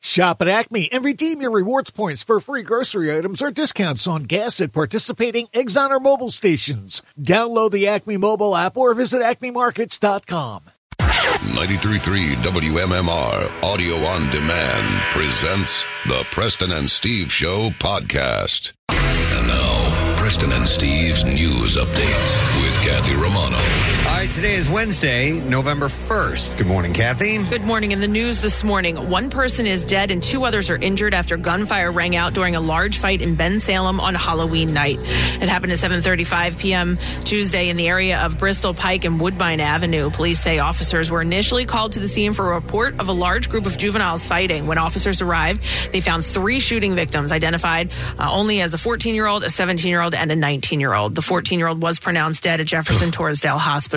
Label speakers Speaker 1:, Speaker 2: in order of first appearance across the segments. Speaker 1: Shop at Acme and redeem your rewards points for free grocery items or discounts on gas at participating Exxon or mobile stations. Download the Acme mobile app or visit acmemarkets.com.
Speaker 2: 93.3 WMMR Audio on Demand presents the Preston and Steve Show podcast. And now, Preston and Steve's news update with Kathy Romano.
Speaker 3: All right, today is Wednesday, November 1st. Good morning, Kathy.
Speaker 4: Good morning. In the news this morning, one person is dead and two others are injured after gunfire rang out during a large fight in Ben Salem on Halloween night. It happened at 7:35 p.m. Tuesday in the area of Bristol Pike and Woodbine Avenue. Police say officers were initially called to the scene for a report of a large group of juveniles fighting. When officers arrived, they found three shooting victims identified uh, only as a 14-year-old, a 17-year-old, and a 19-year-old. The 14-year-old was pronounced dead at Jefferson Torresdale Hospital.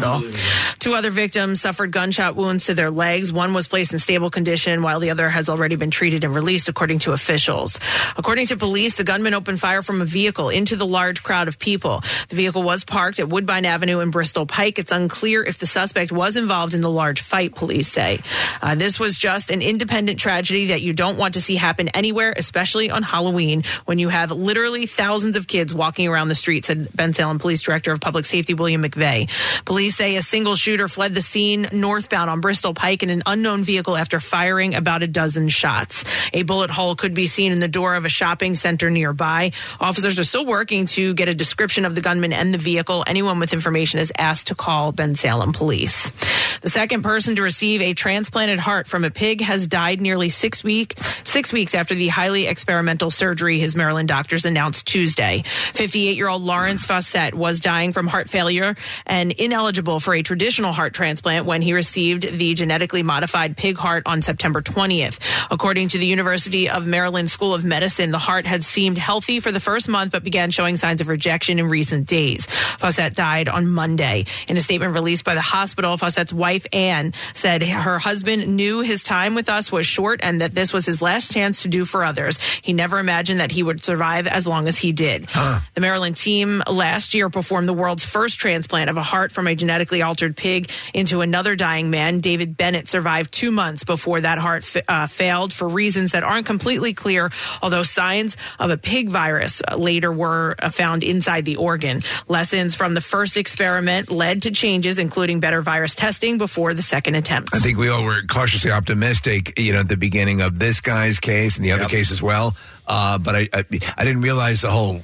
Speaker 4: Two other victims suffered gunshot wounds to their legs. One was placed in stable condition, while the other has already been treated and released, according to officials. According to police, the gunman opened fire from a vehicle into the large crowd of people. The vehicle was parked at Woodbine Avenue and Bristol Pike. It's unclear if the suspect was involved in the large fight, police say. Uh, this was just an independent tragedy that you don't want to see happen anywhere, especially on Halloween, when you have literally thousands of kids walking around the streets, said Ben Salem Police Director of Public Safety, William McVeigh. Police Police say a single shooter fled the scene northbound on Bristol Pike in an unknown vehicle after firing about a dozen shots. A bullet hole could be seen in the door of a shopping center nearby. Officers are still working to get a description of the gunman and the vehicle. Anyone with information is asked to call Ben Salem Police. The second person to receive a transplanted heart from a pig has died nearly six week six weeks after the highly experimental surgery his Maryland doctors announced Tuesday. 58 year old Lawrence Fawcett was dying from heart failure and ineligible for a traditional heart transplant when he received the genetically modified pig heart on September 20th. According to the University of Maryland School of Medicine, the heart had seemed healthy for the first month but began showing signs of rejection in recent days. Fawcett died on Monday. In a statement released by the hospital, Fawcett's wife, Anne, said her husband knew his time with us was short and that this was his last chance to do for others. He never imagined that he would survive as long as he did. The Maryland team last year performed the world's first transplant of a heart from a genetically altered pig into another dying man. David Bennett survived two months before that heart fa- uh, failed for reasons that aren't completely clear, although signs of a pig virus uh, later were uh, found inside the organ. Lessons from the first experiment led to changes, including better virus testing before the second attempt.
Speaker 5: I think we all were cautiously optimistic, you know, at the beginning of this guy's case and the other case as well. Uh, but I, I, I didn't realize the whole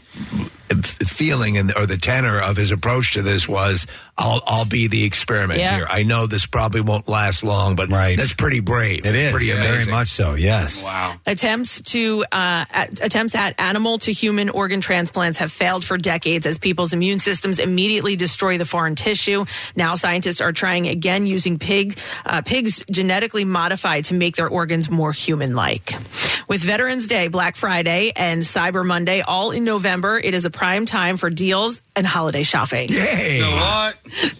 Speaker 5: f- feeling and or the tenor of his approach to this was, "I'll I'll be the experiment
Speaker 4: Yeah.
Speaker 5: here. I know this probably won't last long, but
Speaker 3: Right.
Speaker 5: that's pretty brave.
Speaker 3: It
Speaker 5: It's
Speaker 3: is.
Speaker 5: pretty
Speaker 3: Very
Speaker 5: amazing.
Speaker 3: much so, yes.
Speaker 4: Attempts to uh, at, attempts at animal to human organ transplants have failed for decades as people's immune systems immediately destroy the foreign tissue. Now scientists are trying again using pig uh, pigs genetically modified to make their organs more human-like. With Veterans Day, Black Friday, and Cyber Monday all in November, it is a prime time for deals and holiday shopping.
Speaker 5: Yay!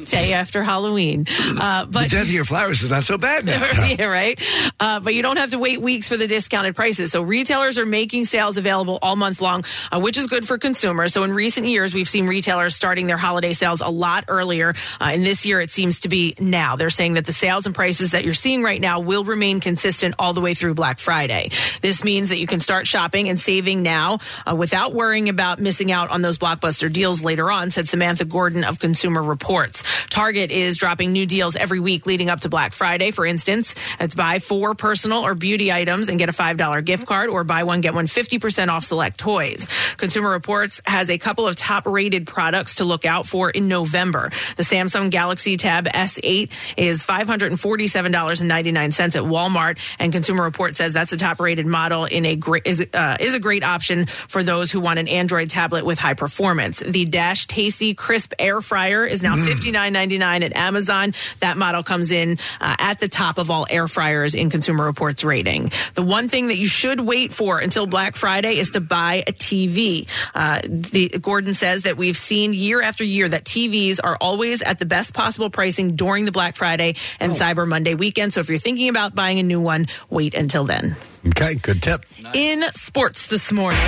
Speaker 4: Day after Halloween, uh,
Speaker 5: The
Speaker 4: but.
Speaker 5: death of your flowers is not so bad now.
Speaker 4: yeah, right. Uh, but you don't have to wait weeks for the discounted prices. So retailers are making sales available all month long, uh, which is good for consumers. So in recent years, we've seen retailers starting their holiday sales a lot earlier, uh, and this year it seems to be now. They're saying that the sales and prices that you're seeing right now will remain consistent all the way through Black Friday. This means that you can start shopping and saving now uh, without worrying about missing out on those blockbuster deals later on, said Samantha Gordon of Consumer Reports. Target is dropping new deals every week leading up to Black Friday. For instance, it's buy four personal or beauty items and get a $5 gift card or buy one, get one 50% off select toys. Consumer Reports has a couple of top rated products to look out for in November. The Samsung Galaxy Tab S8 is $547.99 at Walmart and Consumer Report says that's the top rated model in a great is, uh, is a great option for those who want an Android tablet with high performance. The Dash Tasty Crisp Air Fryer is now $59.99 at Amazon. That model comes in uh, at the top of all air fryers in Consumer Reports rating. The one thing that you should wait for until Black Friday is to buy a TV. Uh, the Gordon says that we've seen year after year that TVs are always at the best possible pricing during the Black Friday and Cyber Monday weekend. So if you're thinking about buying a new one, wait until then.
Speaker 3: Okay, good tip.
Speaker 4: In sports this morning.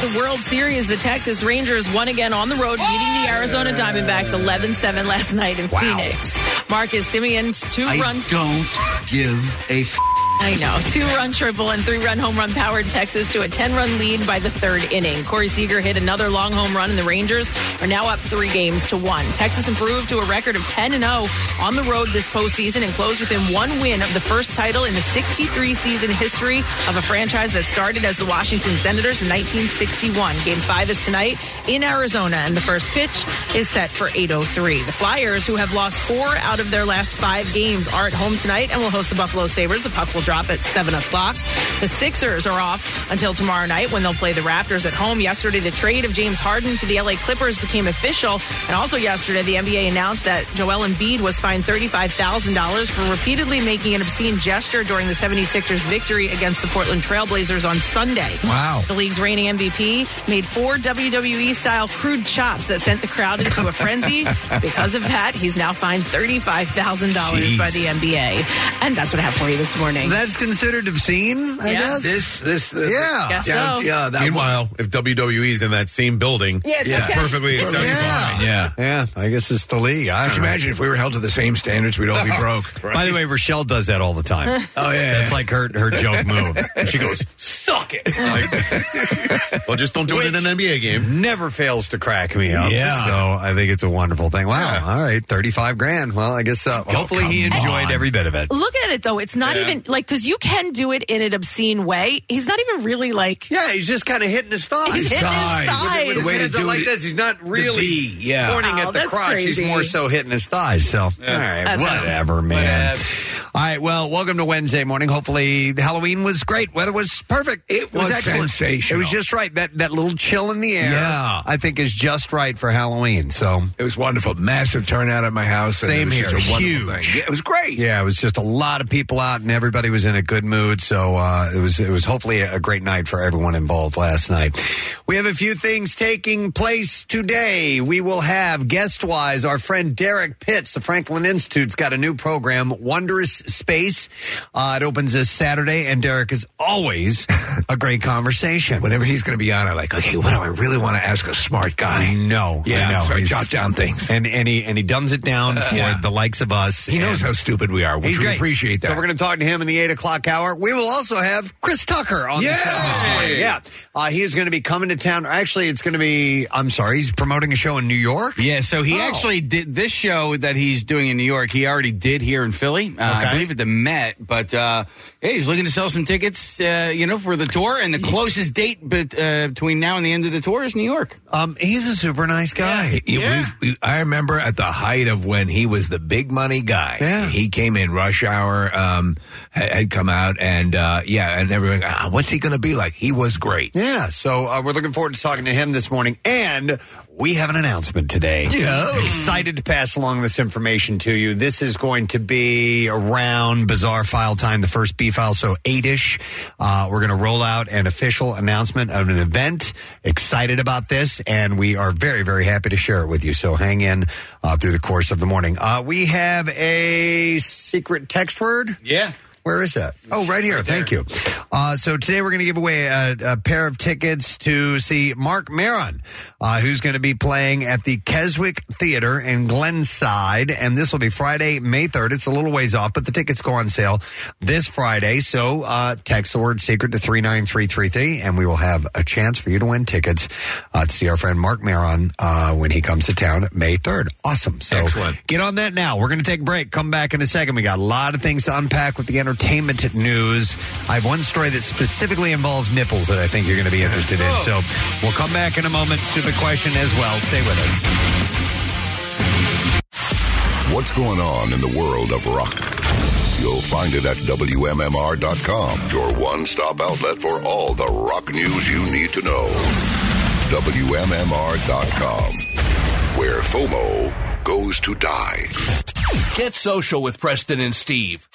Speaker 4: the World Series, the Texas Rangers won again on the road, beating the Arizona Diamondbacks 11 7 last night in Phoenix. Marcus Simeon's two run.
Speaker 6: don't give a f-
Speaker 4: I know. Two run triple and three run home run powered Texas to a 10 run lead by the third inning. Corey Seager hit another long home run, and the Rangers are now up three games to one. Texas improved to a record of 10 and 0 on the road this postseason and closed within one win of the first title in the 63 season history of a franchise that started as the Washington Senators in 1961. Game five is tonight in Arizona, and the first pitch is set for 8.03. The Flyers, who have lost four out of their last five games, are at home tonight and will host the Buffalo Sabres. The puck will drop at 7 o'clock. The Sixers are off until tomorrow night when they'll play the Raptors at home. Yesterday, the trade of James Harden to the LA Clippers became official. And also yesterday, the NBA announced that Joel Embiid was fined $35,000 for repeatedly making an obscene gesture during the 76ers' victory against the Portland Trailblazers on Sunday.
Speaker 5: Wow.
Speaker 4: The league's reigning MVP made four WWE style crude chops that sent the crowd into a frenzy. Because of that, he's now fined $35,000 by
Speaker 5: Jeez.
Speaker 4: the NBA. And that's what I have for you this morning.
Speaker 3: That's considered obscene, I
Speaker 4: Yeah.
Speaker 3: guess.
Speaker 5: This, this, this
Speaker 3: yeah.
Speaker 4: Guess
Speaker 5: yeah,
Speaker 4: so.
Speaker 5: yeah, that one.
Speaker 7: Meanwhile, if WWE's in that same building,
Speaker 4: Yeah, it's
Speaker 5: Yeah.
Speaker 4: okay.
Speaker 7: perfectly acceptable.
Speaker 3: Yeah.
Speaker 5: Yeah.
Speaker 3: Yeah, I guess it's the league. I
Speaker 5: Could
Speaker 3: don't
Speaker 5: you
Speaker 3: know.
Speaker 5: imagine if we were held to the same standards, we'd all be broke.
Speaker 3: By the way, Rochelle does that all the time.
Speaker 5: Oh yeah,
Speaker 3: That's like her her joke move. She goes,
Speaker 7: Suck it. Like, well, just don't do it in an NBA game.
Speaker 3: never fails to crack me up.
Speaker 5: Yeah.
Speaker 3: So I think it's a wonderful thing. Wow. All right. 35 grand. Well, I guess uh, hopefully he
Speaker 5: come
Speaker 3: enjoyed
Speaker 5: on.
Speaker 3: every bit of it.
Speaker 4: Look at it though. It's not
Speaker 7: Yeah.
Speaker 4: even like because you can do it in an obscene way. He's not even really like
Speaker 3: Yeah, he's just kind of hitting his thighs.
Speaker 4: He's hitting
Speaker 5: thighs.
Speaker 4: his thighs.
Speaker 5: The way to
Speaker 3: hands up
Speaker 5: do
Speaker 3: like
Speaker 5: it-
Speaker 3: this. He's not really
Speaker 5: V, yeah.
Speaker 3: pointing
Speaker 4: Oh,
Speaker 3: at the
Speaker 4: that's
Speaker 3: crotch.
Speaker 4: crazy.
Speaker 3: He's more so hitting his thighs. So, all right,
Speaker 4: That's-
Speaker 3: whatever, man. All right, well, welcome to Wednesday morning. Hopefully, Halloween was great. Weather was perfect.
Speaker 5: It was
Speaker 3: excellent.
Speaker 5: sensational.
Speaker 3: It was just right. That that little chill in the air,
Speaker 5: Yeah.
Speaker 3: I think is just right for Halloween. So,
Speaker 5: It was wonderful. Massive turnout at my house. and it
Speaker 3: Same
Speaker 5: was
Speaker 3: here.
Speaker 5: just a wonderful
Speaker 3: Huge.
Speaker 5: thing. Yeah, it was great.
Speaker 3: Yeah, it was just a lot of people out, and everybody was in a good mood. So uh, it was it was hopefully a great night for everyone involved last night. We have a few things taking place today. We will have guest wise our friend Derek Pitts, the Franklin Institute's got a new program, Wondrous Space. Uh, it opens this Saturday, and Derek is always a great conversation.
Speaker 5: Whenever he's going to be on, I'm like, okay, what do I really want to ask a smart guy?
Speaker 3: No,
Speaker 5: Yeah,
Speaker 3: I know.
Speaker 5: so I
Speaker 3: He's-
Speaker 5: jot down things.
Speaker 3: and and he and he dumbs it down for
Speaker 5: Yeah.
Speaker 3: the likes of us.
Speaker 5: he knows
Speaker 3: And-
Speaker 5: how stupid we are, which
Speaker 3: He's
Speaker 5: we
Speaker 3: great.
Speaker 5: appreciate that.
Speaker 3: So we're going to talk to him in the eight o'clock hour. We will also have Chris Tucker on the show this
Speaker 5: Yay!
Speaker 3: morning. Yeah, uh, he is going to be coming to town. Actually, it's going to be. I'm sorry, he's promoting a show in New York.
Speaker 6: Yeah, so he
Speaker 3: Oh.
Speaker 6: actually did this show that he's doing in New York. He already did here in Philly, uh,
Speaker 3: Okay.
Speaker 6: I believe at the Met. But uh, hey, he's looking to sell some tickets, uh, you know, for the tour. And the closest date bet, uh, between now and the end of the tour is New York.
Speaker 3: Um, he's a super nice guy.
Speaker 5: You-
Speaker 6: Yeah.
Speaker 5: we've- we- I remember at the height of when he was the big money guy.
Speaker 3: Yeah.
Speaker 5: He came in rush hour, um, had, had come out, and uh, yeah, and everyone, ah, what's he going to be like? He was great.
Speaker 3: Yeah, so uh, we're looking forward to talking to him this morning, and we have an announcement today.
Speaker 5: Yeah.
Speaker 3: Excited to pass along this information to you. This is going to be around bizarre file time, the first B file, so eight ish. Uh, we're going to roll out an official announcement of an event. Excited about this, and we are very, very happy to share it with you. So hang in uh, through the course of the morning. Uh, we have a secret text word.
Speaker 6: Yeah.
Speaker 3: Where is that? Oh, right here. Thank you. Uh, so today we're going to give away a, a pair of tickets to see Mark Maron, uh, who's going to be playing at the Keswick Theater in Glenside. And this will be Friday, May 3rd. It's a little ways off, but the tickets go on sale this Friday. So uh, text the word secret to 39333, and we will have a chance for you to win tickets uh, to see our friend Mark Maron uh, when he comes to town May 3rd. Awesome. So
Speaker 5: Excellent.
Speaker 3: Get on that now. We're going to take a break. Come back in a second. We got a lot of things to unpack with the entertainment news. I have one story that specifically involves nipples that I think you're going to be interested in. So we'll come back in a moment. Stupid question as well. Stay with us.
Speaker 2: What's going on in the world of rock? You'll find it at WMMR.com, your one stop outlet for all the rock news you need to know. WMMR.com, where FOMO goes to die.
Speaker 8: Get social with Preston and Steve.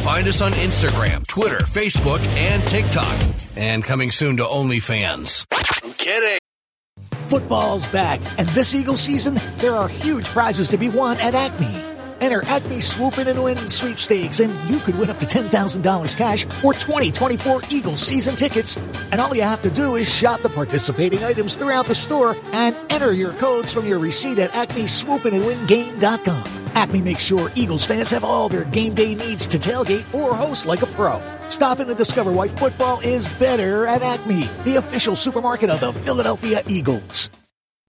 Speaker 8: Find us on Instagram, Twitter, Facebook, and TikTok. And coming soon to OnlyFans. I'm kidding.
Speaker 1: Football's back, and this Eagle season, there are huge prizes to be won at Acme. Enter Acme Swoop In and Win sweepstakes, and you could win up to $10,000 cash or 2024 Eagles season tickets. And all you have to do is shop the participating items throughout the store and enter your codes from your receipt at acmeswoopinandwingame.com. Acme makes sure Eagles fans have all their game day needs to tailgate or host like a pro. Stop in to discover why football is better at Acme, the official supermarket of the Philadelphia Eagles.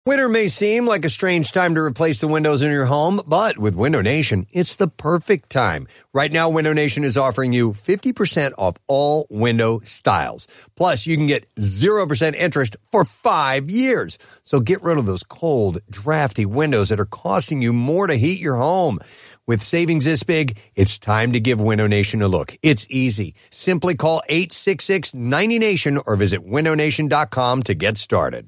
Speaker 9: Winter may seem like a strange time to replace the windows in your home, but with Window Nation, it's the perfect time. Right now, Window Nation is offering you 50% off all window styles. Plus, you can get 0% interest for five years. So get rid of those cold, drafty windows that are costing you more to heat your home. With savings this big, it's time to give Window Nation a look. It's easy. Simply call 866 90Nation or visit windownation.com to get started.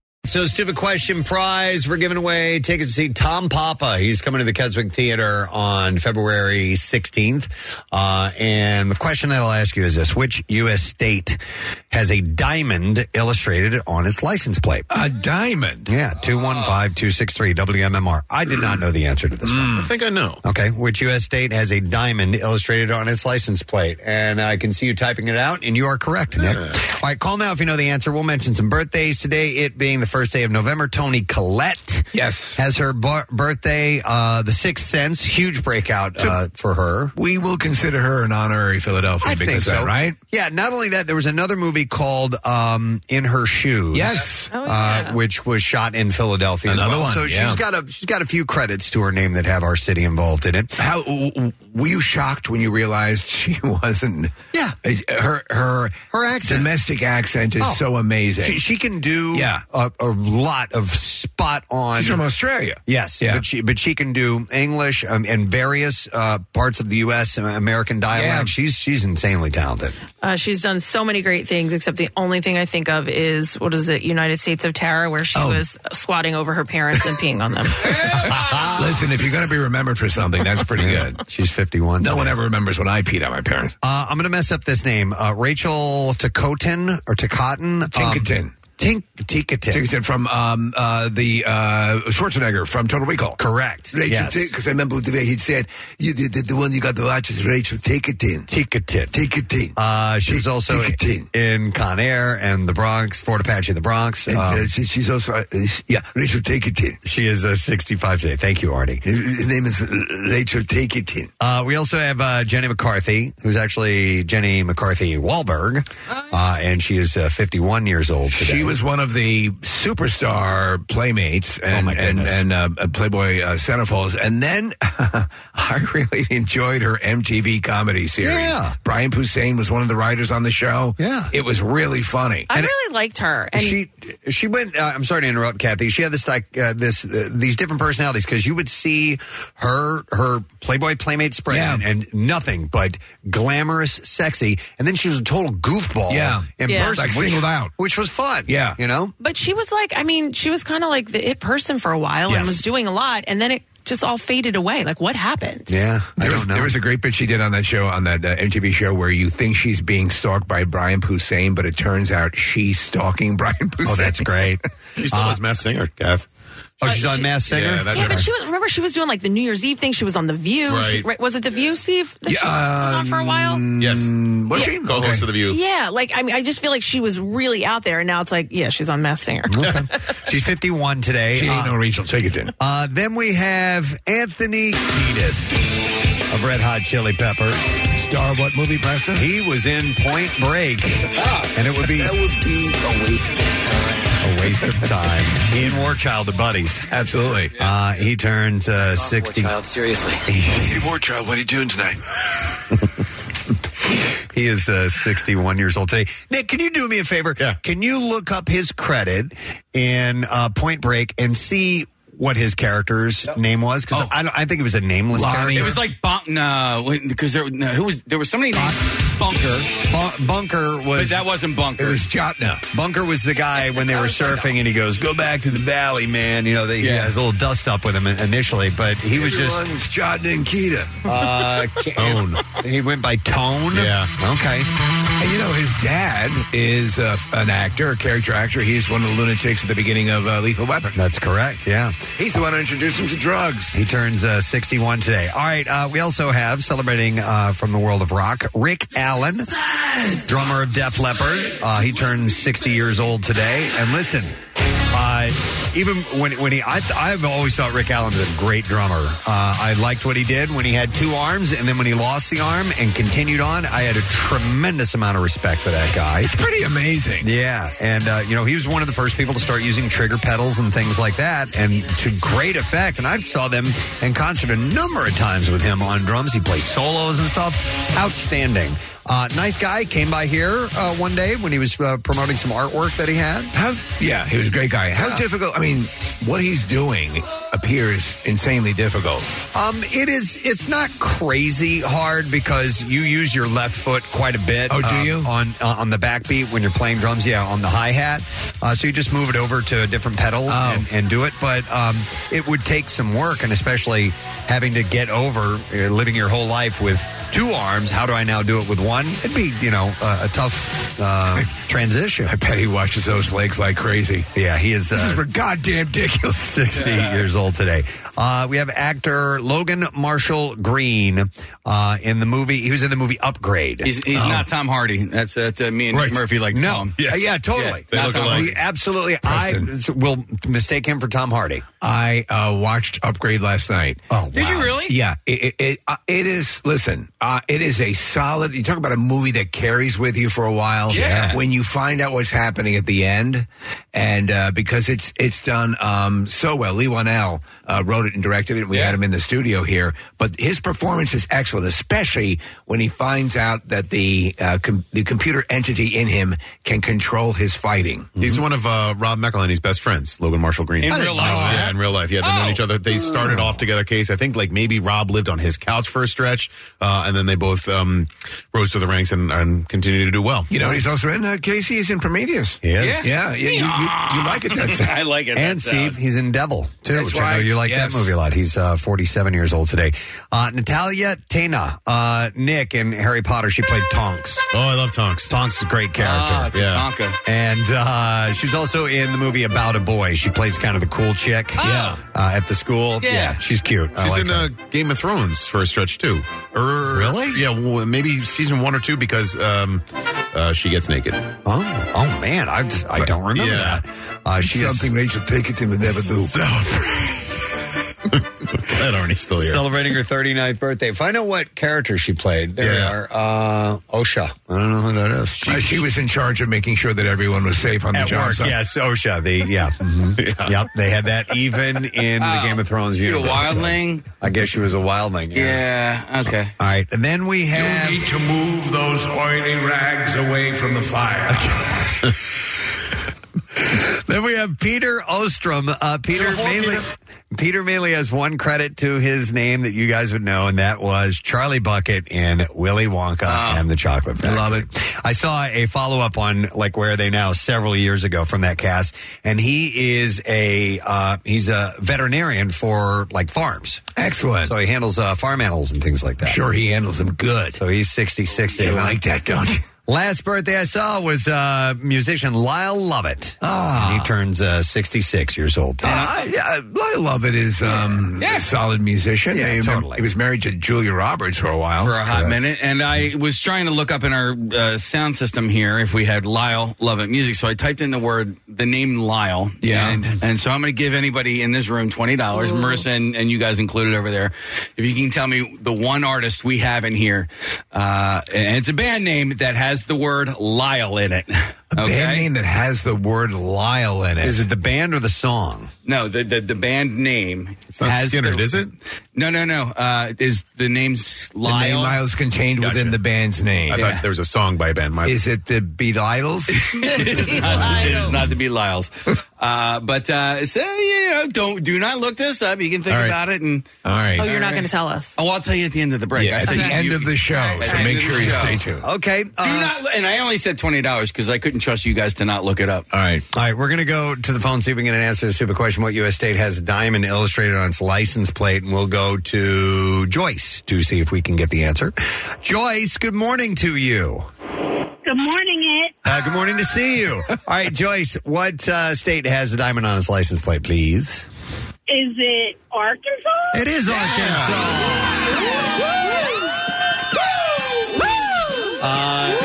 Speaker 3: So, stupid question prize. We're giving away tickets to see Tom Papa. He's coming to the Keswick Theater on February 16th. Uh, and the question that I'll ask you is this Which U.S. state has a diamond illustrated on its license plate?
Speaker 5: A diamond?
Speaker 3: Yeah, 215 263 WMMR. I did not know the answer to
Speaker 5: Mm.
Speaker 3: this one.
Speaker 7: I think I know.
Speaker 3: Hmm. Okay, which U.S. state has a diamond illustrated on its license plate? And I can see you typing it out, and you are correct, Nick. All right, call now if you know the answer. We'll mention some birthdays today, it being the first day of November. Tony Collette
Speaker 5: Yes.
Speaker 3: has her bar- birthday, uh, The Sixth Sense, huge breakout uh, for her.
Speaker 5: We will consider her an honorary Philadelphia
Speaker 3: I
Speaker 5: because
Speaker 3: think
Speaker 5: of
Speaker 3: so.
Speaker 5: that, right?
Speaker 3: Yeah, not only that, there was another movie called um, In Her Shoes.
Speaker 5: Yes.
Speaker 4: Oh,
Speaker 3: uh, which was shot in Philadelphia as
Speaker 5: Another
Speaker 3: well.
Speaker 5: one,
Speaker 3: so
Speaker 5: yeah.
Speaker 3: she's got a she's got a few credits to her name that have our city involved in it.
Speaker 5: How w- w- were you shocked when you realized she wasn't?
Speaker 3: Yeah.
Speaker 5: her her
Speaker 3: Her accent.
Speaker 5: domestic accent is
Speaker 3: Oh.
Speaker 5: so amazing.
Speaker 3: She, she can do
Speaker 5: Yeah.
Speaker 3: a, a lot of spot on.
Speaker 5: She's from Australia.
Speaker 3: Yes,
Speaker 5: Yeah.
Speaker 3: but she but she can do English um, and various uh, parts of the U.S. and American dialect. She's she's insanely talented.
Speaker 4: Uh, she's done so many great things, except the only thing I think of is what is it, United States of Terror, where she was swatting over her parents and peeing on them.
Speaker 5: Listen, if you're going to be remembered for something, that's pretty good.
Speaker 3: Ah. She's fifty one.
Speaker 5: No one ever remembers when I peed on my parents.
Speaker 3: Uh, I'm going to mess up this name. Uh, Rachel Tacotin or Tacotin.
Speaker 5: Tinkerton.
Speaker 3: Tink Tikatin.
Speaker 5: Tinkerton from um, uh, the uh, Schwarzenegger from Total Recall.
Speaker 3: Correct.
Speaker 5: Rachel,
Speaker 3: Yes.
Speaker 5: because I remember the way he said, "You the, the, the one you got the watch is Rachel Tinkerton."
Speaker 3: Tikatin.
Speaker 5: Tinkerton.
Speaker 3: Uh, she was also
Speaker 5: Tinkerton.
Speaker 3: in Con Air and the Bronx, Fort Apache, and the Bronx.
Speaker 5: And,
Speaker 3: Um,
Speaker 5: uh, she, she's also, uh, yeah, Rachel Tinkerton.
Speaker 3: she is uh, 65 today. Thank you, Artie.
Speaker 5: His name is Rachel Tinkerton.
Speaker 3: Uh, we also have uh, Jenny McCarthy, who's actually Jenny McCarthy Wahlberg, uh, and she is uh, 51 years old today.
Speaker 5: She was one of the superstar playmates and
Speaker 3: Oh my
Speaker 5: and,
Speaker 3: goodness.
Speaker 5: and uh, Playboy uh, Centerfolds, and then I really enjoyed her MTV comedy series.
Speaker 3: Yeah.
Speaker 5: Brian Poussaint was one of the writers on the show.
Speaker 3: Yeah.
Speaker 5: it was really funny.
Speaker 4: I really liked her. And
Speaker 3: she she went. Uh, I'm sorry to interrupt, Kathy. She had this like uh, this uh, these different personalities because you would see her her Playboy playmate spread
Speaker 5: Yeah.
Speaker 3: and, and nothing but glamorous, sexy, and then she was a total goofball.
Speaker 5: Yeah.
Speaker 3: in
Speaker 4: Yeah.
Speaker 3: person,
Speaker 5: Like
Speaker 3: which-
Speaker 5: singled out.
Speaker 3: which was fun.
Speaker 5: Yeah.
Speaker 3: you know.
Speaker 4: but she was like, I mean, she was kind of like the it person for a while
Speaker 3: Yes.
Speaker 4: and was doing a lot, and then it just all faded away. Like, what happened?
Speaker 3: Yeah, I
Speaker 5: There
Speaker 3: don't
Speaker 5: was,
Speaker 3: know.
Speaker 5: there was a great bit she did on that show, on that uh, MTV show, where you think she's being stalked by Brian Poussaint, but it turns out she's stalking Brian Poussaint.
Speaker 3: oh, that's great. Uh,
Speaker 7: She's still his mass singer, Gav.
Speaker 3: Oh, she's on
Speaker 4: she-
Speaker 3: Mass Singer.
Speaker 7: Yeah, that's
Speaker 4: Yeah,
Speaker 7: her.
Speaker 4: but she was. Remember, she was doing like the New Year's Eve thing. She was on the View. She,
Speaker 7: Right.
Speaker 4: right, was it the View, Steve? That she was on for a
Speaker 3: um,
Speaker 4: while.
Speaker 7: Yes.
Speaker 5: Was she?
Speaker 7: Co host
Speaker 5: Okay.
Speaker 7: of The View.
Speaker 4: Yeah, like I mean, I just feel like she was really out there, and now it's like, yeah, she's on Mass Singer.
Speaker 3: she's 51 today.
Speaker 5: She
Speaker 3: Uh,
Speaker 5: ain't no Rachel Tinkerton.
Speaker 3: Uh, then we have Anthony Kiedis of Red Hot Chili Peppers.
Speaker 5: Star of what movie, Preston?
Speaker 3: He was in Point Break, and it would be
Speaker 5: would be a waste of
Speaker 3: a waste of time. He and War Child are buddies.
Speaker 5: Absolutely.
Speaker 3: Uh, he turns uh, 60.
Speaker 8: seriously.
Speaker 3: He
Speaker 5: Hey, War Child, what are you doing tonight?
Speaker 3: is uh, 61 years old today. Nick, can you do me a favor?
Speaker 7: Yeah.
Speaker 3: Can you look up his credit in uh, Point Break and see what his character's name was? Because I, don't- I think it was a nameless
Speaker 5: Oh. Lonnie.
Speaker 3: character.
Speaker 5: It
Speaker 6: uh, It was like Bon. No, because there, no, who was there was somebody named Bunker.
Speaker 3: Bu- bunker was.
Speaker 6: But that wasn't Bunker.
Speaker 5: It was Jotna.
Speaker 3: Bunker was the guy when they were surfing, and he goes, "Go back to the valley, man." You know, they, he
Speaker 6: Yeah.
Speaker 3: has a little dust up with him initially, but he was just
Speaker 5: Everyone's Jotna and Kita.
Speaker 3: uh,
Speaker 5: Oh,
Speaker 3: tone. He went by tone.
Speaker 7: Yeah.
Speaker 3: Okay.
Speaker 5: And you know, his dad is uh, an actor, a character actor. He's one of the lunatics at the beginning of uh, Lethal Weapon.
Speaker 3: That's correct. Yeah.
Speaker 5: He's the one who introduced him to drugs.
Speaker 3: He turns uh, 61 today. All right. Uh, we also have celebrating uh, from the world of rock, Rick Allen, drummer of Def Leppard. Uh, he turns 60 years old today. And listen, uh, even when when he, I, I've always thought Rick Allen was a great drummer. Uh, I liked what he did when he had two arms, and then when he lost the arm and continued on, I had a tremendous amount of respect for that guy.
Speaker 5: It's pretty amazing.
Speaker 3: Yeah, and uh, you know he was one of the first people to start using trigger pedals and things like that, and to great effect. And I saw them in concert a number of times with him on drums. He plays solos and stuff. Outstanding. Uh, nice guy. Came by here uh, one day when he was uh, promoting some artwork that he had.
Speaker 5: How? Yeah, he was a great guy. How
Speaker 3: Yeah.
Speaker 5: difficult? I mean, what he's doing appears insanely difficult.
Speaker 3: Um, it is. It's not crazy hard because you use your left foot quite a bit.
Speaker 5: Oh, do
Speaker 3: um,
Speaker 5: you?
Speaker 3: on uh, on the backbeat when you're playing drums? Yeah, on the hi hat. Uh, so you just move it over to a different pedal
Speaker 5: Oh.
Speaker 3: and, and do it. But um, it would take some work, and especially having to get over uh, living your whole life with two arms. How do I now do it with one? It'd be you know a, a tough uh, transition.
Speaker 5: I bet he watches those legs like crazy.
Speaker 3: Yeah, he is. Uh,
Speaker 5: This is for goddamn ridiculous.
Speaker 3: 60 years old today. Uh, we have actor Logan Marshall Green uh, in the movie. He was in the movie Upgrade.
Speaker 6: He's,
Speaker 5: Oh.
Speaker 6: he's not Tom Hardy. That's uh, to me and Nick Murphy like to call
Speaker 3: Oh. no,
Speaker 6: him.
Speaker 7: Yes.
Speaker 3: Uh, yeah, totally.
Speaker 7: Yeah, they
Speaker 6: Not
Speaker 7: look
Speaker 6: Tom
Speaker 7: alike.
Speaker 3: We absolutely, I
Speaker 5: Preston.
Speaker 3: will mistake him for Tom Hardy.
Speaker 5: I uh, watched Upgrade last night.
Speaker 3: Oh,
Speaker 6: Did you really?
Speaker 5: Yeah, it it, it, uh, it is. Listen, uh, it is a solid. You talk about a movie that carries with you for a while.
Speaker 6: Yeah.
Speaker 5: When you find out what's happening at the end, and uh, because it's it's done um, so well, Lee Wanell uh, wrote it and directed it. and We had him in the studio here, but his performance is excellent, especially when he finds out that the uh, com- the computer entity in him can control his fighting.
Speaker 3: Mm-hmm.
Speaker 7: He's one of uh, Rob McElhenney's best friends, Logan Marshall Green.
Speaker 6: In real life?
Speaker 7: Yeah, in real life. Yeah, they've known
Speaker 6: Oh.
Speaker 7: each other. They started off together. Case, I think like maybe Rob lived on his couch for a stretch, uh, and then they both um, rose to the ranks and, and continue to do well.
Speaker 5: You know, he's also in uh, Casey. He's in Prometheus.
Speaker 3: He is.
Speaker 5: Yeah, yeah, you, you, you like it that sound.
Speaker 6: I like it.
Speaker 3: And
Speaker 6: That's, uh,
Speaker 3: Steve, he's in Devil too,
Speaker 5: That's
Speaker 3: which I know
Speaker 5: right.
Speaker 3: you like
Speaker 5: Yes.
Speaker 3: that movie a lot. He's uh, 47 years old today. Uh, Natalia Tena, uh, Nick in Harry Potter, she played Tonks.
Speaker 7: Oh, I love Tonks.
Speaker 3: Tonks is a great character.
Speaker 6: Ah,
Speaker 7: Yeah.
Speaker 6: Tatanka.
Speaker 3: And uh, she's also in the movie About a Boy. She plays kind of the cool chick.
Speaker 6: Yeah.
Speaker 3: Uh, at the school.
Speaker 6: Ah. Yeah.
Speaker 3: she's cute. I
Speaker 7: She's
Speaker 3: like
Speaker 7: in
Speaker 3: her.
Speaker 7: uh, Game of Thrones for a stretch too. Or,
Speaker 3: Really?
Speaker 7: Yeah, well, maybe season one or two because um, uh, she gets naked.
Speaker 3: oh, oh, man. I, just- I don't remember
Speaker 7: Yeah.
Speaker 3: that. Uh, she is
Speaker 5: something Rachel Pinkerton would never do.
Speaker 7: That Arnie's still here.
Speaker 3: celebrating her 39th birthday. Find out what character she played. There
Speaker 7: Yeah.
Speaker 3: we are. Uh, OSHA. I don't know who that is.
Speaker 5: Uh, she was in charge of making sure that everyone was safe on the
Speaker 3: at
Speaker 5: job
Speaker 3: work.
Speaker 5: site.
Speaker 3: Yes, OSHA. They, yeah. Mhm. Yep. They had that even in the
Speaker 6: Oh.
Speaker 3: Game of Thrones
Speaker 6: She a
Speaker 3: universe.
Speaker 6: wildling?
Speaker 3: I guess she was a wildling.
Speaker 6: Yeah. Okay.
Speaker 3: All right. And then we
Speaker 5: You
Speaker 3: have.
Speaker 5: need to move those oily rags away from the fire.
Speaker 3: Then we have Peter Ostrom. Uh, Peter mainly, Peter mainly has one credit to his name that you guys would know, and that was Charlie Bucket in Willy Wonka and the Chocolate Factory.
Speaker 5: love it.
Speaker 3: I saw a follow up on like where are they now several years ago from that cast, and he is a uh, he's a veterinarian for like farms,
Speaker 5: Excellent.
Speaker 3: so he handles uh, farm animals and things like that.
Speaker 5: sure, he handles them good.
Speaker 3: So he's sixty six.
Speaker 5: you like that, don't you?
Speaker 3: Last birthday I saw was uh, musician Lyle Lovett. And he turns uh, 66 years old. today.
Speaker 5: Ah. I, I, I love it. Is um, a solid musician.
Speaker 3: Yeah,
Speaker 5: He-
Speaker 3: totally.
Speaker 5: He was married to Julia Roberts for a while.
Speaker 6: for a hot minute, and I was trying to look up in our uh, sound system here if we had Lyle Love It Music. So I typed in the word, the name Lyle.
Speaker 5: Yeah.
Speaker 6: And, and so I'm going to give anybody in this room $20, Marissa and, and you guys included over there. If you can tell me the one artist we have in here, uh, and it's a band name that has the word Lyle in it.
Speaker 5: a band name that has the word Lyle in it.
Speaker 3: Is it the band or the song?
Speaker 6: No, the the, the band name. It's
Speaker 7: not Skinner, is it?
Speaker 6: No, no, no. Uh, is the name's
Speaker 5: The
Speaker 6: Lyle?
Speaker 5: name Lyle's contained within the band's name.
Speaker 7: I
Speaker 6: Yeah.
Speaker 7: thought there was a song by a band. My
Speaker 5: Is it the Beatles?
Speaker 6: it is not, it is not to be Lyle's. Uh, but uh, so, you know, don't do not look this up. You can think
Speaker 7: All right.
Speaker 6: about it, and
Speaker 5: All right.
Speaker 4: Oh, you're not
Speaker 6: right.
Speaker 4: going to tell us.
Speaker 6: oh, I'll tell you at the end of the break.
Speaker 5: Yeah, at
Speaker 6: said
Speaker 5: the
Speaker 6: you-
Speaker 5: end
Speaker 6: you-
Speaker 5: of the show,
Speaker 6: Right,
Speaker 5: so
Speaker 6: right,
Speaker 5: make
Speaker 6: end of
Speaker 5: sure
Speaker 6: the
Speaker 5: you
Speaker 6: show.
Speaker 5: stay tuned. All
Speaker 3: Okay.
Speaker 6: Do
Speaker 3: uh,
Speaker 6: not, look- and I only said twenty dollars because I couldn't trust you guys to not look it up.
Speaker 5: right.
Speaker 3: All right, we're going to go to the phone, see if we can answer the stupid question. What U.S. state has a diamond illustrated on its license plate? And we'll go to Joyce to see if we can get the answer. Joyce, good morning to you.
Speaker 10: Good morning, it.
Speaker 3: Uh, good morning to see you. All right, Joyce, what uh, state has a diamond on its license plate, please?
Speaker 10: Is it Arkansas?
Speaker 3: It is Arkansas. Uh,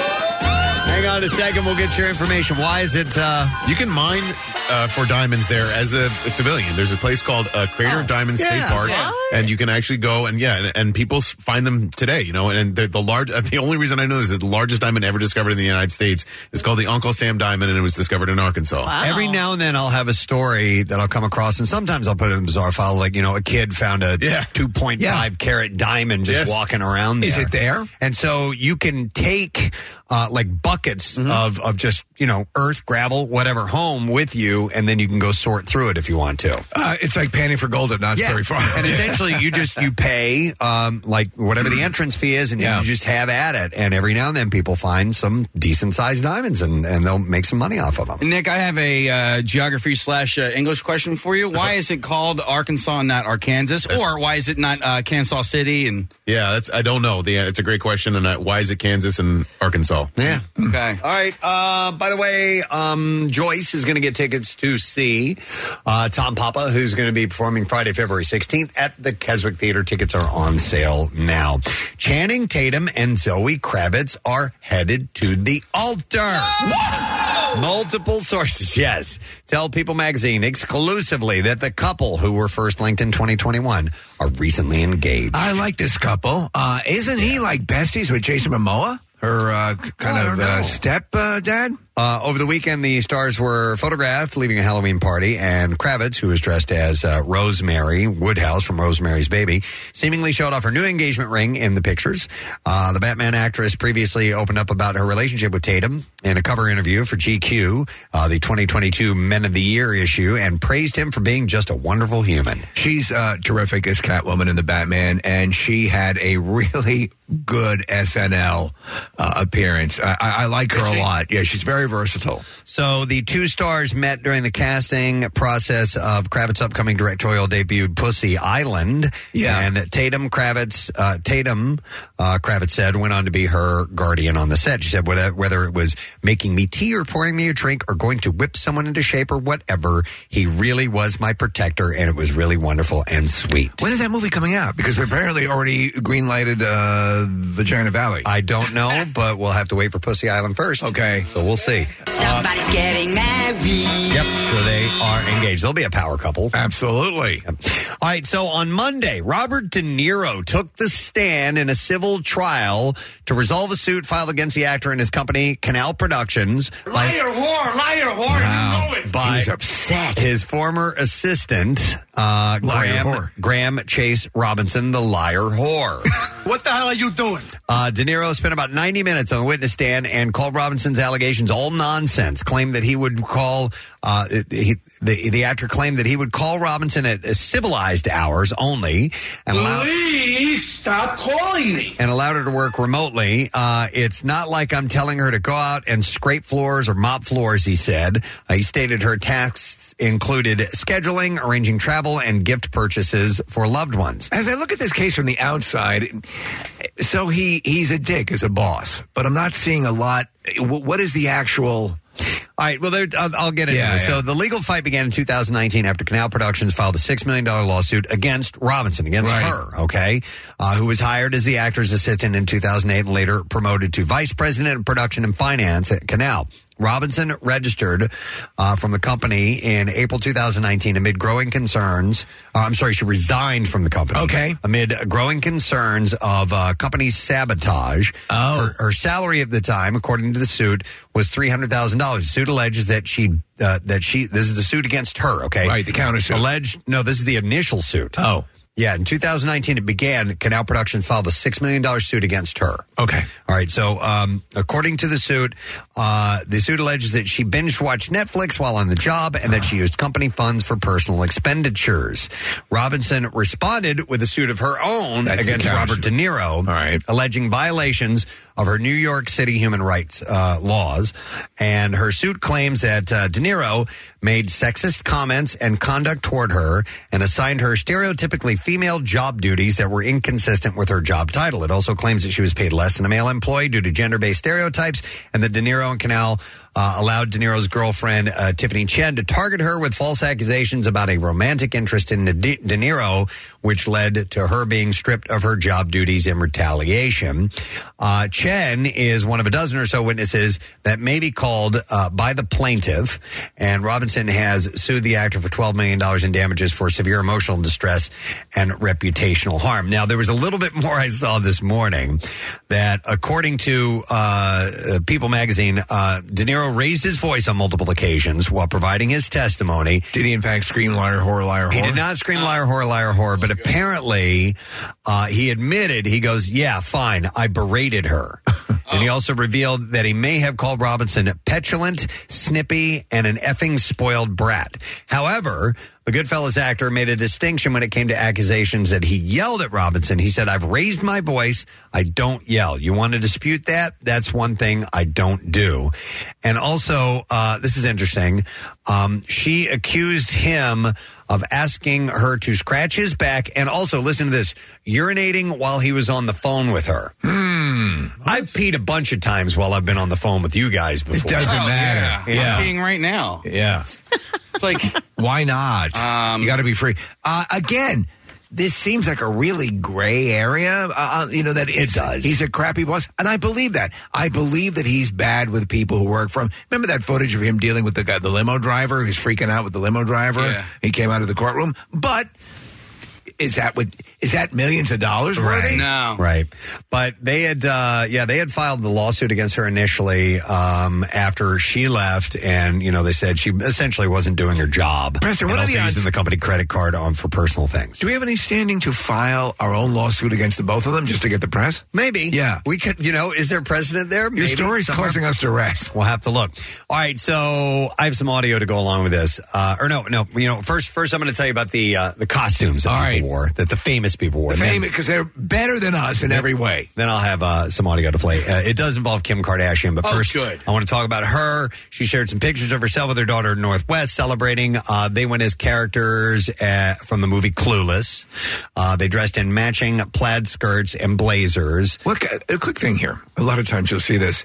Speaker 3: hang on a second. We'll get your information. Why is it? Uh,
Speaker 7: You can mine uh, for diamonds there as a, a civilian. There's a place called uh, Crater
Speaker 6: Oh.
Speaker 7: Diamond State
Speaker 3: yeah.
Speaker 7: Park,
Speaker 4: What?
Speaker 7: and you can actually go and yeah, and, and people s- find them today. You know, and the, the large. Uh, the only reason I know this is the largest diamond ever discovered in the United States is called the Uncle Sam Diamond, and it was discovered in Arkansas.
Speaker 3: Every now and then I'll have a story that I'll come across, and sometimes I'll put it in a bizarre file. Like, you know, a kid found a
Speaker 7: Yeah.
Speaker 3: 2.5 carat diamond just
Speaker 7: Yes.
Speaker 3: walking around there.
Speaker 5: Is it there?
Speaker 3: And so you can take uh, like buckets
Speaker 5: Mm-hmm.
Speaker 3: of, of just, you know, earth, gravel, whatever home with you, and then you can go sort through it if you want to.
Speaker 5: Uh, it's like panning for gold at Knott's Berry Farm.
Speaker 3: and essentially you just you pay um, like whatever the entrance fee is, and
Speaker 5: Mm. Yeah.
Speaker 3: you just have at it. And every now and then people find some decent sized diamonds, and, and they'll make some money off of them.
Speaker 6: Nick, I have a uh, geography slash uh, English question for you. Why is it called Arkansas and not Arkansas, or why is it not uh, Kansas City? And
Speaker 7: Yeah, that's I don't know. The, it's a great question, and uh, why is it Kansas and Arkansas?
Speaker 3: Yeah.
Speaker 6: okay,
Speaker 3: All right. Uh, by the way, um, Joyce is going to get tickets to see uh, Tom Papa, who's going to be performing Friday, February 16th at the Keswick Theater. Tickets are on sale now. Channing Tatum and Zoe Kravitz are headed to the altar. Multiple sources, yes, tell People magazine exclusively that the couple who were first linked in 2021 are recently engaged.
Speaker 5: I like this couple. Uh, isn't he like besties with Jason Momoa? Her uh, k-
Speaker 3: I
Speaker 5: kind
Speaker 3: don't
Speaker 5: of
Speaker 3: know.
Speaker 5: uh, step uh, dad?
Speaker 3: Uh, over the weekend, the stars were photographed leaving a Halloween party, and Kravitz, who was dressed as uh, Rosemary Woodhouse from Rosemary's Baby, seemingly showed off her new engagement ring in the pictures. Uh, the Batman actress previously opened up about her relationship with Tatum in a cover interview for GQ, uh, the 2022 Men of the Year issue, and praised him for being just a wonderful human.
Speaker 5: She's uh, terrific as Catwoman in the Batman, and she had a really good SNL uh, appearance. I, I, I like her a lot. Yeah, she's very versatile.
Speaker 3: So the two stars met during the casting process of Kravitz's upcoming directorial debut, Pussy Island.
Speaker 5: Yeah.
Speaker 3: And Tatum Kravitz, uh, Tatum uh, Kravitz said, went on to be her guardian on the set. She said, whether, whether it was making me tea or pouring me a drink or going to whip someone into shape or whatever, he really was my protector, and it was really wonderful and sweet.
Speaker 5: When is that movie coming out? Because apparently already green lighted uh, Vagina Valley.
Speaker 3: I don't know, but we'll have to wait for Pussy Island first.
Speaker 5: Okay.
Speaker 3: So we'll see.
Speaker 11: Somebody's getting married.
Speaker 3: Yep. So they are engaged. They'll be a power couple.
Speaker 5: Absolutely.
Speaker 3: All right, so on Monday, Robert De Niro took the stand in a civil trial to resolve a suit filed against the actor and his company, Canal Productions, by,
Speaker 7: whore, liar, whore, you know it.
Speaker 3: by
Speaker 5: He's upset.
Speaker 3: his former assistant, uh, Graham,
Speaker 5: whore.
Speaker 3: Graham Chase Robinson, the liar whore.
Speaker 12: What the hell are you doing?
Speaker 3: Uh, De Niro spent about 90 minutes on the witness stand and called Robinson's allegations all nonsense. Claimed that he would call, uh, he, the, the actor claimed that he would call Robinson at civilized hours only and allowed,
Speaker 12: Please stop calling me.
Speaker 3: and allowed her to work remotely. Uh, it's not like I'm telling her to go out and scrape floors or mop floors, he said. Uh, he stated her tasks included scheduling, arranging travel, and gift purchases for loved ones.
Speaker 5: As I look at this case from the outside, so he he's a dick as a boss, but I'm not seeing a lot. wh- What is the actual?
Speaker 3: All right, well, there, I'll, I'll get into
Speaker 5: Yeah,
Speaker 3: this.
Speaker 5: yeah.
Speaker 3: So the legal fight began in 2019 after Canal Productions filed a $6 million lawsuit against Robinson, against
Speaker 5: Right.
Speaker 3: her, okay, uh, who was hired as the actor's assistant in 2008 and later promoted to vice president of production and finance at Canal. Robinson registered uh, from the company in April 2019 amid growing concerns. Uh, I'm sorry, she resigned from the company. Okay. Amid growing concerns of uh, company sabotage. Oh. Her, her salary at the time, according to the suit, was $300,000. The suit alleges that she. Uh, that she this is the suit against her okay
Speaker 5: Right, the countersuit.
Speaker 3: alleged no this is the initial suit oh yeah in 2019 it began canal productions filed a $6 million suit against her
Speaker 5: Okay.
Speaker 3: all right. So, um, according to the suit, uh, the suit alleges that she binge watched Netflix while on the job and that she used company funds for personal expenditures. Robinson responded with a suit of her own
Speaker 5: That's the
Speaker 3: against
Speaker 5: counter
Speaker 3: Robert
Speaker 5: suit.
Speaker 3: De Niro, alleging violations of her New York City human rights uh, laws. And her suit claims that uh, De Niro made sexist comments and conduct toward her and assigned her stereotypically female job duties that were inconsistent with her job title. It also claims that she was paid less than a male employee due to gender based stereotypes and that De Niro and Canal. Uh, allowed De Niro's girlfriend uh, Tiffany Chen to target her with false accusations about a romantic interest in De-, De Niro, which led to her being stripped of her job duties in retaliation. Uh, Chen is one of a dozen or so witnesses that may be called uh, by the plaintiff, and Robinson has sued the actor for $12 million in damages for severe emotional distress and reputational harm. Now, there was a little bit more I saw this morning that, according to uh, uh, People magazine, uh, De Niro raised his voice on multiple occasions while providing his testimony.
Speaker 5: Did he, in fact, scream liar, whore, liar, whore?
Speaker 3: He did not scream liar, whore, liar, whore, but apparently uh, he admitted, he goes, Yeah, fine, I berated her. And
Speaker 5: Oh.
Speaker 3: he also revealed that he may have called Robinson petulant, snippy, and an effing spoiled brat. However, the Goodfellas actor made a distinction when it came to accusations that he yelled at Robinson. He said, I've raised my voice. I don't yell. You want to dispute that? That's one thing I don't do. And also, uh, this is interesting. Um, she accused him of asking her to scratch his back and also, listen to this, urinating while he was on the phone with her. I've peed a bunch of times while I've been on the phone with you guys before.
Speaker 6: Oh, Yeah. I'm peeing right now.
Speaker 5: Yeah.
Speaker 6: It's like,
Speaker 5: Why not?
Speaker 3: Um,
Speaker 5: you got to be free. Uh, again, this seems like a really gray area. Uh, Uh, you know that it does. He's a crappy boss, and I believe that. I believe that he's bad with people who work for him. Remember that footage of him dealing with the guy, the limo driver, who's freaking out with the limo driver.
Speaker 6: Yeah.
Speaker 5: He came out of the courtroom, but. Is that what? Is that millions of dollars worth?
Speaker 6: No.
Speaker 3: Right. But they had, uh, yeah, they had filed the lawsuit against her initially um, after she left, and you know they said she essentially wasn't doing her job.
Speaker 5: Preston,
Speaker 3: and
Speaker 5: what are
Speaker 3: also
Speaker 5: the odds-
Speaker 3: using the company credit card on for personal things.
Speaker 5: Do we have any standing to file our own lawsuit against the both of them just to get the press?
Speaker 3: Maybe.
Speaker 5: Yeah.
Speaker 3: We could, you know, is there precedent there?
Speaker 5: Your story's causing us distress.
Speaker 3: We'll have to look. All right, so I have some audio to go along with this. Uh, or no, no, you know, first, first I'm going to tell you about the uh, the costumes that people wore, that the famous people wore. And then-
Speaker 5: because they're better than us in every way.
Speaker 3: Then I'll have uh, some audio to play. Uh, it does involve Kim Kardashian, but
Speaker 5: Oh,
Speaker 3: first,
Speaker 5: good.
Speaker 3: I want to talk about her. She shared some pictures of herself with her daughter Northwest celebrating. Uh, they went as characters uh, from the movie Clueless. Uh, they dressed in matching plaid skirts and blazers.
Speaker 5: Look, a quick thing here. A lot of times you'll see this.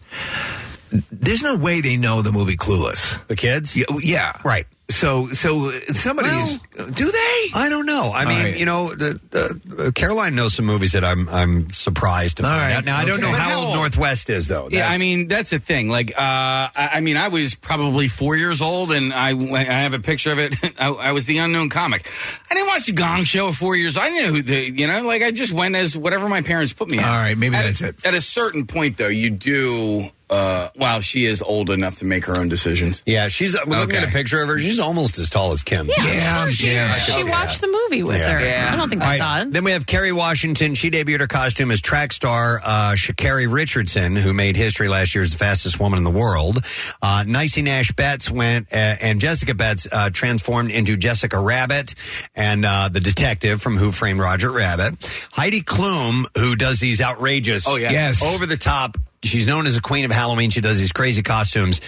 Speaker 5: There's no way they know the movie Clueless.
Speaker 3: The kids?
Speaker 5: Yeah. yeah.
Speaker 3: Right.
Speaker 5: So, so somebody's. do they?
Speaker 3: I don't know. I
Speaker 5: All
Speaker 3: mean,
Speaker 5: right.
Speaker 3: you know, the, the, uh, Caroline knows some movies that I'm I'm surprised to
Speaker 5: All
Speaker 3: find
Speaker 5: right.
Speaker 3: out. Now I don't
Speaker 5: Okay.
Speaker 3: know
Speaker 5: But
Speaker 3: how
Speaker 5: how
Speaker 3: old
Speaker 5: old?
Speaker 3: Northwest is though.
Speaker 6: Yeah,
Speaker 3: That's-
Speaker 6: I mean that's the thing. Like, uh, I, I mean, I was probably four years old, and I went- I have a picture of it. I, I was the unknown comic. I didn't watch the Gong Show at four years. I knew who the you know, like I just went as whatever my parents put me.
Speaker 5: All
Speaker 6: at.
Speaker 5: right, maybe
Speaker 6: At-
Speaker 5: that's it.
Speaker 6: At a certain point, though, you do. Uh, wow, she is old enough to make her own decisions.
Speaker 3: yeah, she's uh, we're looking at a picture of her. She's almost as tall as Kim.
Speaker 4: Yeah, I'm sure she,
Speaker 5: yeah,
Speaker 4: she
Speaker 3: yeah.
Speaker 4: watched the movie with
Speaker 3: Yeah.
Speaker 4: her.
Speaker 6: Yeah.
Speaker 4: I don't think
Speaker 3: All
Speaker 4: that's
Speaker 3: right,
Speaker 4: odd.
Speaker 3: Then we have Kerry Washington. She debuted her costume as track star uh, Shakari Richardson, who made history last year as the fastest woman in the world. Uh, Nicey Nash Betts went, uh, and Jessica Betts uh, transformed into Jessica Rabbit and uh, the detective from Who Framed Roger Rabbit. Heidi Klum, who does these outrageous,
Speaker 6: Oh, yeah.
Speaker 5: Yes.
Speaker 3: over the top. She's known as the queen of Halloween. She does these crazy costumes.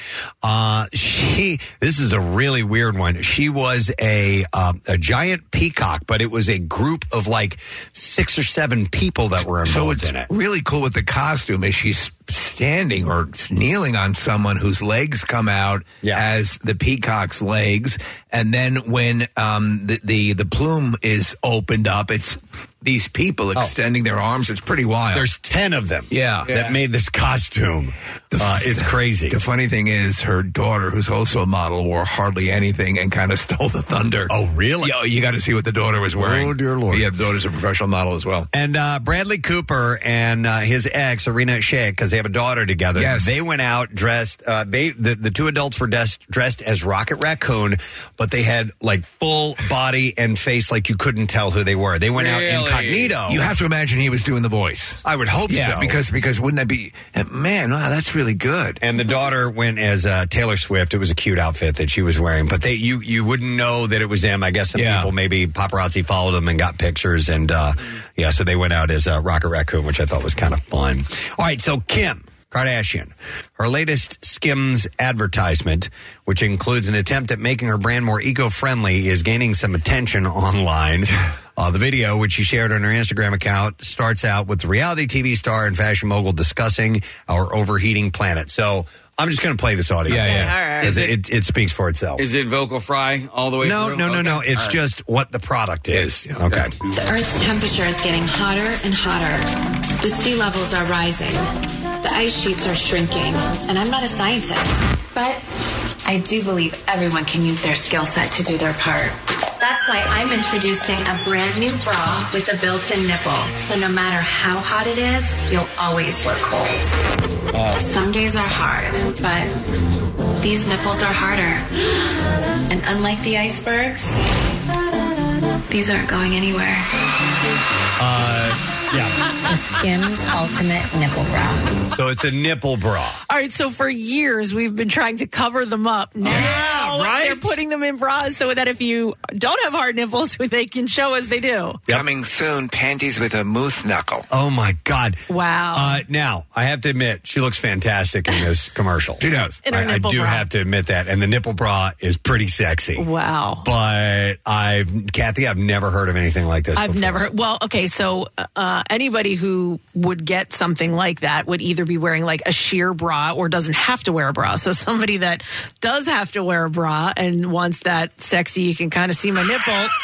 Speaker 3: Uh, she this is a really weird one. She was a um, a giant peacock, but it was a group of like six or seven people that were
Speaker 5: So
Speaker 3: involved
Speaker 5: it's
Speaker 3: in it.
Speaker 5: really cool with the costume is she's standing or kneeling on someone whose legs come out
Speaker 3: Yeah.
Speaker 5: as the peacock's legs, And then when um, the, the the plume is opened up, it's these people extending their arms. It's pretty wild.
Speaker 3: There's ten of them.
Speaker 5: Yeah,
Speaker 3: that made this costume. Uh, it's crazy.
Speaker 5: The funny thing is, her daughter, who's also a model, wore hardly anything and kind of stole the thunder.
Speaker 3: Oh, really?
Speaker 5: Yo, you got to see what the daughter was wearing.
Speaker 3: Oh, dear Lord.
Speaker 5: Yeah, the daughter's a professional model as well.
Speaker 3: And uh, Bradley Cooper and uh, his ex, Arena Shayk, because they have a daughter together.
Speaker 5: Yes.
Speaker 3: They went out dressed. Uh, they the, the two adults were dressed dressed as Rocket Raccoon, but they had like full body and face, like you couldn't tell who they were. They went out
Speaker 5: Really?
Speaker 3: incognito.
Speaker 5: You have to imagine he was doing the voice.
Speaker 3: I would hope
Speaker 5: yeah,
Speaker 3: so.
Speaker 5: because because wouldn't that be uh, man? Wow, that's really good.
Speaker 3: And the daughter went as uh, Taylor Swift. It was a cute outfit that she was wearing, but they you you wouldn't know that it was him. I guess some people maybe paparazzi followed him and got pictures, and uh, yeah, so they went out as uh, Rocket Raccoon, which I thought was kind of fun. All right, so Kim. Kardashian. Her latest Skims advertisement, which includes an attempt at making her brand more eco friendly, is gaining some attention online. Uh, the video, which she shared on her Instagram account, starts out with the reality TV star and fashion mogul discussing our overheating planet. So I'm just going to play this audio.
Speaker 6: Yeah,
Speaker 3: for
Speaker 6: yeah.
Speaker 3: you,
Speaker 6: All right.
Speaker 3: 'cause It, it, speaks for itself.
Speaker 6: Is it vocal fry all the way
Speaker 3: no,
Speaker 6: through?
Speaker 3: no, no,
Speaker 6: Okay.
Speaker 3: no. It's
Speaker 6: All right.
Speaker 3: just what the product is. Okay.
Speaker 13: The Earth's temperature is getting hotter and hotter. The sea levels are rising. The ice sheets are shrinking. And I'm not a scientist, but I do believe everyone can use their skill set to do their part. That's why I'm introducing a brand new bra with a built in nipple. So no matter how hot it is, you'll always look cold. Some days are hard, but these nipples are harder. And unlike the icebergs, these aren't going anywhere.
Speaker 3: Uh, yeah.
Speaker 13: The Skims Ultimate Nipple Bra.
Speaker 3: So it's a nipple bra.
Speaker 4: All right, so for years we've been trying to cover them up. Now they're putting them in bras so that if you don't have hard nipples, they can show as they do.
Speaker 5: Coming soon, panties with a moose knuckle.
Speaker 3: Oh my God.
Speaker 4: Wow.
Speaker 3: Uh, now, I have to admit, she looks fantastic in this commercial.
Speaker 5: She does.
Speaker 4: In her
Speaker 3: I, I
Speaker 4: nipple
Speaker 3: do
Speaker 4: bra.
Speaker 3: have to admit that. And the nipple bra is pretty sexy.
Speaker 4: Wow.
Speaker 3: But I've, Kathy, I've never heard of anything like this.
Speaker 4: I've never heard. Well, okay, so uh, anybody who would get something like that would either be wearing like a sheer bra or doesn't have to wear a bra. So somebody that does have to wear a bra and wants that sexy, you can kind of see my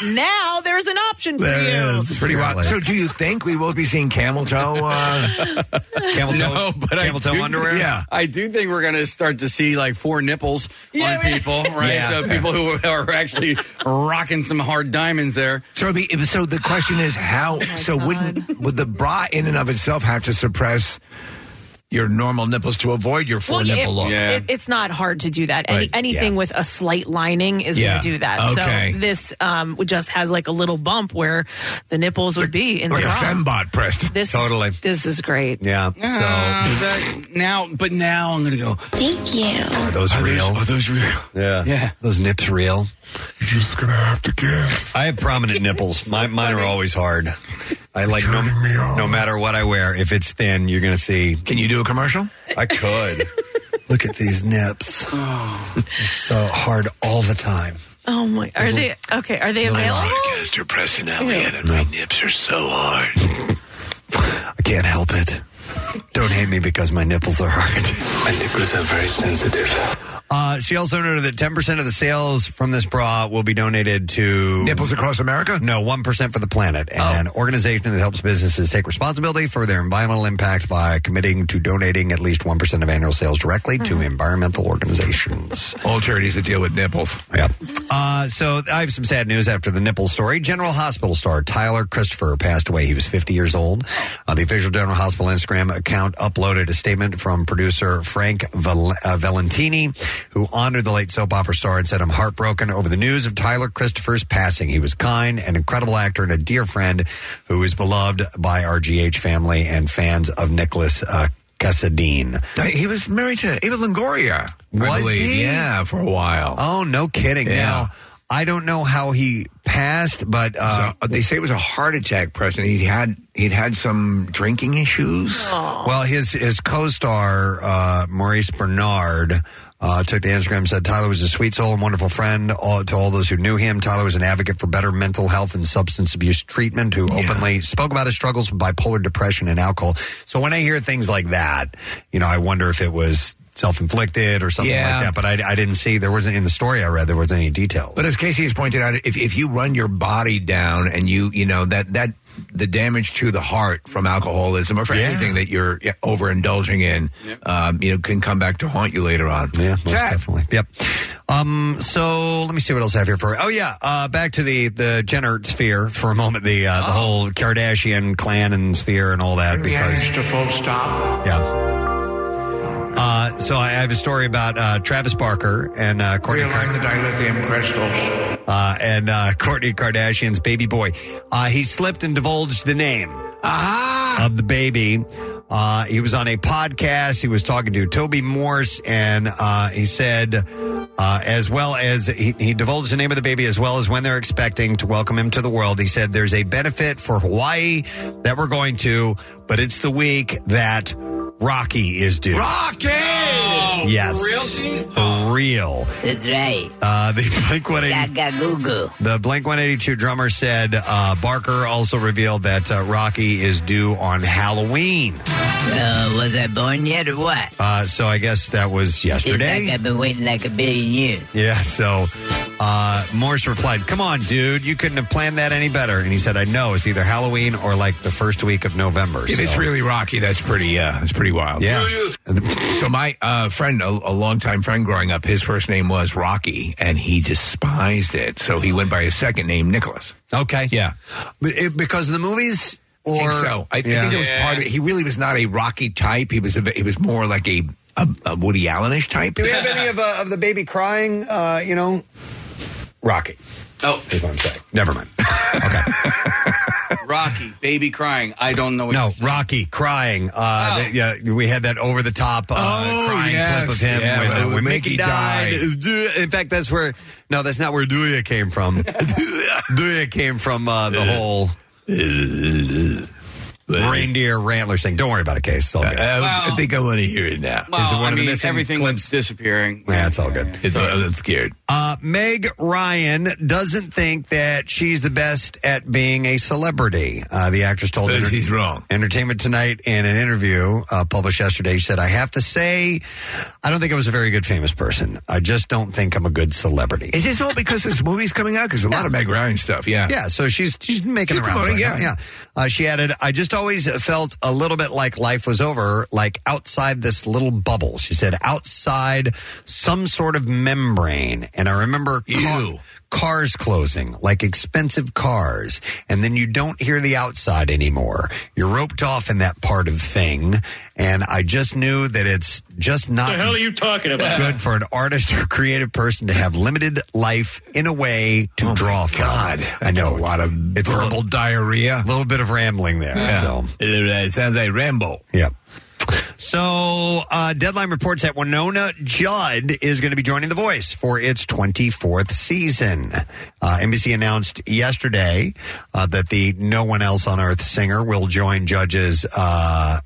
Speaker 4: nipple. now there's an option for
Speaker 5: There it
Speaker 4: you.
Speaker 5: is. It's pretty wild. So, do you think we will be seeing camel toe? Uh,
Speaker 3: camel
Speaker 6: No, but I do-
Speaker 5: Yeah.
Speaker 6: I do think we're going to start to see like four nipples on people, right?
Speaker 5: Yeah.
Speaker 6: So people who are actually rocking some hard diamonds there.
Speaker 5: So, the, so the question is
Speaker 4: Oh
Speaker 5: how? so, wouldn't would the bra in and of itself have to suppress your normal nipples to avoid your full
Speaker 4: Well, yeah,
Speaker 5: nipple
Speaker 4: it,
Speaker 5: look?
Speaker 4: it- it's not hard to do that. Any,
Speaker 5: Right.
Speaker 4: Anything
Speaker 5: Yeah.
Speaker 4: with a slight lining is
Speaker 5: Yeah.
Speaker 4: going to do that.
Speaker 5: Okay.
Speaker 4: So this um, just has like a little bump where the nipples would be in
Speaker 5: like
Speaker 4: the
Speaker 5: a
Speaker 4: bra.
Speaker 5: fembot pressed.
Speaker 4: This
Speaker 3: Totally.
Speaker 4: This is great.
Speaker 3: Yeah.
Speaker 4: Uh-huh.
Speaker 6: Uh, that- now, but now I'm going to go.
Speaker 13: Thank you.
Speaker 3: Are those real?
Speaker 6: Are those real?
Speaker 3: Yeah. Yeah. Those nips real? You're just going to have to guess. I have prominent nipples. My, mine are always hard. I like no, no matter what I wear, if it's thin, you're going to see.
Speaker 5: Can you do a commercial?
Speaker 3: I could. Look at these nips. so hard all the time.
Speaker 4: Oh my! Are they okay? Are they available?
Speaker 5: Podcaster Preston Elliott and my nips are so hard.
Speaker 3: I can't help it. Don't hate me because my nipples are hard.
Speaker 14: My nipples are very sensitive.
Speaker 3: Uh, she also noted that 10% of the sales from this bra will be donated to
Speaker 5: Nipples Across America? Oh.
Speaker 3: No, 1% for the planet, and an organization that helps businesses take responsibility for their environmental impact by committing to donating at least 1% of annual sales directly to environmental organizations.
Speaker 5: All charities that deal with nipples.
Speaker 3: Yep. Uh, so I have some sad news after the nipple story. General Hospital star Tyler Christopher passed away. He was 50 years old. Uh, the official General Hospital Instagram account uploaded a statement from producer Frank Val- uh, Valentini, who honored the late soap opera star and said, I'm heartbroken over the news of Tyler Christopher's passing. He was kind, an incredible actor, and a dear friend who is beloved by our GH family and fans of Nicholas uh, Cassadine.
Speaker 5: Uh, He was married to Eva Longoria. I
Speaker 3: Was
Speaker 5: believe.
Speaker 3: he?
Speaker 5: Yeah, for a while.
Speaker 3: Oh, no kidding.
Speaker 5: Yeah.
Speaker 3: Now, I don't know how he passed, but uh,
Speaker 5: So, they say it was a heart attack, Preston. He'd had he'd had some drinking issues.
Speaker 3: well, his his co-star uh, Maurice Bernard. Uh, took to Instagram and said Tyler was a sweet soul and wonderful friend all, to all those who knew him. Tyler was an advocate for better mental health and substance abuse treatment who openly spoke about his struggles with bipolar depression and alcohol. So when I hear things like that, you know, I wonder if it was self inflicted or something
Speaker 5: Yeah.
Speaker 3: like that. But I, I didn't see, there wasn't in the story I read, there wasn't any detail.
Speaker 5: But as Casey has pointed out, if, if you run your body down and you you know that that the damage to the heart from alcoholism or for
Speaker 3: Yeah.
Speaker 5: anything that you're yeah, overindulging in, um, you know, can come back to haunt you later on. Yeah,
Speaker 3: most definitely. Yep. Um, so let me see what else I have here for you. Oh yeah, uh, back to the the Jenner sphere for a moment. The uh, the whole Kardashian clan and sphere and all that because just a full stop. Yeah. Uh, so I have a story about uh, Travis Barker and uh, Courtney. Realign the dilithium crystals. Uh, and uh, Courtney Kardashian's baby boy. Uh, he slipped and divulged the name of the baby. Uh, he was on a podcast. He was talking to Toby Morse, and uh, he said, uh, as well as he, he divulged the name of the baby, as well as when they're expecting to welcome him to the world. He said, "There's a benefit for Hawaii that we're going to, but it's the week that Rocky is due."
Speaker 5: Rocky!
Speaker 3: Yes, for real.
Speaker 11: That's right.
Speaker 3: Uh, the Blink One
Speaker 11: Gaga goo goo.
Speaker 3: the Blank 182 drummer said uh, Barker also revealed that uh, Rocky is due on Halloween.
Speaker 11: Uh, was I born yet or what?
Speaker 3: Uh, so I guess that was yesterday.
Speaker 11: It's like I've been waiting like a billion years.
Speaker 3: Yeah, so uh, Morse replied, Come on, dude, you couldn't have planned that any better. And he said, I know, it's either Halloween or like the first week of November.
Speaker 5: If it's
Speaker 3: so-
Speaker 5: really rocky, that's pretty. Uh, that's pretty wild.
Speaker 3: Yeah.
Speaker 5: so my uh, friend, a, a longtime friend growing up, his first name was Rocky, and he despised it. So he went by his second name, Nicholas.
Speaker 3: Okay.
Speaker 5: Yeah.
Speaker 3: But it, because of the movies? Or,
Speaker 5: I think so. I, I think it was part of it. He really was not a Rocky type. He was a, he was more like a, a, a Woody Allenish type.
Speaker 3: Do we have any of, uh, of the baby crying? Uh, you know, Rocky.
Speaker 6: Oh,
Speaker 3: is what I'm saying. Never mind.
Speaker 6: Rocky, baby crying. I don't know. What
Speaker 3: No, Rocky crying. Uh, that- yeah, we had that over the top uh, crying clip of
Speaker 5: Oh. yes.
Speaker 3: him
Speaker 5: Yeah,
Speaker 3: when,
Speaker 5: when-
Speaker 3: uh,
Speaker 5: when
Speaker 3: Mickey,
Speaker 5: Mickey
Speaker 3: died.
Speaker 5: died.
Speaker 3: In fact, that's where no, that's not where Duya came from. Duya came from uh, the whole reindeer rantler thing. Don't worry about it, Case. It's all good.
Speaker 5: Uh, I, think I want to hear it now.
Speaker 3: Is it
Speaker 6: Well,
Speaker 3: one
Speaker 6: I
Speaker 3: of the
Speaker 6: mean,
Speaker 3: missing
Speaker 6: everything was disappearing.
Speaker 3: Yeah, it's all good.
Speaker 5: It's, I'm scared.
Speaker 3: Uh, Meg Ryan doesn't think that she's the best at being a celebrity. Uh, the actress told
Speaker 5: Says he's wrong.
Speaker 3: Entertainment Tonight in an interview uh, published yesterday, she said, "I have to say, I don't think I was a very good famous person. I just don't think I'm a good celebrity."
Speaker 5: Is this all because this movie's coming out? Because a lot of Meg Ryan stuff. Yeah.
Speaker 3: Yeah, so she's she's making
Speaker 5: She's
Speaker 3: the rounds.
Speaker 5: promoting,
Speaker 3: right now,
Speaker 5: yeah.
Speaker 3: yeah. Uh, she added, "I just always felt a little bit like life was over, like outside this little bubble." She said, "Outside some sort of membrane." And I remember ca- cars closing, like expensive cars, and then you don't hear the outside anymore. You're roped off in that part of thing, and I just knew that it's just not
Speaker 12: The hell are you talking about?
Speaker 3: Good for an artist or creative person to have limited life in a way to draw from. Oh God, I know a lot of it's
Speaker 5: verbal diarrhea.
Speaker 3: A little bit of rambling there. So
Speaker 5: It sounds like Rambo.
Speaker 3: Yeah. So, uh, Deadline reports that Winona Judd is going to be joining The Voice for its 24th season. Uh, NBC announced yesterday uh, that the No One Else on Earth singer will join judges uh,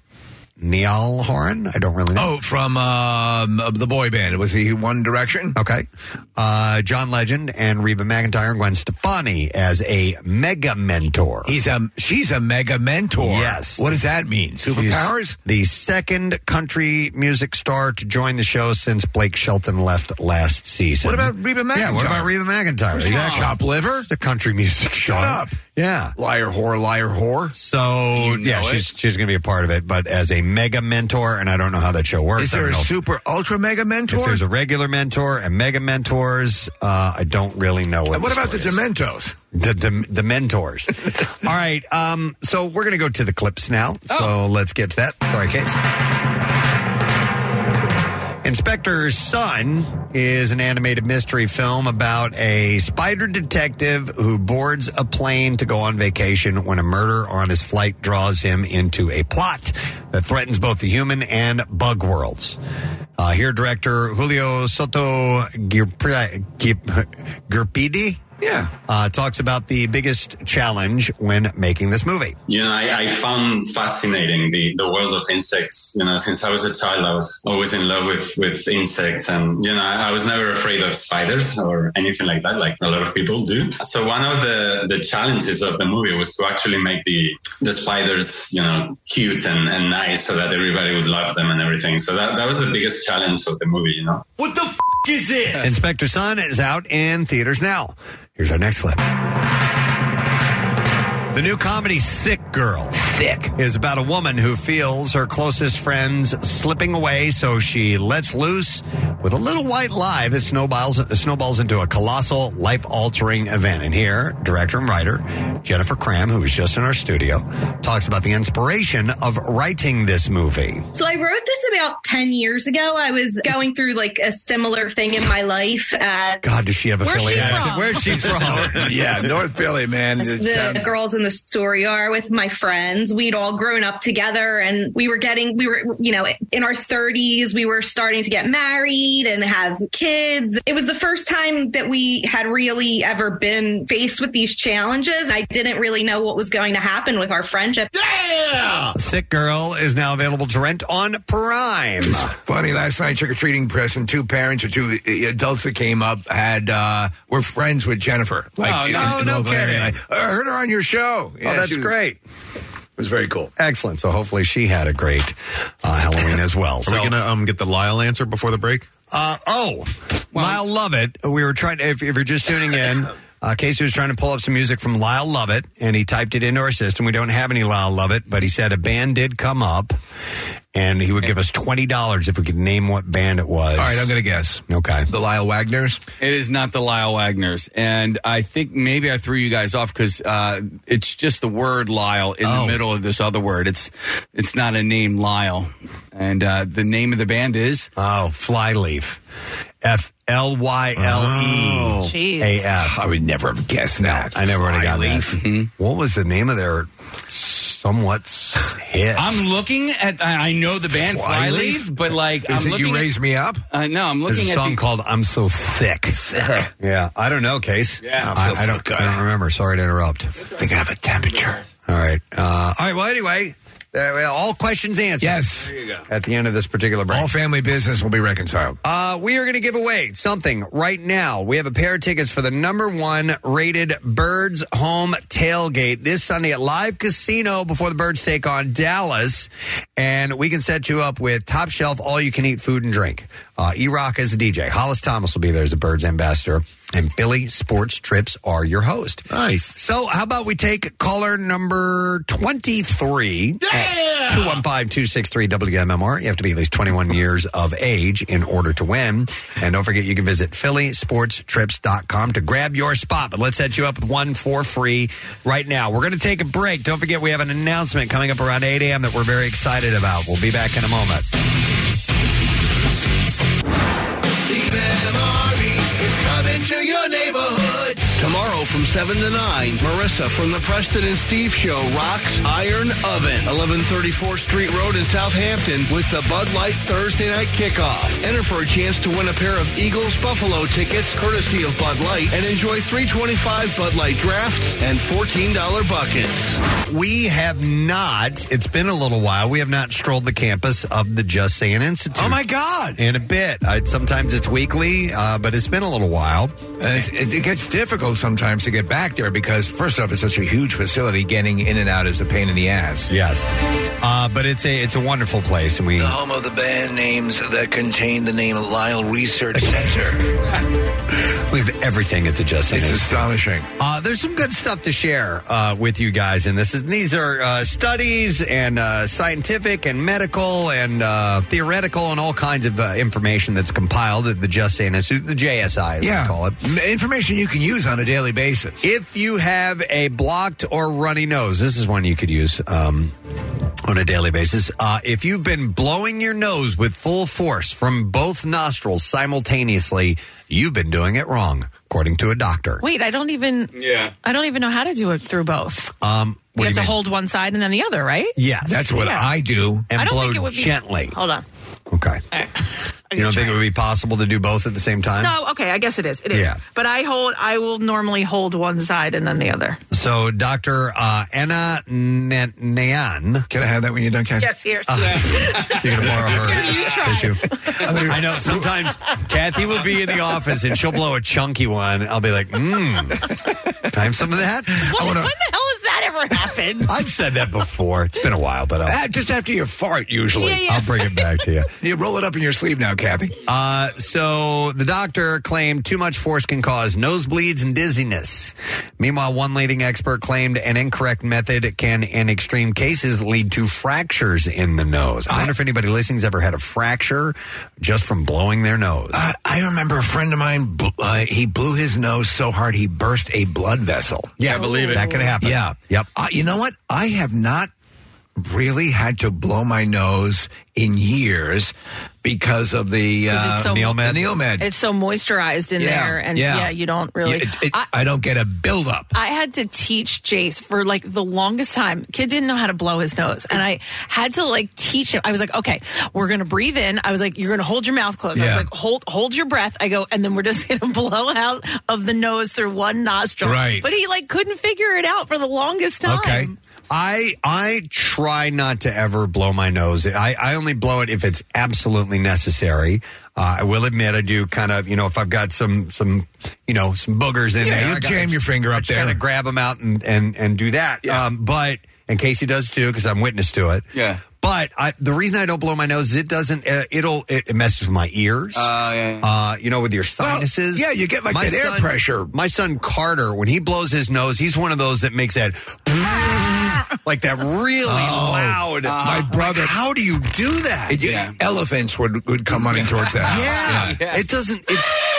Speaker 3: Neal Horan. I don't really know.
Speaker 5: Oh, from um, of the boy band. Was he One Direction?
Speaker 3: Okay. Uh, John Legend and Reba McIntyre and Gwen Stefani as a mega mentor.
Speaker 5: He's a she's a mega mentor.
Speaker 3: Yes.
Speaker 5: What does that mean? Superpowers?
Speaker 3: She's the second country music star to join the show since Blake Shelton left last season.
Speaker 5: What about Reba McEntire?
Speaker 3: Yeah, what about Reba McIntyre?
Speaker 5: Who's she, chop liver?
Speaker 3: The country music star.
Speaker 5: up.
Speaker 3: Yeah.
Speaker 5: Liar whore, liar whore.
Speaker 3: So yeah,
Speaker 5: know
Speaker 3: she's she's going to be a part of it, but as a mega mentor, and I don't know how that show works.
Speaker 5: Is
Speaker 3: I
Speaker 5: there
Speaker 3: don't
Speaker 5: a
Speaker 3: know if-
Speaker 5: super ultra mega mentor?
Speaker 3: If there's a regular mentor and mega mentors, uh, I don't really know what.
Speaker 5: and what about the
Speaker 3: story is.
Speaker 5: Dementos?
Speaker 3: The, the, the mentors. All right. Um, so we're going to go to the clips now.
Speaker 5: Oh.
Speaker 3: So let's get to that. Sorry, Case. Inspector's Son is an animated mystery film about a spider detective who boards a plane to go on vacation when a murder on his flight draws him into a plot that threatens both the human and bug worlds. Uh, here, director Julio Soto Gir- Gir- Girpidi
Speaker 5: Yeah.
Speaker 3: Uh, talks about the biggest challenge when making this movie.
Speaker 15: You know, I, I found fascinating the, the world of insects. You know, since I was a child, I was always in love with, with insects. And, you know, I, I was never afraid of spiders or anything like that, like a lot of people do. So one of the, the challenges of the movie was to actually make the, the spiders, you know, cute and, and nice so that everybody would love them and everything. So that, that was the biggest challenge of the movie, you know.
Speaker 12: What the f- is this?
Speaker 3: Inspector Sun is out in theaters now. Here's our next clip. The new comedy Sick Girl Sick is about a woman who feels her closest friends slipping away, so she lets loose with a little white lie that snowballs snowballs into a colossal life altering event. And here, director and writer Jennifer Cram, who was just in our studio, talks about the inspiration of writing this movie.
Speaker 16: So I wrote this about 10 years ago. I was going through like a similar thing in my life. As
Speaker 3: God, does she have a
Speaker 16: Where's
Speaker 3: Philly
Speaker 16: she
Speaker 3: accent?
Speaker 16: from?
Speaker 3: Where's she from?
Speaker 5: yeah, North Philly, man.
Speaker 16: the
Speaker 5: It sounds-
Speaker 16: girls in the story are with my friends. We'd all grown up together and we were getting, we were, you know, in our 30s, we were starting to get married and have kids. It was the first time that we had really ever been faced with these challenges. I didn't really know what was going to happen with our friendship. Yeah!
Speaker 3: Sick Girl is now available to rent on Prime.
Speaker 5: um, Funny, last night trick or treating press, and two parents or two uh, adults that came up had uh, were friends with Jennifer.
Speaker 3: Oh,
Speaker 5: in-
Speaker 3: no,
Speaker 5: in the
Speaker 3: no
Speaker 5: local area.
Speaker 3: kidding.
Speaker 5: Like, I heard her on your show.
Speaker 3: oh, that's
Speaker 5: she was-
Speaker 3: great.
Speaker 5: It was very cool.
Speaker 3: Excellent. So hopefully she had a great uh, Halloween as well.
Speaker 7: Are we going to um, get the Lyle answer before the break?
Speaker 3: Uh, oh, Lyle Lovett. We were trying. If, if you're just tuning in, uh, Casey was trying to pull up some music from Lyle Lovett, and he typed it into our system. We don't have any Lyle Lovett, but he said a band did come up, and he would give us twenty dollars if we could name what band it was.
Speaker 5: All right, I'm going to guess.
Speaker 3: Okay.
Speaker 5: The Lyle Wagner's?
Speaker 6: It is not the Lyle Wagner's. And I think maybe I threw you guys off because uh, it's just the word Lyle in
Speaker 3: Oh.
Speaker 6: the middle of this other word. It's it's not a name Lyle. And uh, the name of the band is?
Speaker 3: Oh, Flyleaf. F L Y
Speaker 6: Oh.
Speaker 3: L E A F.
Speaker 5: I would never have guessed that. Mm-hmm.
Speaker 3: I never would have gotten that. What was the name of their somewhat s- hit?
Speaker 6: I'm looking at, I I know the band
Speaker 3: Flyleaf?
Speaker 6: Flyleaf, but like, I'm
Speaker 3: Is it You
Speaker 6: looking at-
Speaker 3: Raise
Speaker 5: Me Up?
Speaker 6: Uh, no, I'm
Speaker 3: There's
Speaker 6: looking
Speaker 3: a
Speaker 6: at
Speaker 3: song
Speaker 6: the,
Speaker 3: called "I'm So Sick." Yeah, I don't know, Case.
Speaker 6: Yeah.
Speaker 3: I,
Speaker 6: Feels
Speaker 3: I don't. I don't remember. Sorry to interrupt. I
Speaker 5: think I have a temperature.
Speaker 3: All right. Uh, all right. Well, anyway, there- well, all questions answered.
Speaker 5: Yes.
Speaker 3: At the end of this particular break,
Speaker 5: All family business will be reconciled.
Speaker 3: Uh, we are going to give away something right now. We have a pair of tickets for the number one rated Birds Home Tailgate this Sunday at Live Casino before the Birds take on Dallas. And we can set you up with top shelf, all you can eat food and drink. Uh, E Rock is the DJ. Hollis Thomas will be there as the Birds ambassador. And Philly Sports Trips are your host. Nice. So, how about we take caller number 23 at 215 263 WMMR? You have to be at least 21 years of age in order to win. And don't forget, you can visit PhillySportsTrips.com to grab your spot. But let's set you up with one for free right now. We're going to take a break. Don't forget, we have an announcement coming up around 8 a.m. that we're very excited about. We'll be back in a moment.
Speaker 8: coming to your neighborhood. Tomorrow from 7 to 9, Marissa from the Preston and Steve Show rocks Iron Oven, 1134 Street Road in Southampton with the Bud Light Thursday night kickoff. Enter for a chance to win a pair of Eagles Buffalo tickets courtesy of Bud Light and enjoy 325 Bud Light drafts and $14 buckets.
Speaker 3: We have not. It's been a little while. We have not strolled the campus of the Just Saying Institute. Oh my
Speaker 5: God!
Speaker 3: In a bit. I, sometimes it's weekly, uh, but it's been a little while.
Speaker 5: And it's, it, it gets difficult sometimes to get back there because, first off, it's such a huge facility. Getting in and out is a pain in the ass.
Speaker 3: Yes, uh, but it's a it's a wonderful place, and we
Speaker 5: The home of the band names that contain the name Lyle Research Center.
Speaker 3: we have everything at the Just Saying.
Speaker 5: It's
Speaker 3: Institute.
Speaker 5: astonishing.
Speaker 3: Uh, there's some good stuff to share uh, with you guys, and this is these are uh, studies and uh, scientific and medical and uh, theoretical and all kinds of uh, information that's compiled at the Just Saying Institute, the JSI, as
Speaker 5: Yeah.
Speaker 3: we call it.
Speaker 5: M- Information you can use on a daily basis.
Speaker 3: If you have a blocked or runny nose, this is one you could use um, on a daily basis. Uh, if you've been blowing your nose with full force from both nostrils simultaneously, you've been doing it wrong, according to a doctor.
Speaker 4: Wait, I don't even. Yeah. I don't even know how to do it through both.
Speaker 3: Um,
Speaker 4: you
Speaker 3: what
Speaker 4: have
Speaker 3: do
Speaker 4: to
Speaker 3: you mean?
Speaker 4: hold one side and then the other, right?
Speaker 3: Yes. That's what I do. And
Speaker 4: I don't
Speaker 3: blow
Speaker 4: think it would be,
Speaker 3: gently.
Speaker 4: Hold on.
Speaker 3: Okay.
Speaker 4: All right.
Speaker 3: You don't think it would be possible to do both at the same time?
Speaker 4: No, okay, I guess it is. It is.
Speaker 3: Yeah.
Speaker 4: But I hold. I will normally hold one side and then the other.
Speaker 3: So, Dr. Uh, Anna N- Nayan. Can I have that when you're done, Kat?
Speaker 4: Yes, here.
Speaker 3: You're going to borrow
Speaker 4: Yeah, you
Speaker 3: her
Speaker 4: try.
Speaker 3: tissue. I know sometimes Kathy will be in the office and she'll blow a chunky one. I'll be like, mmm, can I have some of that? I
Speaker 4: When
Speaker 3: wanna-
Speaker 4: the hell has that ever happened?
Speaker 3: I've said that before. It's been a while, but I'll,
Speaker 5: Ah, just after you fart, usually.
Speaker 3: Yeah, yeah. I'll bring it back to you.
Speaker 5: You roll it up in your sleeve now, Kathy.
Speaker 3: Uh, so the doctor claimed too much force can cause nosebleeds and dizziness. Meanwhile, one leading expert claimed an incorrect method can, in extreme cases, lead to fractures in the nose. I wonder if anybody listening's ever had a fracture just from blowing their nose.
Speaker 5: Uh, I remember a friend of mine. bl- Uh, he blew his nose so hard he burst a blood vessel.
Speaker 3: Yeah, I believe it. That could happen.
Speaker 5: Yeah.
Speaker 3: Yep.
Speaker 5: Uh, you know what? I have not really had to blow my nose in years because of the uh, the Neil Med.
Speaker 17: It's so moisturized in
Speaker 5: Yeah,
Speaker 17: there, and
Speaker 5: yeah.
Speaker 17: yeah. you don't really.
Speaker 5: It- it-
Speaker 17: I,
Speaker 5: I don't get a buildup.
Speaker 17: I had to teach Jace for like the longest time. Kid didn't know how to blow his nose, and I had to like teach him. I was like, okay, we're gonna breathe in. I was like, you're gonna hold your mouth closed. I
Speaker 5: Yeah.
Speaker 17: was like, hold hold your breath. I go, and then we're just gonna blow out of the nose through one nostril.
Speaker 3: Right.
Speaker 17: But he like couldn't figure it out for the longest time.
Speaker 3: Okay. I I try not to ever blow my nose. I, I only blow it if it's absolutely necessary. Uh, I will admit I do kind of you know if I've got some some you know some boogers in
Speaker 5: Yeah,
Speaker 3: there.
Speaker 5: you
Speaker 3: I got-
Speaker 5: jam your finger
Speaker 3: I
Speaker 5: up
Speaker 3: just
Speaker 5: there.
Speaker 3: Kind of grab them out and and and do that. Um, but and Casey does too because I'm witness to it.
Speaker 6: Yeah.
Speaker 3: But I, the reason I don't blow my nose is it doesn't uh, it'll it, it messes with my ears.
Speaker 6: Uh, yeah.
Speaker 3: Uh, you know, with your sinuses.
Speaker 5: yeah, you get, like, that air
Speaker 3: pressure. My son Carter, when he blows his nose, he's one of those that makes that like that really loud.
Speaker 5: my brother.
Speaker 3: Oh. Uh-huh. how do you do that?
Speaker 5: It- Elephants would would come running towards that. house.
Speaker 3: Yeah, it doesn't. It's,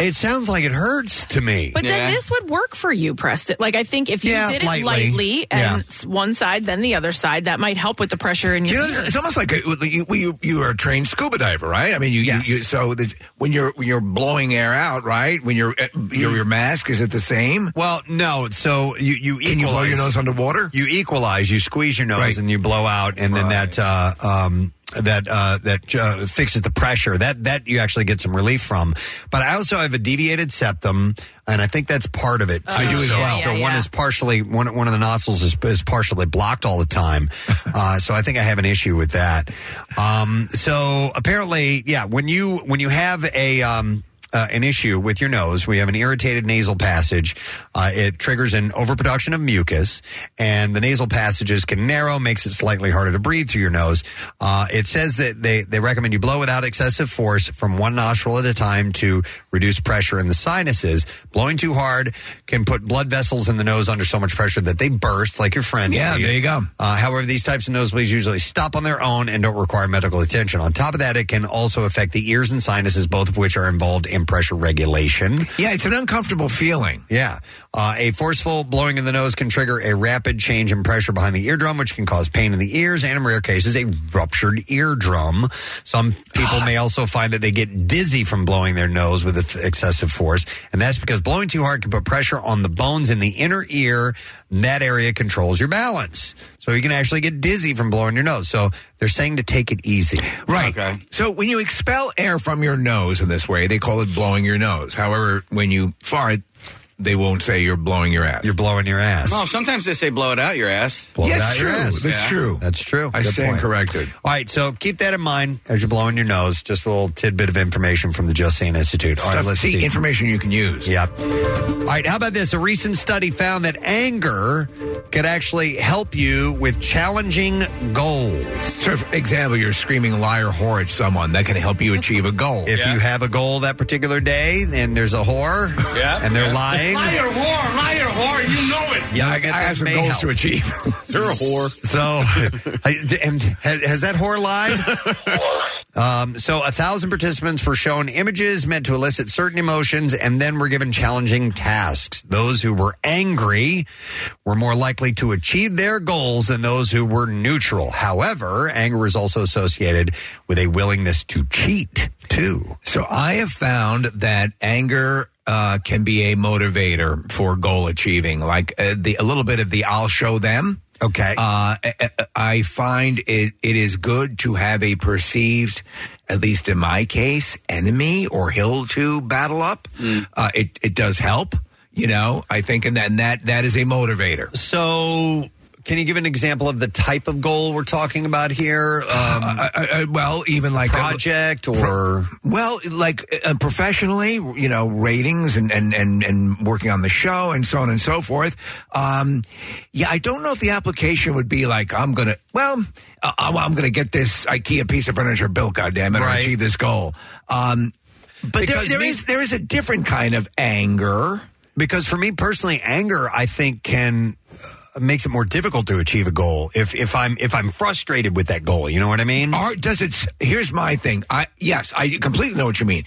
Speaker 3: it sounds like it hurts to me.
Speaker 17: But then this would work for you, Preston. Like I think if you
Speaker 3: Yeah,
Speaker 17: did it
Speaker 3: lightly.
Speaker 17: lightly,
Speaker 3: Yeah.
Speaker 17: and s one side, then the other side, that might help with the pressure in
Speaker 5: You
Speaker 17: your
Speaker 5: know, it's,
Speaker 17: ears.
Speaker 5: it's almost like a, you, you you are a trained scuba diver, right? I mean, you, you, you so there's- when you're when you're blowing air out, right? When you're eh, your your mask is it the same?
Speaker 3: Well, no. So you you
Speaker 5: can you blow your nose underwater?
Speaker 3: You equalize. You squeeze your nose
Speaker 5: Right.
Speaker 3: and you blow out, and then that uh, um, that uh, that uh, fixes the pressure. That that you actually get some relief from. But I also have a deviated septum, and I think that's part of it. Too.
Speaker 5: I do as
Speaker 3: so,
Speaker 5: well.
Speaker 3: So
Speaker 5: Yeah,
Speaker 3: one
Speaker 5: yeah.
Speaker 3: is partially one one of the nostrils is, is partially blocked all the time. uh, so I think I have an issue with that. Um, so apparently, yeah, when you when you have a um, uh, an issue with your nose, we have an irritated nasal passage. Uh, it triggers an overproduction of mucus, and the nasal passages can narrow, makes it slightly harder to breathe through your nose. Uh, it says that they, they recommend you blow without excessive force from one nostril at a time to reduce pressure in the sinuses. Blowing too hard can put blood vessels in the nose under so much pressure that they burst, like your friends.
Speaker 5: Yeah,
Speaker 3: Steve.
Speaker 5: there you go.
Speaker 3: Uh, however, these types of nosebleeds usually stop on their own and don't require medical attention. On top of that, it can also affect the ears and sinuses, both of which are involved in pressure regulation.
Speaker 5: Yeah, it's an uncomfortable feeling.
Speaker 3: Yeah. Uh, a forceful blowing in the nose can trigger a rapid change in pressure behind the eardrum, which can cause pain in the ears and, in rare cases, a ruptured eardrum. Some people may also find that they get dizzy from blowing their nose with eff- excessive force. And that's because blowing too hard can put pressure on the bones in the inner ear. And that area controls your balance. So you can actually get dizzy from blowing your nose. So they're saying to take it easy.
Speaker 5: Right. So when you expel air from your nose in this way, they call it blowing your nose. However, when you fart, they won't say you're blowing your ass. You're
Speaker 3: blowing your ass.
Speaker 6: No, oh, sometimes they say blow it out your ass.
Speaker 3: Blow it out your ass.
Speaker 5: That's true.
Speaker 3: That's true.
Speaker 5: I
Speaker 3: Good
Speaker 5: stand
Speaker 3: point.
Speaker 5: corrected.
Speaker 3: All right, so keep that in mind as you're blowing your nose. Just a little tidbit of information from the Just Saying Institute. All right,
Speaker 5: Stuff-
Speaker 3: let's
Speaker 5: see,
Speaker 3: see.
Speaker 5: information you can use.
Speaker 3: Yep. All right, how about this? A recent study found that anger could actually help you with challenging goals.
Speaker 5: So, for example, you're screaming liar whore at someone. That can help you achieve a goal.
Speaker 3: If you have a goal that particular day and there's a whore Uh, and they're lying.
Speaker 12: Liar, whore, liar, whore, and you know it.
Speaker 3: Yeah, I,
Speaker 5: I have some goals to achieve.
Speaker 3: You're a whore. So, I- and has, has that whore lied? Um, so, a thousand participants were shown images meant to elicit certain emotions, and then were given challenging tasks. Those who were angry were more likely to achieve their goals than those who were neutral. However, anger is also associated with a willingness to cheat too.
Speaker 5: So I have found that anger uh, can be a motivator for goal achieving, like uh, the a little bit of the "I'll show them."
Speaker 3: Okay.
Speaker 5: Uh, I- I find it, it is good to have a perceived, at least in my case, enemy or hill to battle up.
Speaker 3: Mm.
Speaker 5: Uh, it, it does help, you know, I think, and that, and that, that is a motivator.
Speaker 3: So, can you give an example of the type of goal we're talking about here? Um,
Speaker 5: well, even like
Speaker 3: project or
Speaker 5: well, like uh, professionally, you know, ratings and, and, and, and working on the show and so on and so forth. Um, yeah, I don't know if the application would be like, I'm going to, well, uh, I'm, I'm going to get this IKEA piece of furniture built, goddamn it, or achieve this goal. Um, but there, there is there is a different kind of anger.
Speaker 3: Because for me personally, anger I think can uh, makes it more difficult to achieve a goal if if I'm if I'm frustrated with that goal. You know what I mean?
Speaker 5: Or does it? Here's my thing. I yes, I completely know what you mean.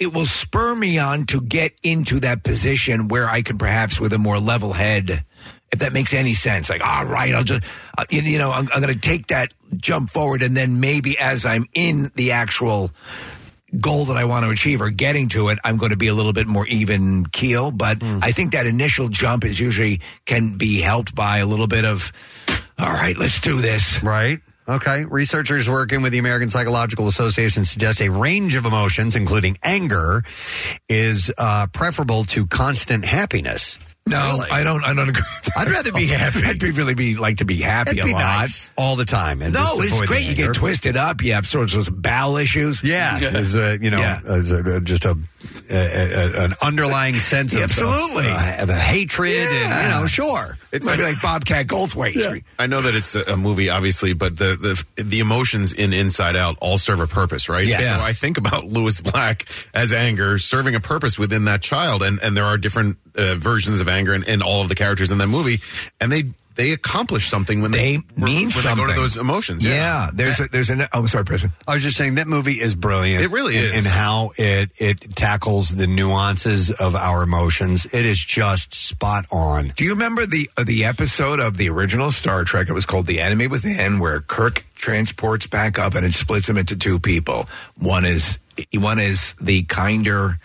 Speaker 5: It will spur me on to get into that position where I can perhaps, with a more level head, if that makes any sense. Like, all right, I'll just, uh, you, you know, I'm, I'm going to take that jump forward, and then maybe as I'm in the actual goal that I want to achieve or getting to it, I'm going to be a little bit more even keel. But
Speaker 3: Hmm.
Speaker 5: I think that initial jump is usually can be helped by a little bit of, all right, let's do this.
Speaker 3: Right. Okay. Researchers working with the American Psychological Association suggest a range of emotions, including anger, is uh, preferable to constant happiness.
Speaker 5: No, I don't. I don't agree.
Speaker 3: I'd rather be happy.
Speaker 5: I'd be really be like to be happy
Speaker 3: That'd be
Speaker 5: a lot
Speaker 3: nice all the time. And just
Speaker 5: no, it's
Speaker 3: avoid the
Speaker 5: great. You
Speaker 3: anger.
Speaker 5: get twisted up. You have sorts of bowel issues.
Speaker 3: Yeah, is a you know
Speaker 5: Yeah.
Speaker 3: is a, uh, just a, a, a- an underlying sense of
Speaker 5: Absolutely.
Speaker 3: of, uh, of a hatred and you know sure
Speaker 5: it might be like Bobcat Goldthwait.
Speaker 7: I know that it's a, a movie, obviously, but the, the the emotions in Inside Out all serve a purpose, right?
Speaker 18: Yes.
Speaker 7: So I think about Lewis Black as anger serving a purpose within that child, and and there are different uh, versions of anger in, in all of the characters in that movie, and they they accomplish something when they,
Speaker 5: mean
Speaker 7: when
Speaker 5: something.
Speaker 7: They go to those emotions. Yeah,
Speaker 5: there's a, there's an. Oh, I'm sorry, Prison.
Speaker 3: Eh. I was just saying that movie is brilliant.
Speaker 7: It really
Speaker 3: in,
Speaker 7: is.
Speaker 3: in how it it tackles the nuances of our emotions. It is just spot on.
Speaker 5: Do you remember the uh, the episode of the original Star Trek? It was called "The Enemy Within," where Kirk transports back up and it splits him into two people. One is one is the kinder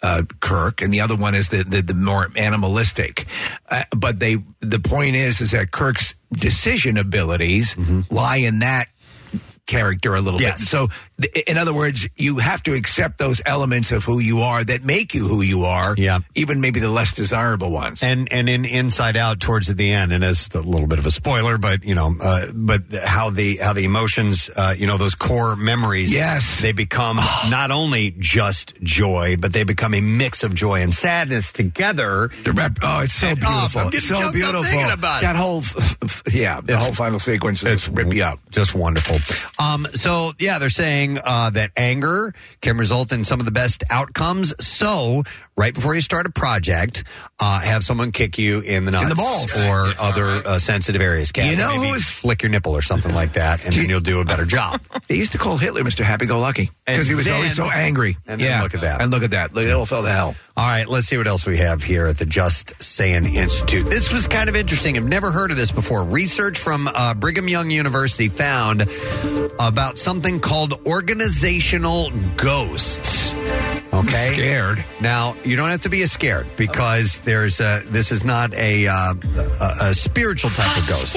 Speaker 5: uh, Kirk, and the other one is the the, the more animalistic. Uh, but they the point is is that Kirk's decision abilities lie in that character a little bit. So, th- in other words, you have to accept those elements of who you are that make you who you are. Yeah. Even maybe the less desirable ones.
Speaker 3: And and in Inside Out towards the end, and it's a little bit of a spoiler, but you know, uh, but how the how the emotions, uh, you know, those core memories,
Speaker 5: Yes.
Speaker 3: they become not only just joy, but they become a mix of joy and sadness together.
Speaker 5: oh, it's so beautiful. It's so beautiful. That whole, f- f- yeah, the whole final sequence is just rip you up.
Speaker 3: Just wonderful. Um, so yeah, they're saying uh, that anger can result in some of the best outcomes. So right before you start a project, uh, have someone kick you in the nuts
Speaker 5: In the balls.
Speaker 3: or other uh, sensitive areas. Kat,
Speaker 5: You know
Speaker 3: maybe
Speaker 5: who is-
Speaker 3: flick your nipple or something like that, and then you'll do a better job.
Speaker 5: They used to call Hitler Mr. Happy Go Lucky
Speaker 3: And
Speaker 5: because he was
Speaker 3: then-
Speaker 5: always so angry.
Speaker 3: And then
Speaker 5: yeah.
Speaker 3: look at that.
Speaker 5: And look at that. Look, it all fell to hell.
Speaker 3: All right, let's see what else we have here at the Just Saying Institute. This was kind of interesting. I've never heard of this before. Research from uh, Brigham Young University found about something called organizational ghosts. Okay.
Speaker 5: Scared.
Speaker 3: Now, you don't have to be a scared because there's a, this is not a, uh, a, a spiritual type of ghost.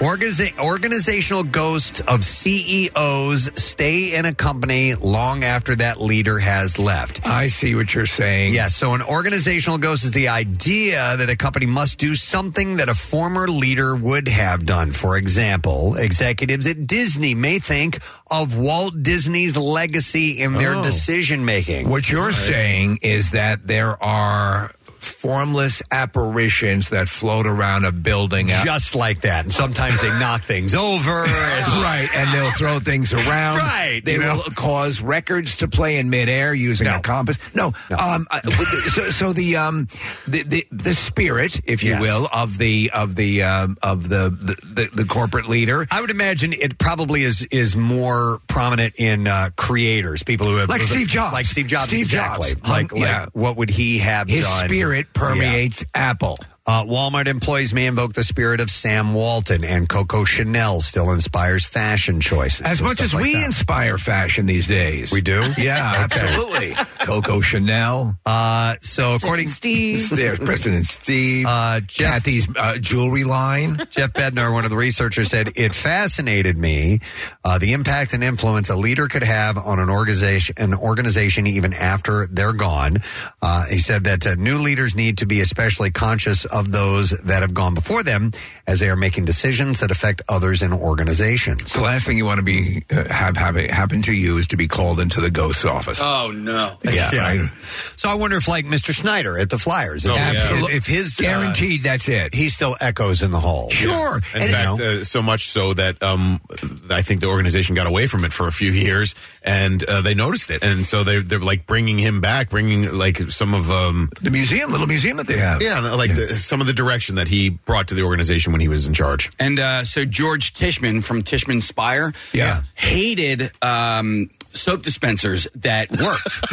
Speaker 3: Organiza- organizational ghosts of CEOs stay in a company long after that leader has left.
Speaker 5: I see what you're saying.
Speaker 3: Yes, so an organizational ghost is the idea that a company must do something that a former leader would have done. For example, executives at Disney may think of Walt Disney's legacy in their
Speaker 5: Oh.
Speaker 3: decision making.
Speaker 5: What you're saying is that there are formless apparitions that float around a building out-
Speaker 3: Just like that. And sometimes they knock things over.
Speaker 5: right, and they'll throw things around.
Speaker 3: Right,
Speaker 5: they
Speaker 3: you know.
Speaker 5: will cause records to play in midair using a compass. No, um, uh, with the- so, so the um, the, the the spirit, if you
Speaker 3: Yes.
Speaker 5: will, of the of the um, of the, the the the corporate leader.
Speaker 3: I would imagine it probably is is more prominent in uh, creators, people who have
Speaker 5: Like Steve Jobs.
Speaker 3: like Steve Jobs,
Speaker 5: Steve Jobs. Um,
Speaker 3: exactly.
Speaker 5: Hung-
Speaker 3: Like, like
Speaker 5: yeah.
Speaker 3: what would he have
Speaker 5: His
Speaker 3: done?
Speaker 5: spirit permeates Apple.
Speaker 3: Uh, Walmart employees may invoke the spirit of Sam Walton, and Coco Chanel still inspires fashion choices.
Speaker 5: As
Speaker 3: and
Speaker 5: much
Speaker 3: stuff
Speaker 5: as
Speaker 3: like
Speaker 5: we
Speaker 3: that.
Speaker 5: inspire fashion these days, we
Speaker 3: do.
Speaker 5: Yeah,
Speaker 3: Okay.
Speaker 5: absolutely. Coco Chanel.
Speaker 3: Uh, so
Speaker 5: according
Speaker 3: Steve.
Speaker 5: there's President Steve,
Speaker 3: uh,
Speaker 5: Kathy's uh, jewelry line.
Speaker 3: Jeff Bednar, one of the researchers, said it fascinated me uh, the impact and influence a leader could have on an organization, an organization even after they're gone. Uh, he said that uh, new leaders need to be especially conscious of those that have gone before them, as they are making decisions that affect others in organizations.
Speaker 5: The last thing you want to be uh, have have it happen to you is to be called into the ghost's office.
Speaker 6: Oh no!
Speaker 5: Yeah, right.
Speaker 3: So I wonder if, like Mr. Snyder at the Flyers, if,
Speaker 5: Oh, yeah.
Speaker 3: if, if his uh,
Speaker 5: guaranteed that's it,
Speaker 3: he still echoes in the hall.
Speaker 5: Sure.
Speaker 7: In fact, uh, so much so that um, I think the organization got away from it for a few years, and uh, they noticed it, and so they, they're like bringing him back, bringing like some of um,
Speaker 5: the museum, little museum that they have.
Speaker 7: yeah, like The, some of the direction that he brought to the organization when he was in charge.
Speaker 6: And uh, so George Tishman from Tishman Spire,
Speaker 5: Yeah.
Speaker 6: hated um, soap dispensers that worked.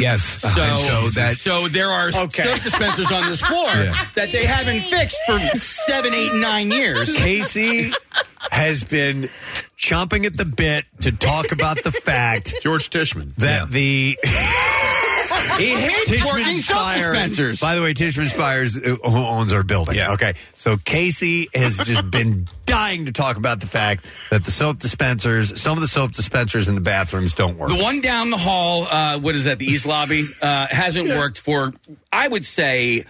Speaker 5: yes. Uh,
Speaker 6: So,
Speaker 5: And
Speaker 6: so,
Speaker 5: so that-
Speaker 6: there are
Speaker 5: Okay.
Speaker 6: soap dispensers on this floor
Speaker 5: Yeah.
Speaker 6: that they haven't fixed for seven, eight, nine years.
Speaker 3: Casey has been chomping at the bit to talk about the fact
Speaker 7: George Tishman
Speaker 3: that the
Speaker 6: He hates working soap
Speaker 3: Spire-
Speaker 6: dispensers.
Speaker 3: By the way, Tishman Spires uh, who owns our building. Okay, so Casey has just been dying to talk about the fact that the soap dispensers, some of the soap dispensers in the bathrooms, don't work.
Speaker 6: The one down the hall, uh, what is that? The East Lobby uh, hasn't worked for, I would say,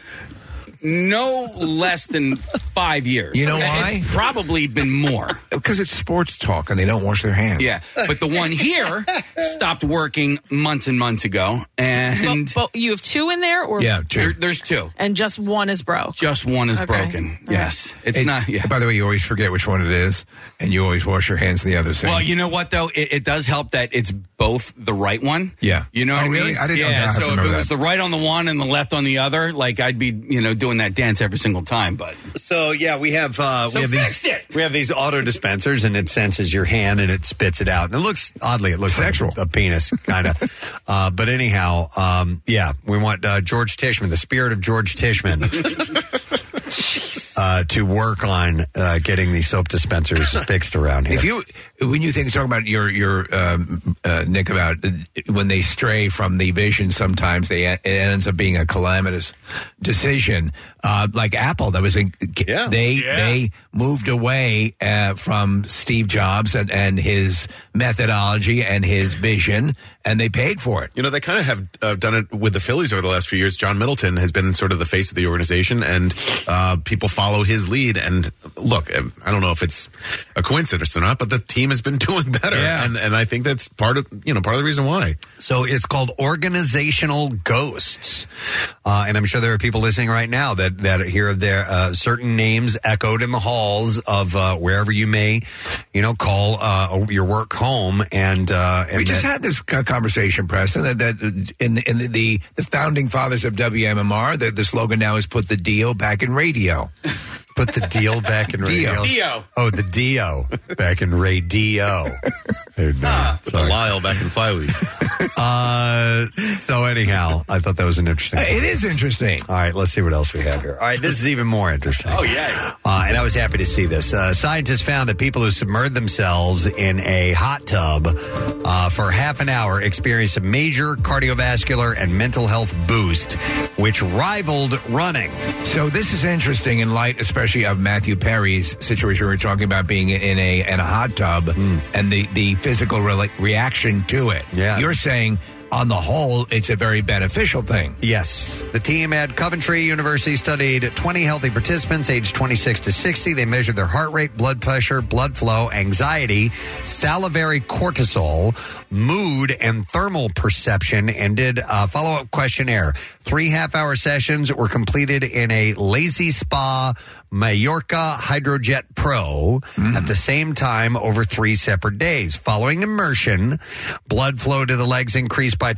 Speaker 6: no less than five years.
Speaker 5: You know
Speaker 6: And
Speaker 5: why?
Speaker 6: It's probably been more.
Speaker 5: Because it's sports talk and they don't wash their hands.
Speaker 6: Yeah, but the one here stopped working months and months ago, and
Speaker 17: But you have two in there, or
Speaker 6: There- there's two.
Speaker 17: and just one is bro.
Speaker 6: Just one is
Speaker 17: Okay.
Speaker 6: broken.
Speaker 17: All
Speaker 6: Yes, it's
Speaker 5: It-
Speaker 6: not. Yeah.
Speaker 5: By the way, you always forget which one it is, and you always wash your hands in the other side.
Speaker 6: Well, you know what though, it, it does help that it's both the right one.
Speaker 5: Yeah.
Speaker 6: you know
Speaker 5: Oh,
Speaker 6: what I mean.
Speaker 5: really? I didn't know
Speaker 6: yeah,
Speaker 5: that. I have to
Speaker 6: so if it
Speaker 5: remember
Speaker 6: was the
Speaker 5: that.
Speaker 6: right on the one and the left on the other, like I'd be, you know, doing that dance every single time. But
Speaker 3: So yeah, we have uh,
Speaker 6: So
Speaker 3: we have
Speaker 6: fix
Speaker 3: these we have these auto dispensers, and it senses your hand and it spits it out, and it looks oddly, it looks sexual, like a, a penis kind of. uh, but anyhow, um, yeah, we want uh, George Tishman, the spirit of George Tishman. Uh, to work on uh, getting the soap dispensers fixed around here.
Speaker 5: If you, when you think, talk about your your um, uh, Nick about uh, when they stray from the vision, sometimes they e, it ends up being a calamitous decision. Uh, like Apple, that was a, they they moved away uh, from Steve Jobs and and his methodology and his vision, and they paid for it.
Speaker 7: You know, they kind of have uh, done it with the Phillies over the last few years. John Middleton has been sort of the face of the organization, and uh, people follow his lead. And look, um, I don't know if it's a coincidence or not, but the team has been doing better,
Speaker 5: Yeah.
Speaker 7: and and I think that's part of you know part of the reason why.
Speaker 3: So it's called organizational ghosts, uh, and I'm sure there are people listening right now that that hear their uh, certain names echoed in the halls of uh, wherever you may, you know, call uh, your work home. And, uh, and
Speaker 5: we just
Speaker 3: that-
Speaker 5: had this co- conversation, Preston. That, that uh, in, the- in the, the the founding fathers of WMMR, the, the slogan now is "Put the deal back in radio."
Speaker 3: Put the deal back in radio.
Speaker 6: Dio.
Speaker 3: Oh, the Dio back in Ray Dio. Put
Speaker 7: the Lyle back in Filey.
Speaker 3: uh, so anyhow, I thought that was an interesting.
Speaker 5: It is interesting.
Speaker 3: All right, let's see what else we have here. All right, this is even more interesting. Oh
Speaker 6: yeah,
Speaker 3: uh, and I was happy to see this. Uh, scientists found that people who submerged themselves in a hot tub uh, for half an hour experienced a major cardiovascular and mental health boost, which rivaled running.
Speaker 5: So this is interesting in light, especially of Matthew Perry's situation. We were talking about being in a in a hot tub and the the physical rela- reaction to it.
Speaker 3: Hmm. Yeah.
Speaker 5: you're saying on the whole, it's a very beneficial thing.
Speaker 3: Yes. The team at Coventry University studied 20 healthy participants aged 26 to 60. They measured their heart rate, blood pressure, blood flow, anxiety, salivary cortisol, mood, and thermal perception, and did a follow up questionnaire. Three half hour sessions were completed in a lazy spa Mallorca Hydrojet Pro at the same time over three separate days. Following immersion, blood flow to the legs increased by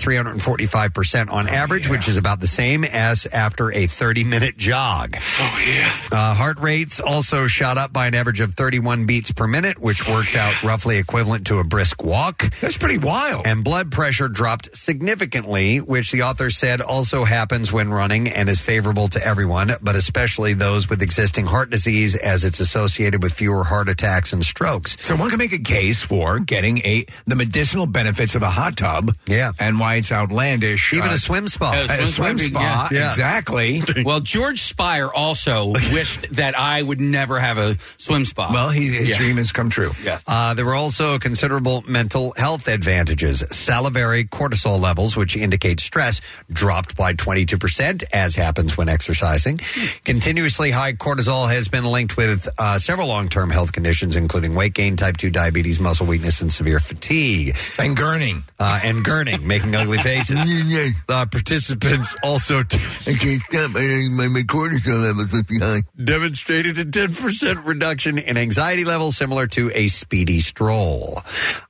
Speaker 3: 345% on average, which is about the same as after a 30 minute jog. Oh, yeah. Uh, heart rates also shot up by an average of 31 beats per minute, which works out roughly equivalent to a brisk walk.
Speaker 5: That's pretty wild.
Speaker 3: And blood pressure dropped significantly, which the author said also happens when running and is favorable to everyone, but especially those with existing heart disease, as it's associated with fewer heart attacks and strokes.
Speaker 5: So one can make a case for getting a the medicinal benefits of a hot tub,
Speaker 3: yeah,
Speaker 5: and why it's outlandish.
Speaker 3: Even
Speaker 5: uh,
Speaker 3: a swim spa,
Speaker 5: a swim, spa, exactly.
Speaker 6: Well, George Spire also wished that I would never have a swim spa.
Speaker 5: Well, he, his dream has come true.
Speaker 6: Yes.
Speaker 3: Uh, there were also considerable mental health advantages. Salivary cortisol levels, which indicate stress, dropped by 22%, as happens when exercising. Continuously high cortisol has been linked with uh, several long term health conditions, including weight gain, type 2 diabetes, muscle weakness, and severe fatigue.
Speaker 5: And gurning.
Speaker 3: Uh, and gurning, making ugly faces. Uh, participants also. I can't stop. My, my cortisol levels must be high. Demonstrated a 10% reduction in anxiety levels, similar to a speedy stroll.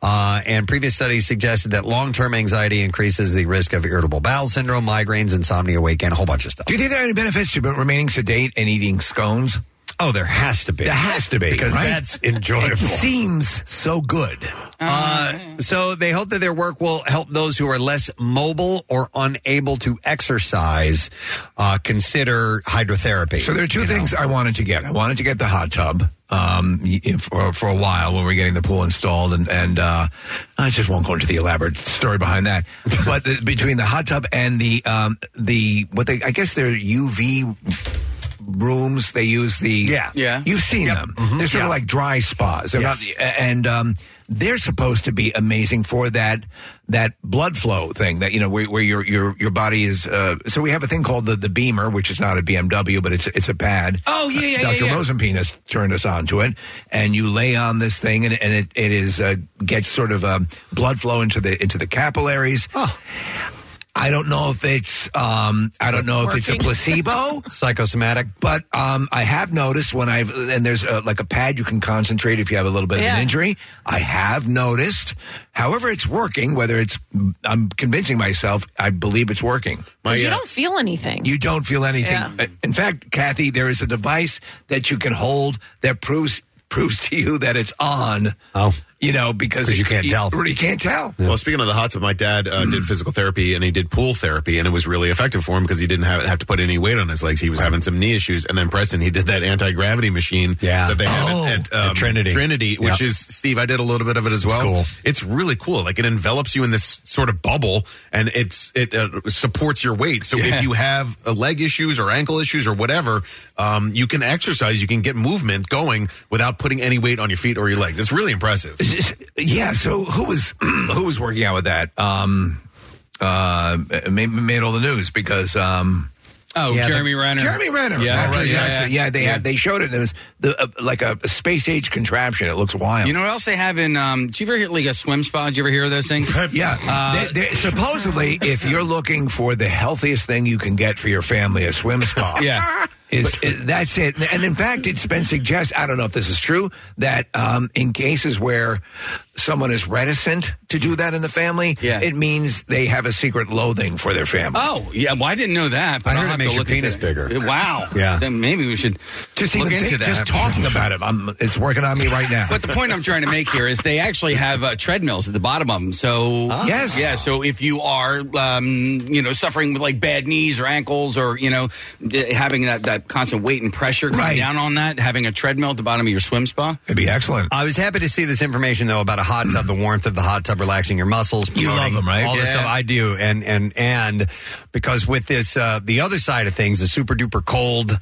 Speaker 3: Uh, and previous studies suggested that long term anxiety increases the risk of irritable bowel syndrome, migraines, insomnia, weight gain, a whole bunch of stuff.
Speaker 5: Do you think there are any benefits to remaining sedate and eating scones?
Speaker 3: Oh, there has to be.
Speaker 5: There has to be
Speaker 3: Because
Speaker 5: right?
Speaker 3: that's enjoyable.
Speaker 5: It seems so good.
Speaker 3: Uh, so they hope that their work will help those who are less mobile or unable to exercise uh, consider hydrotherapy.
Speaker 5: So there are two things I wanted to get. I wanted to get the hot tub um, y- for, for a while when we are getting the pool installed, and, and uh, I just won't go into the elaborate story behind that. But the, between the hot tub and the um, the what they I guess they're UV rooms they use the yeah
Speaker 6: Yeah.
Speaker 5: you've seen them they're sort of like dry spas they're
Speaker 6: Yes.
Speaker 5: not the- and um, they're supposed to be amazing for that that blood flow thing that you know where, where your your your body is uh, so we have a thing called the the beamer which is not a BMW but it's it's a pad
Speaker 6: Oh, yeah, yeah,
Speaker 5: Dr.
Speaker 6: yeah, yeah.
Speaker 5: Rosenpenis turned us onto it, and you lay on this thing, and, and it, it is uh, gets sort of um, blood flow into the into the capillaries. I don't know if it's um, I don't know if it's a
Speaker 3: Working.
Speaker 5: placebo,
Speaker 3: psychosomatic,
Speaker 5: but um, I have noticed when I've and there's uh like a pad you can concentrate if you have a little bit of
Speaker 6: Yeah.
Speaker 5: an injury. I have noticed, however, it's working. Whether it's I'm convincing myself, I believe it's working.
Speaker 17: 'Cause
Speaker 6: uh,
Speaker 17: you don't feel anything.
Speaker 5: You don't feel anything.
Speaker 17: Yeah.
Speaker 5: Uh, In fact, Kathy, there is a device that you can hold that proves proves to you that it's on.
Speaker 3: Oh,
Speaker 5: you know because you can't tell. You can't tell.
Speaker 7: Well, speaking of the hot tub, my dad uh, did physical therapy and he did pool therapy, and it was really effective for him because he didn't have, have to put any weight on his legs. He was having some knee issues, and then Preston he did that anti gravity machine
Speaker 3: yeah.
Speaker 7: that they have
Speaker 3: Oh,
Speaker 7: at, at,
Speaker 3: at
Speaker 7: um,
Speaker 3: Trinity.
Speaker 7: Trinity, which
Speaker 3: Yeah.
Speaker 7: is Steve. I did a little bit of it as well.
Speaker 3: cool.
Speaker 7: It's really cool. Like it envelops you in this sort of bubble, and it's it uh, supports your weight. So
Speaker 6: Yeah.
Speaker 7: if you have uh, leg issues or ankle issues or whatever, um, you can exercise. You can get movement going without putting any weight on your feet or your legs. It's really impressive.
Speaker 5: Yeah. So who was who was working out with that? Um, uh, it made, made all the news because um,
Speaker 6: Oh, Yeah, Jeremy the- Renner.
Speaker 5: Jeremy Renner.
Speaker 6: Yeah.
Speaker 5: That's
Speaker 6: Oh, right, yeah,
Speaker 5: exactly-
Speaker 6: yeah.
Speaker 5: yeah, They
Speaker 6: Yeah.
Speaker 5: had they showed it. And it was the, uh, like a, space age contraption. It looks wild.
Speaker 6: You know what else they have in? Um, did you ever hear like a swim spa? Did you ever hear of those things?
Speaker 5: Yeah.
Speaker 6: Uh,
Speaker 5: They- they- supposedly, if you're looking for the healthiest thing you can get for your family, a swim spa.
Speaker 6: Yeah.
Speaker 5: Is, is- that's it. And in fact, it's been suggested, I don't know if this is true, that um, in cases where someone is reticent to do that in the family,
Speaker 6: Yeah.
Speaker 5: it means they have a secret loathing for their family.
Speaker 6: Oh yeah, well I didn't know that. But
Speaker 5: I
Speaker 6: I'll
Speaker 5: heard it
Speaker 6: have
Speaker 5: makes
Speaker 6: to
Speaker 5: your
Speaker 6: look into
Speaker 5: penis
Speaker 6: it.
Speaker 5: bigger.
Speaker 6: Wow.
Speaker 5: Yeah.
Speaker 6: Then maybe we should
Speaker 5: Just
Speaker 6: Uh, look
Speaker 5: even
Speaker 6: into
Speaker 5: think-
Speaker 6: that.
Speaker 5: just talking about it, I'm, it's working on me right now.
Speaker 6: But the point I'm trying to make here is they actually have uh, treadmills at the bottom of them. So
Speaker 5: Yes.
Speaker 6: yeah. So if you are, um, you know, suffering with like bad knees or ankles, or you know, d- having that, that constant weight and pressure coming
Speaker 3: Right.
Speaker 6: down on that, having a treadmill at the bottom of your swim spa,
Speaker 5: it'd be excellent.
Speaker 3: I was happy to see this information though about a hot tub, the warmth of the hot tub, relaxing your muscles.
Speaker 5: You love
Speaker 3: promoting
Speaker 5: them, right?
Speaker 3: All this
Speaker 5: Yeah.
Speaker 3: stuff I do, and and and because with this, uh, the other side of things, the super duper cold,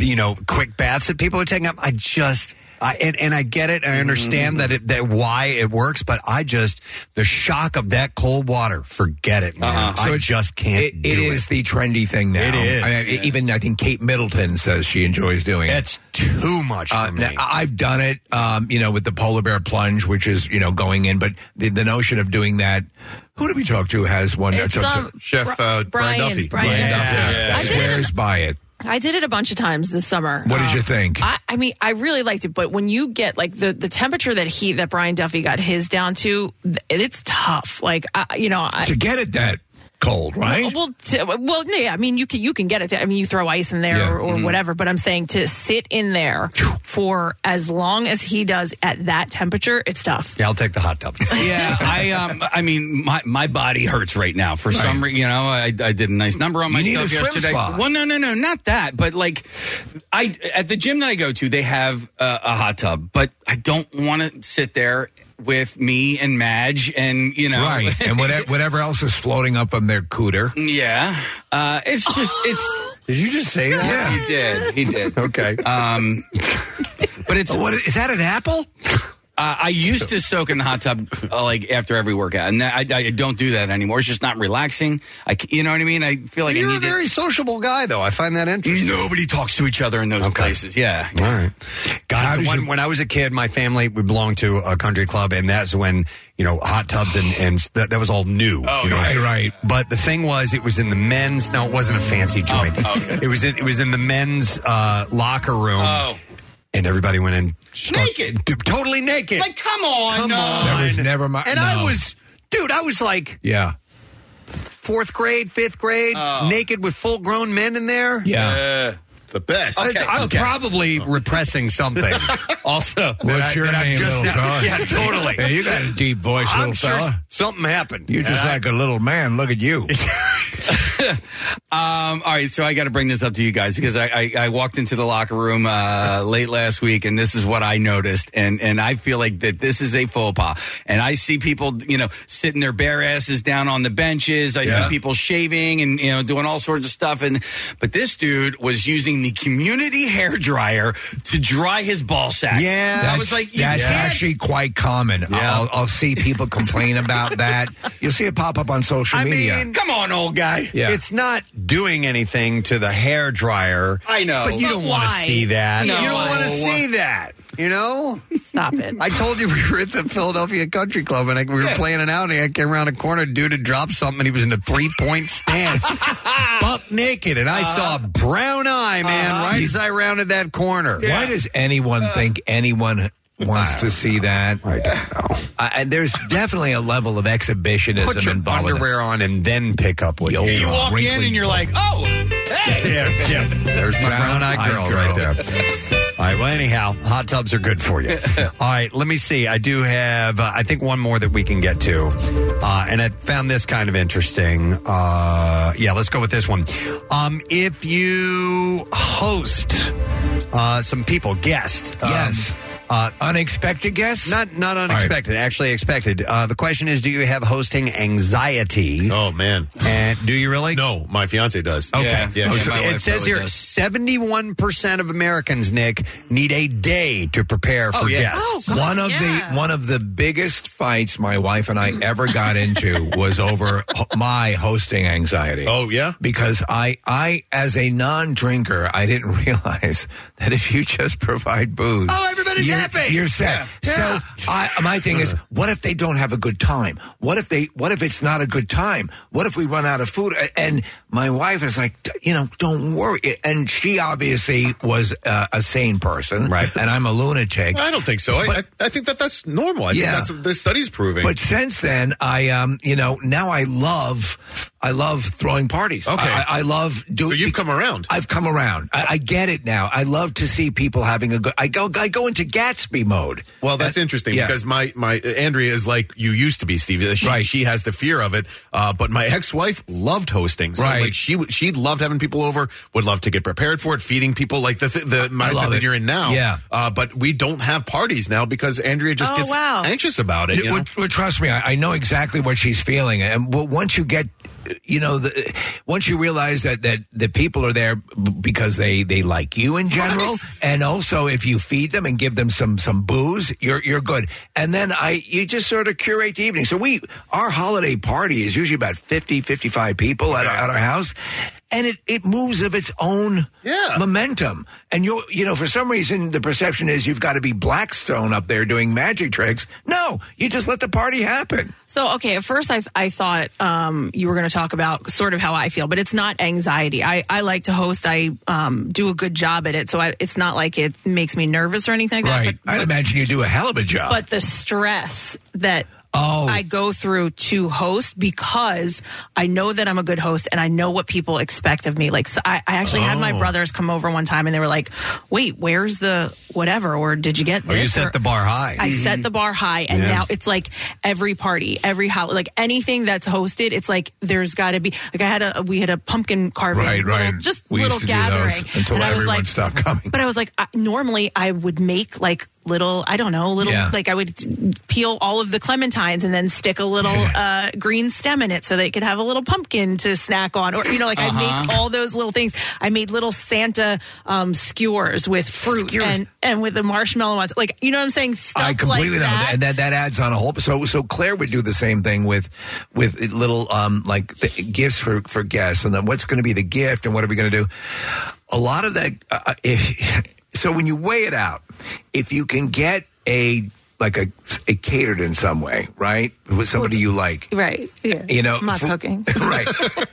Speaker 3: you know, quick baths that people are taking up. I just. I, and, and I get it. I understand that it, that why it works, but I just the shock of that cold water. Forget it, man.
Speaker 5: Uh-uh. So
Speaker 3: I
Speaker 5: it-
Speaker 3: just can't.
Speaker 5: it-
Speaker 3: do
Speaker 5: it is the trendy thing now.
Speaker 3: It is.
Speaker 5: I mean,
Speaker 3: Yeah.
Speaker 5: Even I think Kate Middleton says she enjoys doing it.
Speaker 3: It's too much.
Speaker 5: Uh, now, I- I've done it, um, you know, with the polar bear plunge, which is you know going in, but the, the notion of doing that. Who did we talk to? Has one
Speaker 17: It's,
Speaker 5: uh, talk to-
Speaker 17: um, Chef, Bri- uh, Brian Brian. Duffy. Brian
Speaker 5: Brian
Speaker 17: Duffy.
Speaker 5: Duffy
Speaker 17: Yeah. I did it in-
Speaker 5: swears by it.
Speaker 17: I did it a bunch of times this summer.
Speaker 5: What did
Speaker 17: Uh,
Speaker 5: you think?
Speaker 17: I, I mean, I really liked it, but when you get like the, the temperature that he that Brian Duffy got his down to, th- it's tough. Like I, you know, I,
Speaker 5: to get it that cold, right?
Speaker 17: Well, well, to, well, yeah. I mean, you can you can get it. I mean, you throw ice in there
Speaker 5: Yeah.
Speaker 17: or, or
Speaker 5: Mhm.
Speaker 17: whatever. But I'm saying to sit in there for as long as he does at that temperature, it's tough.
Speaker 3: Yeah, I'll take the hot tub.
Speaker 6: yeah, I um, I mean, my, my body hurts right now for some reason. You know, I, I did a nice number on
Speaker 5: You need
Speaker 6: myself
Speaker 5: a swim
Speaker 6: yesterday.
Speaker 5: spa.
Speaker 6: Well, no, no, no, not that. But like, I at the gym that I go to, they have a, a hot tub, but I don't want to sit there with me and Madge and you know,
Speaker 5: Right, and whatever, whatever else is floating up on their cooter.
Speaker 6: Yeah, uh, it's just it's.
Speaker 3: Did you just say that?
Speaker 6: Yeah, he did. He did.
Speaker 3: okay.
Speaker 6: Um, but it's
Speaker 5: what is that? An apple?
Speaker 6: Uh, I used to soak in the hot tub uh, like after every workout, and I, I don't do that anymore. It's just not relaxing. I, c- you know what I mean? I feel like
Speaker 3: You're
Speaker 6: I
Speaker 3: a
Speaker 6: need
Speaker 3: very
Speaker 6: it.
Speaker 3: sociable guy, though. I find that interesting.
Speaker 6: Nobody talks to each other in those places. Yeah.
Speaker 3: All right.
Speaker 5: How
Speaker 3: God,
Speaker 5: does
Speaker 3: when,
Speaker 5: your-
Speaker 3: when I was a kid, my family we belonged to a country club, and that's when you know hot tubs and and that, that was all new.
Speaker 5: Oh,
Speaker 3: you know?
Speaker 5: right, right.
Speaker 3: But the thing was, it was in the men's. No, it wasn't a
Speaker 5: Oh,
Speaker 3: fancy joint. It was in, it was in the men's uh, locker room.
Speaker 6: Oh.
Speaker 3: And everybody went in
Speaker 6: Naked?
Speaker 3: d- totally naked.
Speaker 6: Like, come on,
Speaker 3: come
Speaker 6: no.
Speaker 3: on.
Speaker 5: That was never my-
Speaker 3: And
Speaker 5: no.
Speaker 3: I was, dude, I was like
Speaker 5: Yeah,
Speaker 3: fourth grade, fifth grade, naked with full grown men in there.
Speaker 5: Oh. yeah.
Speaker 7: the best.
Speaker 3: It's- I'm
Speaker 5: okay.
Speaker 3: probably repressing something.
Speaker 6: Also,
Speaker 5: What's
Speaker 3: I-
Speaker 5: your
Speaker 3: that I
Speaker 5: name,
Speaker 3: just-
Speaker 5: little fella?
Speaker 3: yeah, totally.
Speaker 5: Yeah, you got a deep voice,
Speaker 3: I'm
Speaker 5: little
Speaker 3: sure
Speaker 5: fella.
Speaker 3: something happened.
Speaker 5: You're just
Speaker 3: And I-
Speaker 5: like a little man. Look at you.
Speaker 6: Um, all right, so I got to bring this up to you guys because I, I, I walked into the locker room uh, late last week, and this is what I noticed, and and I feel like that this is a faux pas, and I see people, you know, sitting their bare asses down on the benches. I
Speaker 3: Yeah.
Speaker 6: see people shaving and you know doing all sorts of stuff, and but this dude was using the community hair dryer to dry his ball sack.
Speaker 3: Yeah.
Speaker 6: that was like you
Speaker 5: that's
Speaker 6: can't-
Speaker 5: actually quite common. I'll, I'll see people complain about that. You'll see it pop up on social
Speaker 3: I
Speaker 5: media.
Speaker 3: mean,
Speaker 6: Come on, old guy.
Speaker 5: yeah,
Speaker 3: it's not doing anything to the hair dryer.
Speaker 6: I know.
Speaker 3: but you
Speaker 6: But
Speaker 3: don't want to
Speaker 17: why?
Speaker 3: see that.
Speaker 6: No.
Speaker 3: You don't want to see that. You know,
Speaker 17: Stop it.
Speaker 3: I told you we were at the Philadelphia Country Club and I, we were playing an outing. I came around a corner, dude had dropped something. and He was in a three point stance, buck naked, and I saw a brown eye, man,
Speaker 6: Uh-huh.
Speaker 3: right as I rounded that corner. Uh.
Speaker 5: Why does anyone think anyone wants to see that?
Speaker 3: I don't know.
Speaker 5: I, I- there's definitely a level of exhibitionism
Speaker 3: Put your
Speaker 5: involved. in it.
Speaker 3: underwear on and then pick up what
Speaker 5: Yo,
Speaker 3: you
Speaker 5: you
Speaker 6: You
Speaker 3: want.
Speaker 6: walk in and you're like, oh, hey.
Speaker 3: Yeah, yeah. There's my brown eyed
Speaker 5: Brown-eyed
Speaker 3: girl,
Speaker 5: girl.
Speaker 3: right there. All right. Well, anyhow, hot tubs are good for you. All right. Let me see. I do have, uh, I think, one more that we can get to. Uh, and I found this kind of interesting. Uh, yeah, let's go with this one. Um, if you host uh, some people, guest. um,
Speaker 5: Yes.
Speaker 3: uh,
Speaker 5: Unexpected guests?
Speaker 3: not not unexpected, actually expected. Uh, the question is, do you have hosting anxiety?
Speaker 7: Oh man,
Speaker 3: And do you really?
Speaker 7: no, my fiance does.
Speaker 3: Okay.
Speaker 6: Yeah.
Speaker 7: Yeah,
Speaker 3: Oh,
Speaker 7: she-
Speaker 3: so
Speaker 6: my
Speaker 3: it
Speaker 6: wife
Speaker 3: says
Speaker 6: really
Speaker 3: here
Speaker 6: does.
Speaker 3: seventy-one percent of Americans, Nick, need a day to prepare
Speaker 5: Oh,
Speaker 3: for
Speaker 6: yeah.
Speaker 3: guests.
Speaker 4: Oh,
Speaker 5: one of
Speaker 17: yeah.
Speaker 5: the one of the biggest fights my wife and I ever got into was over ho- my hosting anxiety.
Speaker 7: Oh yeah.
Speaker 5: because I I as a non-drinker, I didn't realize that if you just provide booze,
Speaker 3: Oh, everybody's
Speaker 5: you're,
Speaker 3: happy.
Speaker 5: You're set.
Speaker 3: Yeah. Yeah.
Speaker 5: So I, my thing is, what if they don't have a good time? What if they? What if it's not a good time? What if we run out of food? A- And my wife is like, "D- you know, don't worry. And she obviously was uh, a sane person,
Speaker 3: Right.
Speaker 5: And I'm a lunatic.
Speaker 7: I don't think so. I, I, I think that that's normal. I
Speaker 5: Yeah.
Speaker 7: think that's what the study's proving.
Speaker 5: But since then, I um, you know, now I love, I love throwing parties.
Speaker 7: Okay.
Speaker 5: I, I- I love doing.
Speaker 7: so you've come around.
Speaker 5: I've come around. I, I get it now. I love to see people having a good. I go. I go into Gatsby mode.
Speaker 7: Well, that's
Speaker 5: And-
Speaker 7: interesting
Speaker 5: yeah.
Speaker 7: because my my Andrea is like you used to be, Steve. She,
Speaker 5: Right.
Speaker 7: she has the fear of it. Uh, but my ex wife loved hosting. So,
Speaker 5: Right.
Speaker 7: Like she w- she loved having people over. Would love to get prepared for it, feeding people like the th- the mindset
Speaker 5: love
Speaker 7: that
Speaker 5: it.
Speaker 7: you're in now.
Speaker 5: Yeah.
Speaker 7: Uh, but we don't have parties now because Andrea just
Speaker 17: Oh,
Speaker 7: gets
Speaker 17: wow.
Speaker 7: anxious about it. you
Speaker 5: Well,
Speaker 7: know?
Speaker 5: well, trust me, I, I know exactly what she's feeling, and well, once you get, you know, the, once you realize that that the people are there b- because they they like you in general, and also if you feed them and give them some some booze, you're you're good. And then I you just sort of curate the evening. So we our holiday party is usually about 50, 55 people at, our- at our house, and it, it moves of its own momentum. And you you know for some reason the perception is you've got to be Blackstone up there doing magic tricks. No, you just let the party happen.
Speaker 4: So, okay, at first I, I thought um, you were going to talk about sort of how I feel, but it's not anxiety. I, I like to host, I um, do a good job at it. So I, it's not like it makes me nervous or anything like
Speaker 5: Right?
Speaker 4: that. But,
Speaker 5: I'd imagine you do a hell of a job.
Speaker 4: but the stress that
Speaker 3: Oh.
Speaker 4: I go through to host because I know that I'm a good host and I know what people expect of me. Like, so I, I actually had my
Speaker 3: Oh.
Speaker 4: brothers come over one time and they were like, wait, where's the whatever? Or did you get
Speaker 3: Or
Speaker 4: this?
Speaker 3: Oh, you set the bar high.
Speaker 4: I set the bar high, and
Speaker 3: Yeah.
Speaker 4: now it's like every party, every holiday, like anything that's hosted, it's like there's got to be. Like I had a, we had a pumpkin carving,
Speaker 5: right, right.
Speaker 4: little- just
Speaker 5: we
Speaker 4: little
Speaker 5: used to
Speaker 4: gathering,
Speaker 5: do those until
Speaker 4: and I was
Speaker 5: everyone
Speaker 4: like,
Speaker 5: stopped coming.
Speaker 4: but I was like, I, normally I would make like little, I don't know, little,
Speaker 5: Yeah.
Speaker 4: like I would peel all of the clementines and then stick a little uh, green stem in it so they could have a little pumpkin to snack on. Or, you know, like i
Speaker 19: Uh-huh.
Speaker 4: make all those little things. I made little Santa um, skewers with fruit
Speaker 5: Skewers.
Speaker 4: and, and with the marshmallow ones. Like, you know what I'm saying? Stuff
Speaker 5: I completely
Speaker 4: like
Speaker 5: know,
Speaker 4: that.
Speaker 5: and that that adds on a whole. So so Claire would do the same thing with with little um like the gifts for for guests, and then what's going to be the gift, and what are we going to do? A lot of that. Uh, if so, when you weigh it out, if you can get a like a, a catered in some way, right, with somebody you like,
Speaker 4: Right. Yeah.
Speaker 5: You know,
Speaker 4: I'm not
Speaker 5: for-
Speaker 4: cooking.
Speaker 5: right?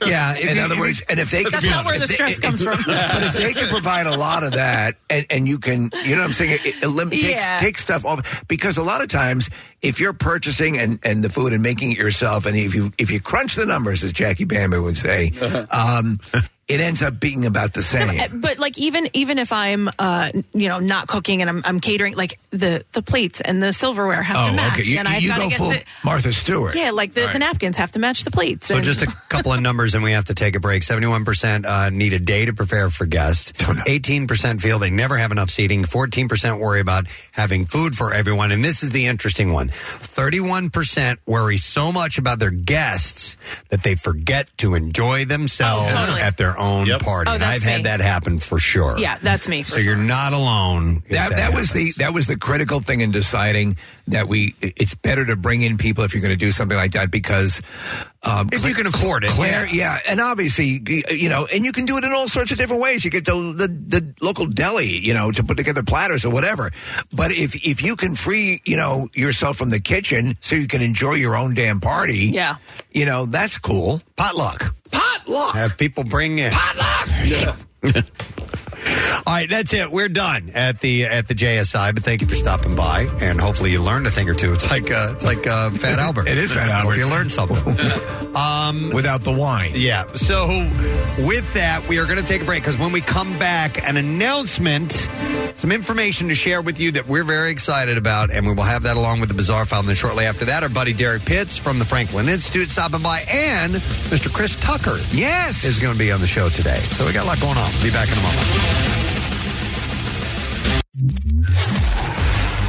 Speaker 5: Yeah. In other words, and if they
Speaker 4: That's
Speaker 5: could-
Speaker 4: not where the
Speaker 5: if they-
Speaker 4: stress comes from.
Speaker 5: but if they can provide a lot of that, and, and you can, you know, what I'm saying, it, elim-
Speaker 4: Yeah.
Speaker 5: take, take stuff off because a lot of times if you're purchasing and, and the food and making it yourself, and if you if you crunch the numbers, as Jackie Bamber would say, um, it ends up being about the same.
Speaker 4: Uh, But like even even if I'm uh you know not cooking and I'm, I'm catering like the the plates and the silverware have
Speaker 5: Oh,
Speaker 4: to match
Speaker 5: okay. You,
Speaker 4: and I've
Speaker 5: you
Speaker 4: got
Speaker 5: go
Speaker 4: to get
Speaker 5: full
Speaker 4: the
Speaker 5: Martha Stewart.
Speaker 4: yeah like the,
Speaker 3: All
Speaker 4: the
Speaker 3: right.
Speaker 4: napkins have to match the plates.
Speaker 3: So
Speaker 4: and-
Speaker 3: just a couple of numbers, and we have to take a break. Seventy-one percent uh, need a day to prepare for guests. Eighteen percent feel they never have enough seating. Fourteen percent worry about having food for everyone, and this is the interesting one: thirty-one percent worry so much about their guests that they forget to enjoy themselves
Speaker 4: Oh, totally.
Speaker 3: at their own party.
Speaker 4: Oh,
Speaker 3: And
Speaker 4: that's
Speaker 3: I've had
Speaker 4: me.
Speaker 3: that happen for sure.
Speaker 4: yeah, that's me. For
Speaker 3: So you're not alone. if
Speaker 5: that, that was
Speaker 3: happens.
Speaker 5: the that was the critical thing in deciding that we it's better to bring in people if you're going to do something like that because um,
Speaker 3: If you can afford it,
Speaker 5: Claire, yeah. and obviously you know, and you can do it in all sorts of different ways. You get the the, the local deli, you know, to put together platters or whatever. But if if you can free you know yourself from the kitchen so you can enjoy your own damn party,
Speaker 4: Yeah.
Speaker 5: you know that's cool.
Speaker 3: Potluck,
Speaker 5: potluck.
Speaker 3: Have people bring in
Speaker 5: potluck.
Speaker 3: All right, that's it. We're done at the at the JSI. But thank you for stopping by, and hopefully you learned a thing or two. It's like uh, it's like uh, Fat Albert.
Speaker 5: It is Fat
Speaker 3: I hope
Speaker 5: Albert.
Speaker 3: You learned something. um,
Speaker 5: Without the wine.
Speaker 3: Yeah. So with that, we are going to take a break because when we come back, an announcement, some information to share with you that we're very excited about, and we will have that along with the bizarre file. And then shortly after that, our buddy Derek Pitts from the Franklin Institute stopping by, and Mr. Chris Tucker.
Speaker 5: Yes,
Speaker 3: is going to be on the show today. So we got a lot going on. Be back in a moment.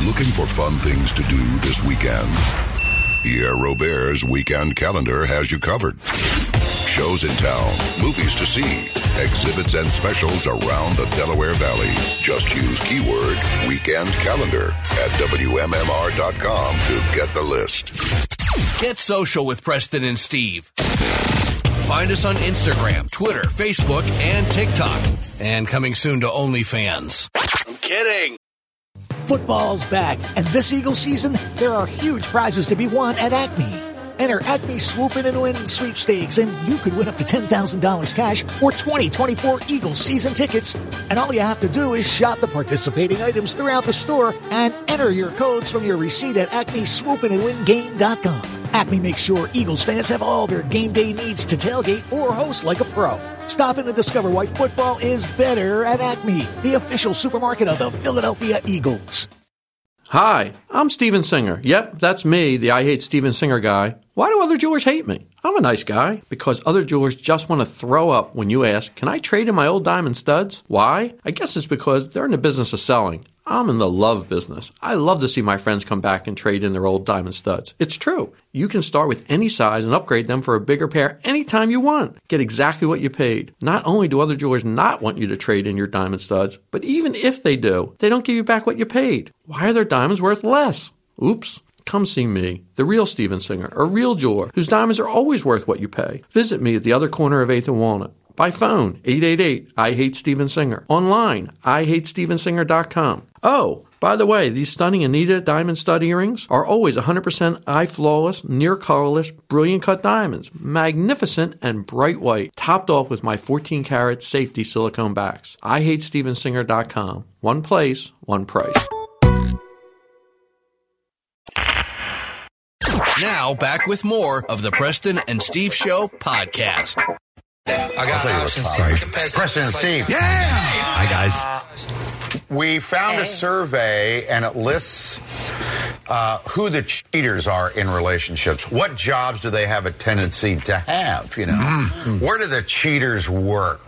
Speaker 2: Looking for fun things to do this weekend? Pierre Robert's weekend calendar has you covered. Shows in town, movies to see, exhibits and specials around the Delaware Valley. Just use keyword weekend calendar at WMMR.com to get the list.
Speaker 8: Get social with Preston and Steve. Find us on Instagram, Twitter, Facebook, and TikTok. And coming soon to OnlyFans. I'm kidding.
Speaker 1: Football's back, and this Eagles season, there are huge prizes to be won at Acme. Enter Acme Swoop In and Win sweepstakes, and you could win up to $10,000 cash or 2024 Eagles season tickets. And all you have to do is shop the participating items throughout the store and enter your codes from your receipt at acmeswoopinandwingame.com. Acme makes sure Eagles fans have all their game day needs to tailgate or host like a pro. Stop in to discover why football is better at Acme, the official supermarket of the Philadelphia Eagles.
Speaker 20: Hi, I'm Steven Singer. Yep, that's me, the I Hate Steven Singer guy. Why do other jewelers hate me? I'm a nice guy. Because other jewelers just want to throw up when you ask, Can I trade in my old diamond studs? Why? I guess it's because they're in the business of selling. I'm in the love business. I love to see my friends come back and trade in their old diamond studs. It's true. You can start with any size and upgrade them for a bigger pair anytime you want. Get exactly what you paid. Not only do other jewelers not want you to trade in your diamond studs, but even if they do, they don't give you back what you paid. Why are their diamonds worth less? Oops. Come see me, the real Steven Singer, a real jeweler whose diamonds are always worth what you pay. Visit me at the other corner of 8th and Walnut. by phone, 888 I Hate Steven Singer. Online, IHateStevenSinger.com. Oh, by the way, these stunning Anita diamond stud earrings are always 100% eye flawless, near colorless, brilliant cut diamonds, magnificent and bright white, topped off with my 14 karat safety silicone backs. I hate stevensinger.com. One place, one price.
Speaker 8: Now, back with more of the Preston and Steve Show podcast.
Speaker 18: I got options. These are competitive
Speaker 21: Preston and
Speaker 18: places.
Speaker 21: Steve. Uh,
Speaker 3: Hi, guys.
Speaker 21: We found a survey and it lists uh, who the cheaters are in relationships. What jobs do they have a tendency to have? You know,
Speaker 5: Mm.
Speaker 21: Mm. where do the cheaters work?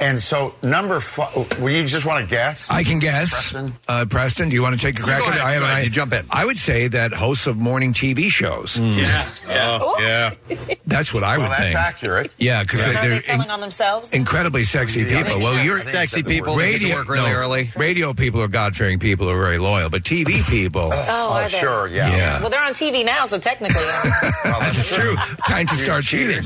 Speaker 21: And so, number five, well, you just want to guess?
Speaker 5: I can guess. Preston, uh, Preston do you want to take a crack
Speaker 21: go
Speaker 5: at it?
Speaker 21: ahead, go
Speaker 5: I
Speaker 21: ahead,
Speaker 5: an
Speaker 21: you
Speaker 5: idea.
Speaker 21: jump in.
Speaker 5: I would say that hosts of morning TV shows.
Speaker 21: Yeah,
Speaker 5: yeah, That's what I
Speaker 21: Well,
Speaker 5: would
Speaker 21: that's
Speaker 5: think.
Speaker 21: accurate.
Speaker 5: Yeah, because
Speaker 19: So are
Speaker 5: they're
Speaker 19: they telling on themselves? then?
Speaker 5: incredibly sexy
Speaker 19: Yeah, I
Speaker 5: people.
Speaker 19: think
Speaker 5: Well,
Speaker 19: so.
Speaker 5: you're
Speaker 19: I think Sexy that's the people,
Speaker 21: they get to work really early.
Speaker 5: Radio people are God fearing people who are very loyal, but TV people.
Speaker 19: Oh, are they?
Speaker 5: yeah.
Speaker 19: Well, they're on TV now, so technically.
Speaker 5: that's true. Time to start cheating.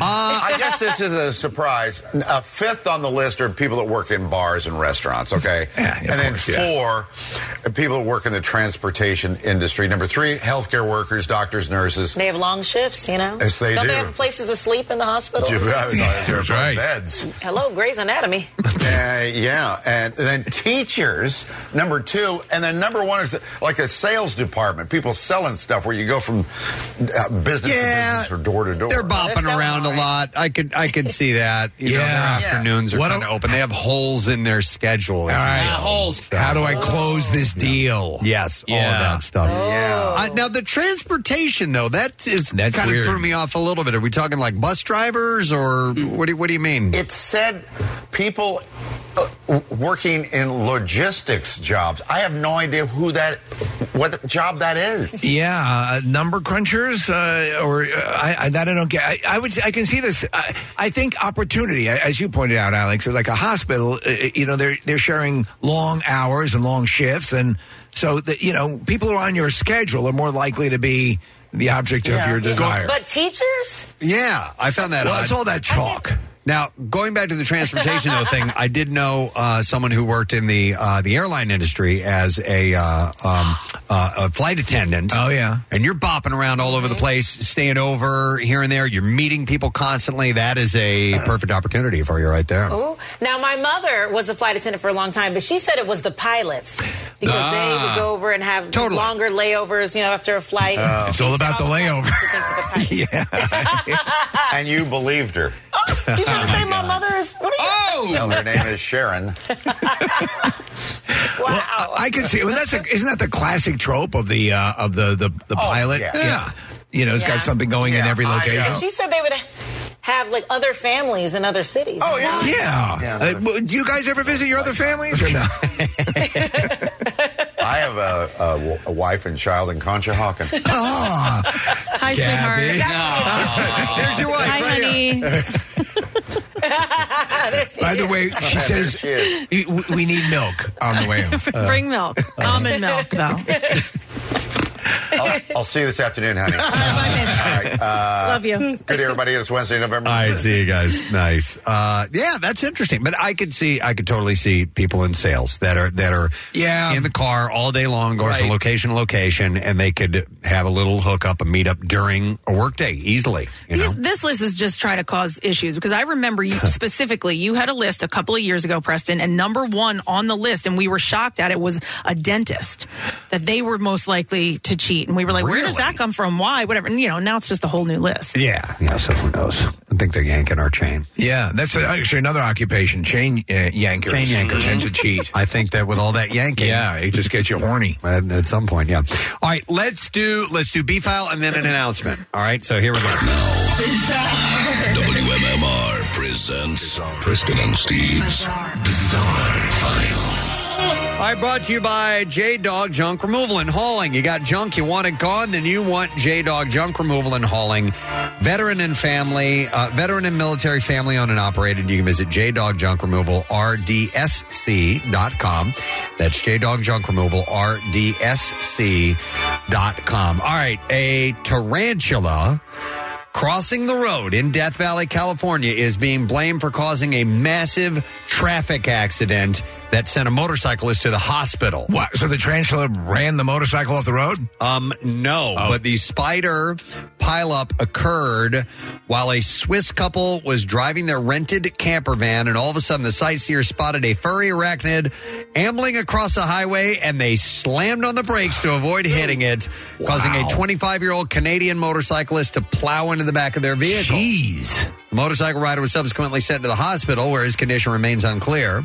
Speaker 5: Uh,
Speaker 21: I guess this is a surprise. A fifth on the list are people that work in bars and restaurants, okay? and then
Speaker 5: course, yeah.
Speaker 21: four, are people that work in the transportation industry. Number three, healthcare workers, doctors, nurses.
Speaker 19: They have long shifts, you know?
Speaker 21: Yes, they
Speaker 19: Don't
Speaker 21: do.
Speaker 19: they have places to sleep in the hospital?
Speaker 21: You- I mean, they're
Speaker 5: right.
Speaker 21: beds.
Speaker 19: Hello, Grey's Anatomy.
Speaker 21: Uh, yeah, and then teachers, number two, and then number one is like a sales department, people selling stuff where you go from uh, business
Speaker 3: Yeah.
Speaker 21: to business or door to door.
Speaker 3: They're bopping around a lot. I could I could see that. You know,
Speaker 5: Yeah.
Speaker 3: their afternoons are
Speaker 5: What
Speaker 3: kind of open. They have holes in their schedule.
Speaker 5: All right. How do I close this deal?
Speaker 3: Yes, all of that stuff.
Speaker 21: Yeah.
Speaker 3: Uh, now the transportation though, that is
Speaker 5: That's
Speaker 3: kind
Speaker 5: weird.
Speaker 3: of threw me off a little bit. Are we talking like bus drivers or what do, what do you mean?
Speaker 21: It said people uh, w- working in logistics jobs. I have no idea who that, what job that is.
Speaker 5: Yeah, uh, number crunchers, uh, or uh, I, I, that I don't get. I, I would, I can see this. I, I think opportunity, as you pointed out, Alex, like a hospital. Uh, you know, they're they're sharing long hours and long shifts, and so that you know, people who are on your schedule are more likely to be the object of your desire.
Speaker 19: But teachers?
Speaker 3: Yeah, I found that.
Speaker 5: Well,
Speaker 3: odd.
Speaker 5: it's all that chalk.
Speaker 3: Now, going back to the transportation though thing, I did know uh, someone who worked in the uh, the airline industry as a uh, um, uh, a flight attendant.
Speaker 5: Oh yeah,
Speaker 3: and you're bopping around all over the place, staying over here and there. You're meeting people constantly. That is a perfect opportunity for you, right there.
Speaker 19: Ooh. Now, my mother was a flight attendant for a long time, but she said it was the pilots because they
Speaker 5: Ah.
Speaker 19: would go over and have longer layovers, you know, after a flight.
Speaker 21: Oh.
Speaker 5: it's all about the layover.
Speaker 21: And you believed her.
Speaker 5: Oh,
Speaker 19: You trying to say my mother is? What are you?
Speaker 21: Well, her name is Sharon.
Speaker 5: Well, I I can see. Well, that's a, isn't that the classic trope of the uh, of the the, the
Speaker 3: Oh,
Speaker 5: pilot?
Speaker 21: yeah.
Speaker 5: You know, it's
Speaker 19: Yeah.
Speaker 5: got something going in every location.
Speaker 19: And she said they would have like other families in other cities. Oh yeah.
Speaker 5: Yeah. Uh, well, do you guys ever visit your other families or no?
Speaker 21: I have a, a, a wife and child in Conshohocken.
Speaker 5: oh,
Speaker 17: Hi,
Speaker 5: Gabby.
Speaker 17: sweetheart.
Speaker 3: There's your wife
Speaker 17: Hi,
Speaker 3: right here.
Speaker 17: honey.
Speaker 5: By the way, she says "You- w- we need milk on the way. home."
Speaker 17: Bring milk. Almond milk, though.
Speaker 21: I'll, I'll see you this afternoon, honey. All right, uh,
Speaker 17: Love you.
Speaker 21: Good day, everybody. It's Wednesday, November.
Speaker 3: All right, see you guys. Nice. Uh, yeah, that's interesting. But I could see, I could totally see people in sales that are that are
Speaker 5: Yeah.
Speaker 3: in the car all day long, going from
Speaker 5: Right.
Speaker 3: location to location, and they could have a little hookup, a meetup during a workday easily. You know,
Speaker 17: These, this list is just trying to cause issues because I remember you specifically, you had a list a couple of years ago, Preston, and number one on the list, and we were shocked at it, was a dentist that they were most likely to cheat. And we were like, where does
Speaker 3: Really?
Speaker 17: that come from? Why? Whatever. And, you know, now it's just a whole new list.
Speaker 3: yeah, yeah. So who knows? I think they're yanking our chain.
Speaker 5: Yeah, that's actually another occupation. Chain uh, yankers.
Speaker 3: Chain yankers.
Speaker 5: tend to cheat.
Speaker 3: I think that with all that yanking,
Speaker 5: Yeah, it just gets you horny.
Speaker 3: At, at some point, yeah. All right, let's do let's do B file and then an announcement. All right, so here we go.
Speaker 2: WMMR presents Preston and Steve's Bizarre File.
Speaker 3: All right, brought to you by J Dog Junk Removal and Hauling. You got junk, you want it gone, then you want J Dog Junk Removal and Hauling. Veteran and family, uh, veteran and military family owned and operated. You can visit J Dog Junk Removal, RDSC.com. That's J Dog Junk Removal, RDSC.com. All right, a tarantula crossing the road in Death Valley, California, is being blamed for causing a massive traffic accident that sent a motorcyclist to the hospital.
Speaker 5: What? So the tarantula ran the motorcycle off the road? Oh.
Speaker 3: Um, no. But the spider pileup occurred while a Swiss couple was driving their rented camper van, and all of a sudden the sightseer spotted a furry arachnid ambling across the highway, and they slammed on the brakes to avoid hitting it, causing a 25 year old Canadian motorcyclist to plow into the back of their vehicle.
Speaker 5: Jeez.
Speaker 3: The motorcycle rider was subsequently sent to the hospital, where his condition remains unclear.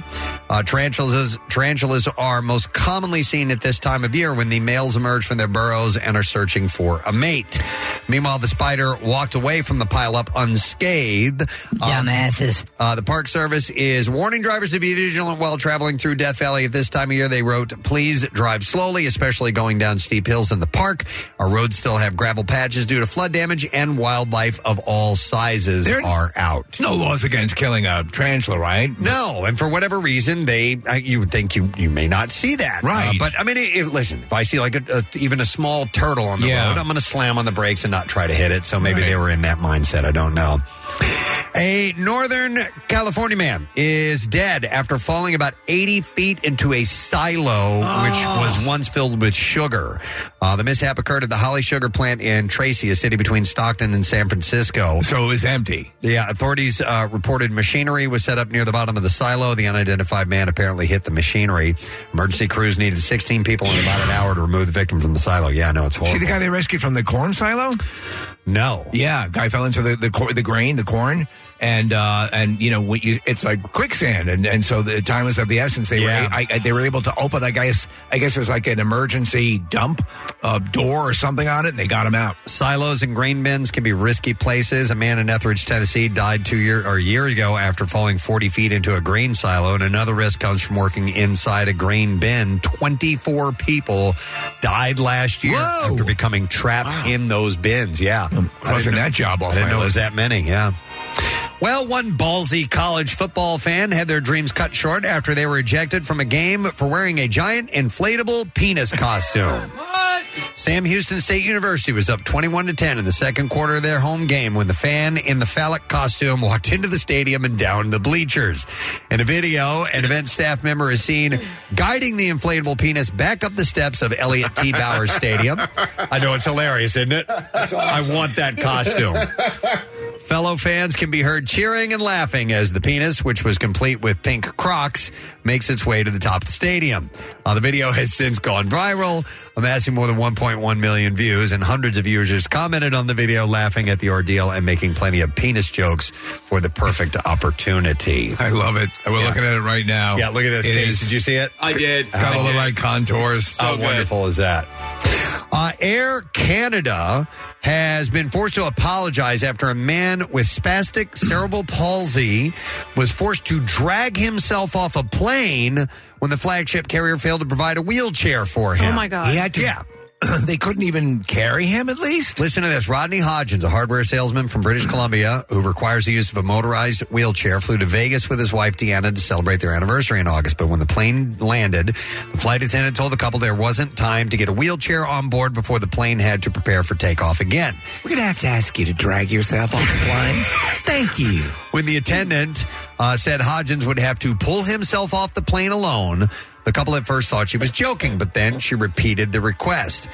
Speaker 3: Uh, tarantulas, tarantulas are most commonly seen at this time of year when the males emerge from their burrows and are searching for a mate. Meanwhile, the spider walked away from the pileup unscathed.
Speaker 11: Dumbasses.
Speaker 3: Uh, the Park Service is warning drivers to be vigilant while traveling through Death Valley at this time of year. They wrote, please drive slowly, especially going down steep hills in the park. Our roads still have gravel patches due to flood damage, and wildlife of all sizes are out.
Speaker 5: No laws against killing a tarantula, right?
Speaker 3: No, and for whatever reason, they uh, you would think you you may not see that,
Speaker 5: Right.
Speaker 3: Uh, but I mean, it, it- listen, if I see like a, a- even a small turtle on the
Speaker 5: Yeah.
Speaker 3: road, I'm going to slam on the brakes and not try to hit it. So maybe they were in that mindset. I don't know. A Northern California man is dead after falling about 80 feet into a silo, which
Speaker 5: Ah.
Speaker 3: was once filled with sugar. Uh, the mishap occurred at the Holly Sugar Plant in Tracy, a city between Stockton and San Francisco.
Speaker 5: So it was empty.
Speaker 3: Yeah, authorities uh, reported machinery was set up near the bottom of the silo. The unidentified man apparently hit the machinery. Emergency crews needed 16 people in about an hour to remove the victim from the silo. Yeah, no, it's
Speaker 5: See
Speaker 3: horrible.
Speaker 5: the guy they rescued from the corn silo?
Speaker 3: No.
Speaker 5: Yeah, guy fell into the the, cor- the grain, the corn, and uh, and you know when you, it's like quicksand, and, and so the time was of the essence. They
Speaker 3: Yeah.
Speaker 5: were I, I- they were able to open. I guess I guess it was like an emergency dump uh, door or something on it, and they got him out.
Speaker 3: Silos and grain bins can be risky places. A man in Etheridge, Tennessee, died two year or a year ago after falling 40 feet into a grain silo. And another risk comes from working inside a grain bin. 24 people died last year after becoming trapped in those bins. Yeah, I'm
Speaker 5: crossing that job off
Speaker 3: I didn't
Speaker 5: my
Speaker 3: know it was
Speaker 5: list.
Speaker 3: that many. Yeah. Well, one ballsy college football fan had their dreams cut short after they were ejected from a game for wearing a giant inflatable penis costume. Sam Houston State University was up 21 to 10 in the second quarter of their home game when the fan in the phallic costume walked into the stadium and down the bleachers. In a video, an event staff member is seen guiding the inflatable penis back up the steps of Elliott T. Bowers Stadium. I know it's hilarious, isn't it? I want that costume. Fellow fans can be heard cheering and laughing as the penis, which was complete with pink crocs, makes its way to the top of the stadium. Uh, the video has since gone viral, amassing more than 1.1 million views, and hundreds of users commented on the video, laughing at the ordeal and making plenty of penis jokes for the perfect opportunity.
Speaker 5: I love it. We're looking at it right now.
Speaker 3: Yeah, look at this.
Speaker 5: It
Speaker 3: Dave,
Speaker 5: is-
Speaker 3: Did you see it?
Speaker 6: I did.
Speaker 5: It's got all the right contours.
Speaker 3: How wonderful is that? Uh, Air Canada has been forced to apologize after a man with spastic cerebral palsy was forced to drag himself off a plane when the flagship carrier failed to provide a wheelchair for him.
Speaker 5: He had to.
Speaker 3: Yeah.
Speaker 5: they couldn't even carry him at least.
Speaker 3: Listen to this. Rodney Hodgins, a hardware salesman from British Columbia who requires the use of a motorized wheelchair, flew to Vegas with his wife Deanna to celebrate their anniversary in August. But when the plane landed, the flight attendant told the couple there wasn't time to get a wheelchair on board before the plane had to prepare for takeoff again.
Speaker 5: We're gonna have to ask you to drag yourself off the plane. Thank you.
Speaker 3: When the attendant uh, said Hodgins would have to pull himself off the plane alone, the couple at first thought she was joking, but then she repeated the request.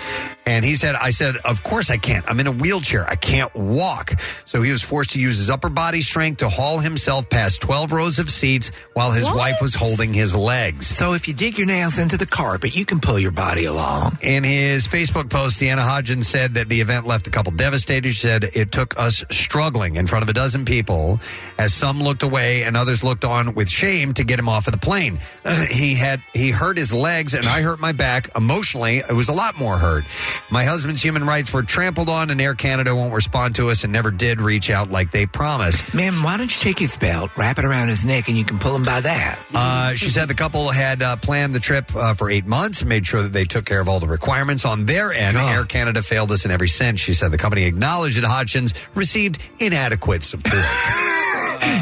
Speaker 3: And he said, I said, Of course I can't. I'm in a wheelchair. I can't walk. So he was forced to use his upper body strength to haul himself past 12 rows of seats while his wife was holding his legs.
Speaker 5: So if you dig your nails into the carpet, you can pull your body along.
Speaker 3: In his Facebook post, Deanna Hodgins said that the event left the couple devastated. She said, It took us struggling in front of a dozen people as some looked away and others looked on with shame to get him off of the plane. he had he hurt his legs and I hurt my back. Emotionally, it was a lot more hurt. My husband's human rights were trampled on and Air Canada won't respond to us and never did reach out like they promised.
Speaker 5: Ma'am, why don't you take his belt, wrap it around his neck, and you can pull him by that?
Speaker 3: Uh, she said the couple had uh, planned the trip uh, for eight months, made sure that they took care of all the requirements on their end. Air Canada failed us in every sense. She said the company acknowledged that Hodgins received inadequate support.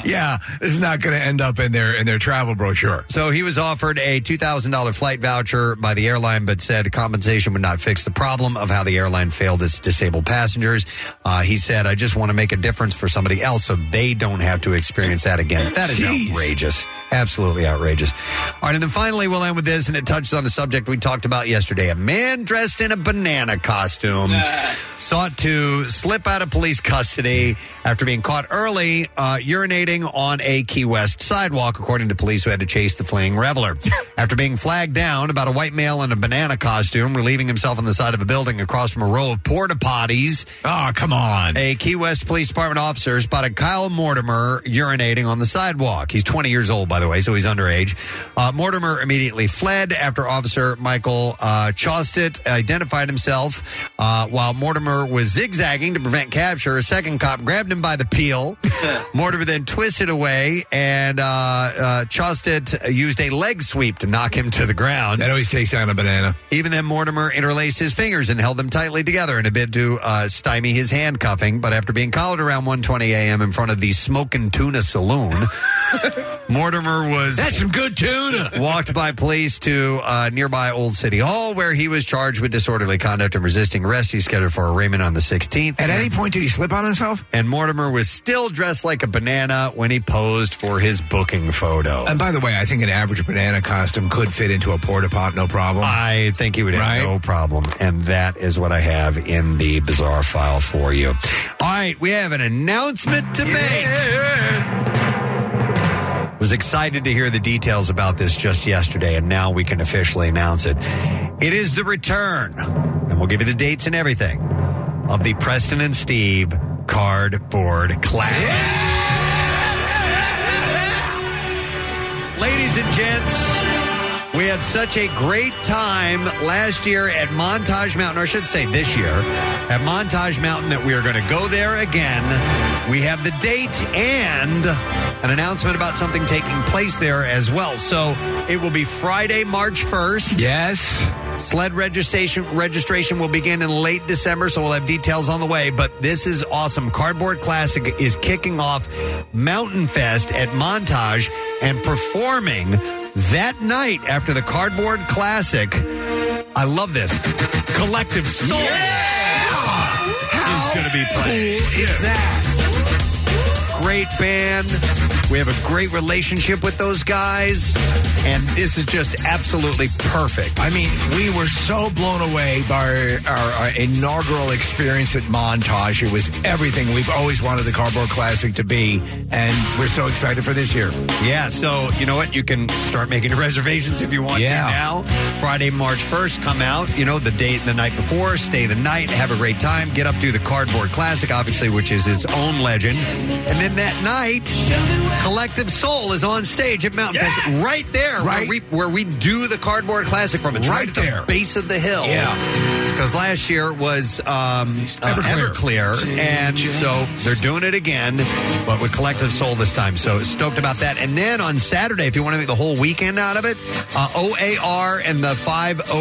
Speaker 5: yeah, this is not going to end up in their in their travel brochure.
Speaker 3: So he was offered a $2,000 flight voucher by the airline, but said compensation would not fix the problem of how the airline failed its disabled passengers. Uh, he said, I just want to make a difference for somebody else so they don't have to experience that again. That is
Speaker 21: Jeez.
Speaker 3: outrageous. Absolutely outrageous. All right, and then finally, we'll end with this, and it touches on a subject we talked about yesterday. A man dressed in a banana costume sought to slip out of police custody after being caught early uh, urinating on a Key West sidewalk, according to police who had to chase the fleeing reveler. after being flagged down about a white male in a banana costume relieving himself on the side of a building across from a row of porta potties.
Speaker 5: Oh, come on.
Speaker 3: A Key West Police Department officer spotted Kyle Mortimer urinating on the sidewalk. He's 20 years old, by the way, so he's underage. Uh, Mortimer immediately fled after Officer Michael uh, Chostet identified himself uh, while Mortimer was zigzagging to prevent capture. A second cop grabbed him by the peel. Mortimer then twisted away, and uh, uh, Chostet used a leg sweep to knock him to the ground.
Speaker 5: That always takes down a banana.
Speaker 3: Even then, Mortimer interlaced his fingers and held them tightly together in a bid to uh, stymie his handcuffing. But after being collared around 1:20 a.m. in front of the Smokin' Tuna Saloon, Mortimer was
Speaker 5: that's some good tuna.
Speaker 3: Walked by police to uh, nearby Old City Hall, where he was charged with disorderly conduct and resisting arrest. He's scheduled for arraignment on the 16th.
Speaker 5: At any point, did he slip on himself?
Speaker 3: And Mortimer was still dressed like a banana when he posed for his booking photo.
Speaker 5: And by the way, I think an average banana costume could fit into a porta pot, no problem.
Speaker 3: I think he would have no problem. And that is what I have in the bizarre file for you. All right, we have an announcement to make. Was excited to hear the details about this just yesterday, and now we can officially announce it. It is the return, and we'll give you the dates and everything of the Preston and Steve Cardboard Classic. Ladies and gents, we had such a great time last year at Montage Mountain, or I should say this year, at Montage Mountain that we are going to go there again. We have the date and an announcement about something taking place there as well. So it will be Friday, March 1st.
Speaker 5: Yes.
Speaker 3: Sled registration registration will begin in late December, so we'll have details on the way. But this is awesome. Cardboard Classic is kicking off Mountain Fest at Montage and performing that night after the Cardboard Classic. I love this. Collective Soul is going to be playing.
Speaker 5: Cool is that?
Speaker 3: Great band. We have a great relationship with those guys, and this is just absolutely perfect.
Speaker 5: I mean, we were so blown away by our, our inaugural experience at Montage. It was everything we've always wanted the Cardboard Classic to be, and we're so excited for this year.
Speaker 3: Yeah, so you know what? You can start making your reservations if you want
Speaker 5: Yeah.
Speaker 3: to now. Friday, March 1st, come out, you know, the date the night before, stay the night, have a great time, get up to the Cardboard Classic, obviously, which is its own legend. And then that night, Collective Soul is on stage at Mountain Fest, right there
Speaker 5: Right.
Speaker 3: Where, we, where we do the Cardboard Classic from. It's right,
Speaker 5: Right
Speaker 3: at the
Speaker 5: there.
Speaker 3: base of the hill.
Speaker 5: Yeah.
Speaker 3: Because last year was um, Everclear. Everclear, and so they're doing it again, but with Collective Soul this time. So stoked about that. And then on Saturday, if you want to make the whole weekend out of it, uh, OAR and the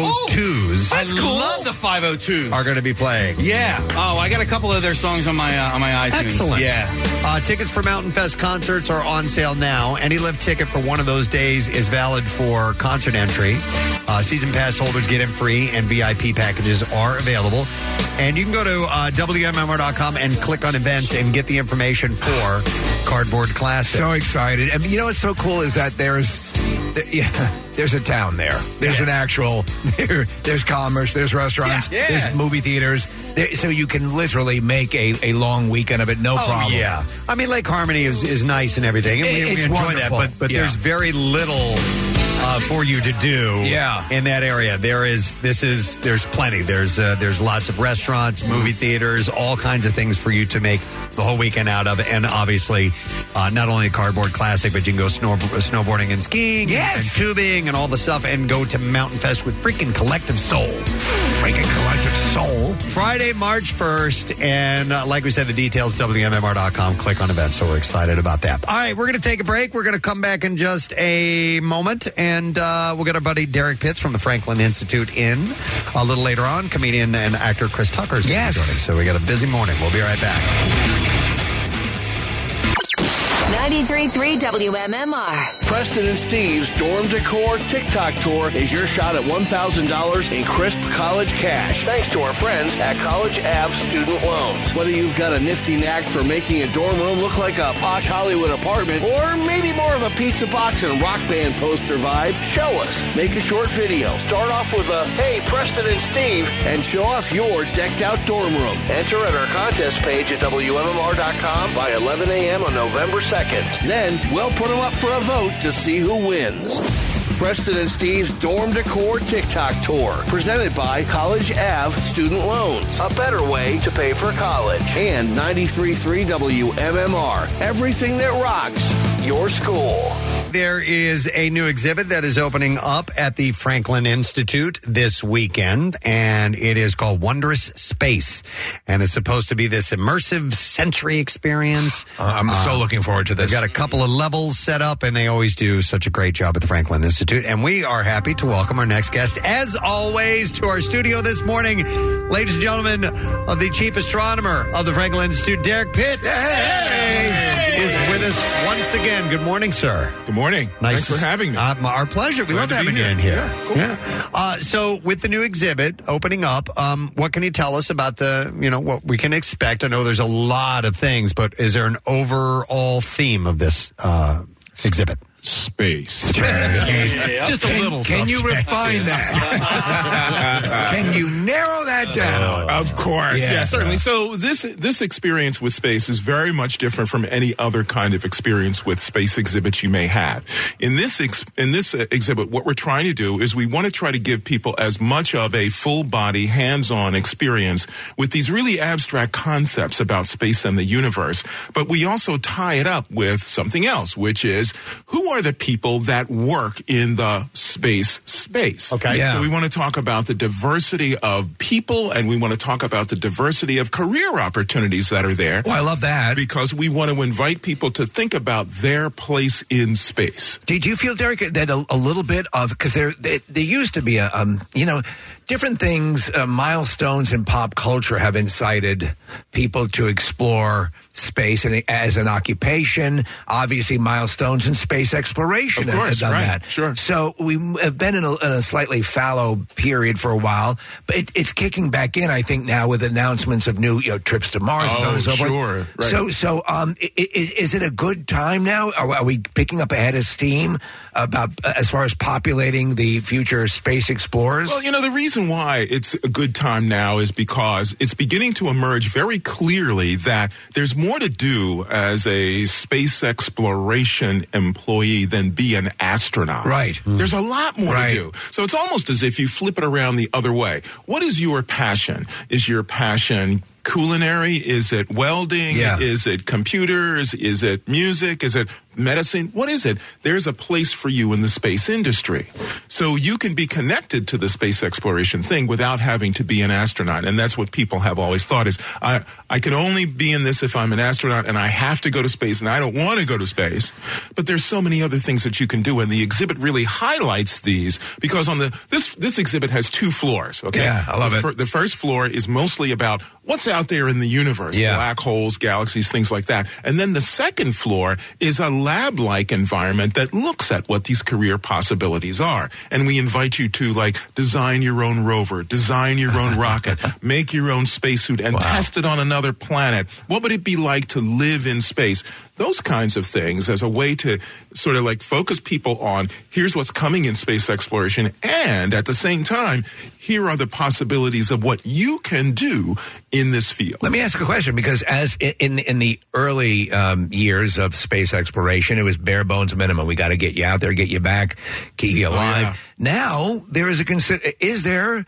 Speaker 3: 502s
Speaker 6: I love the 502s.
Speaker 3: are going to be playing.
Speaker 6: Yeah. Oh, I got a couple of their songs on my uh, on my iTunes.
Speaker 3: Excellent.
Speaker 6: Yeah.
Speaker 3: Uh, tickets for Mountain Fest concerts are on sale now. Any lift ticket for one of those days is valid for concert entry. Uh, season pass holders get in free, and VIP packages are available. And you can go to uh, WMMR.com and click on events and get the information for Cardboard Classic.
Speaker 5: So excited. And you know what's so cool is that there's th- yeah, there's a town there. There's an actual there, there's commerce, there's restaurants,
Speaker 3: Yeah. Yeah.
Speaker 5: there's movie theaters. There, so you can literally make a, a long weekend of it, no
Speaker 3: oh,
Speaker 5: problem.
Speaker 3: yeah. I mean, Lake Harmony is, is nice and everything. And we,
Speaker 5: It-
Speaker 3: we
Speaker 5: it's
Speaker 3: enjoy
Speaker 5: wonderful.
Speaker 3: that, but, but
Speaker 5: Yeah.
Speaker 3: there's very little uh, for you to do
Speaker 5: Yeah.
Speaker 3: in that area. There is this is there's plenty. There's uh, there's lots of
Speaker 5: Mm-hmm.
Speaker 3: restaurants, movie theaters, all kinds of things for you to make the whole weekend out of. And obviously, uh, not only the cardboard classic, but you can go snow- snowboarding and skiing,
Speaker 5: Yes.
Speaker 3: and tubing, and all the stuff, and go to Mountain Fest with freaking Collective Soul.
Speaker 5: Freaking collective soul.
Speaker 3: Friday, March 1st. And uh, like we said, the details, WMMR.com. Click on events. So we're excited about that. All right, we're going to take a break. We're going to come back in just a moment. And uh, we'll get our buddy Derek Pitts from the Franklin Institute in a little later on. Comedian and actor Chris Tucker is gonna be joining. So we got a busy morning. We'll be right back.
Speaker 9: 933 WMMR.
Speaker 8: Preston and Steve's Dorm Decor TikTok Tour is your shot at $1,000 in crisp college cash. Thanks to our friends at College Ave Student Loans. Whether you've got a nifty knack for making a dorm room look like a posh Hollywood apartment or maybe more of a pizza box and rock band poster vibe, show us. Make a short video. Start off with a Hey, Preston and Steve, and show off your decked out dorm room. Enter at our contest page at WMMR.com by 11 a.m. on November 2nd. Then we'll put them up for a vote to see who wins. Preston and Steve's Dorm Decor TikTok Tour, presented by College Ave Student Loans, a better way to pay for college. And 93.3 WMMR, everything that rocks your school.
Speaker 3: There is a new exhibit that is opening up at the Franklin Institute this weekend, and it is called Wondrous Space. And it's supposed to be this immersive sensory experience.
Speaker 5: Uh,
Speaker 3: Um,
Speaker 5: I'm
Speaker 3: Uh-huh.
Speaker 5: so looking forward to this.
Speaker 3: They've got a couple of levels set up, and they always do such a great job at the Franklin Institute. And we are happy to welcome our next guest, as always, to our studio this morning, ladies and gentlemen, of the chief astronomer of the Franklin Institute, Derek Pitts. Is with us once again. Good morning, sir.
Speaker 22: Good morning.
Speaker 3: Nice
Speaker 22: Thanks for having me.
Speaker 3: Uh, my- our pleasure. We
Speaker 22: Glad
Speaker 3: love
Speaker 22: to
Speaker 3: having
Speaker 22: be
Speaker 3: you
Speaker 22: here.
Speaker 3: in here.
Speaker 22: Yeah, cool.
Speaker 3: Yeah. Uh, so, with the new exhibit opening up, um, what can you tell us about the you know what we can expect? I know there's a lot of things, but is there an overall theme of this uh, exhibit?
Speaker 22: Space.
Speaker 3: Just a
Speaker 5: Can-
Speaker 3: little.
Speaker 5: Can you
Speaker 3: something.
Speaker 5: refine that? can you narrow that down?
Speaker 22: Of course,
Speaker 5: Oh, Yeah.
Speaker 22: yeah, certainly. So this this experience with space is very much different from any other kind of experience with space exhibits you may have. In this ex- in this uh, exhibit, what we're trying to do is we want to try to give people as much of a full body, hands on experience with these really abstract concepts about space and the universe. But we also tie it up with something else, which is who are the people that work in the space space? Okay,
Speaker 5: Yeah.
Speaker 22: So we want to talk about the diversity of people and we want to talk about the diversity of career opportunities that are there.
Speaker 5: Well, Oh, I love that.
Speaker 22: Because we want to invite people to think about their place in space.
Speaker 5: Did you feel, Derek, that a, a little bit of because there there there used to be a um, you know different things uh, milestones in pop culture have incited people to explore space and as an occupation. Obviously, milestones in space exploration
Speaker 22: Of
Speaker 5: have-
Speaker 22: course,
Speaker 5: have done
Speaker 22: right,
Speaker 5: that.
Speaker 22: sure.
Speaker 5: So we have been in a, in a slightly fallow period for a while, but it, it's kicking back in. I think now with announcements of new you know, trips to Mars and so on and so
Speaker 22: Oh,
Speaker 5: forth.
Speaker 22: sure, right.
Speaker 5: So so um, is, is it a good time now? Are, are we picking up ahead of steam about uh, as far as populating the future space explorers?
Speaker 22: Well, you know, the reason why it's a good time now is because it's beginning to emerge very clearly that there's more to do as a space exploration employee than be an astronaut. Mm-hmm.
Speaker 5: Right. Mm.
Speaker 22: There's a lot more
Speaker 5: Right.
Speaker 22: to do. So it's almost as if you flip it around the other way. What is your passion? Is your passion culinary? Is it welding?
Speaker 5: Yeah.
Speaker 22: Is it computers? Is it music? Is it medicine? What is it? There's a place for you in the space industry. So you can be connected to the space exploration thing without having to be an astronaut. And that's what people have always thought is I, I can only be in this if I'm an astronaut and I have to go to space and I don't want to go to space. But there's so many other things that you can do. And the exhibit really highlights these because on the, this, this exhibit has two floors. Okay.
Speaker 5: Yeah, I love
Speaker 22: The
Speaker 5: it.
Speaker 22: fir- the first floor is mostly about what's out there in the universe
Speaker 5: Yeah.
Speaker 22: black holes galaxies things like that and then the second floor is a lab like environment that looks at what these career possibilities are and we invite you to like design your own rover design your own rocket make your own spacesuit and test it on another planet what would it be like to live in space those kinds of things as a way to sort of like focus people on here's what's coming in space exploration and at the same time here are the possibilities of what you can do in this field
Speaker 5: Let me ask a question because as i- in in the early um, years of space exploration, it was bare bones minimum. We got to get you out there, get you back, keep you alive.
Speaker 22: yeah.
Speaker 5: Now there is a consider. Is there?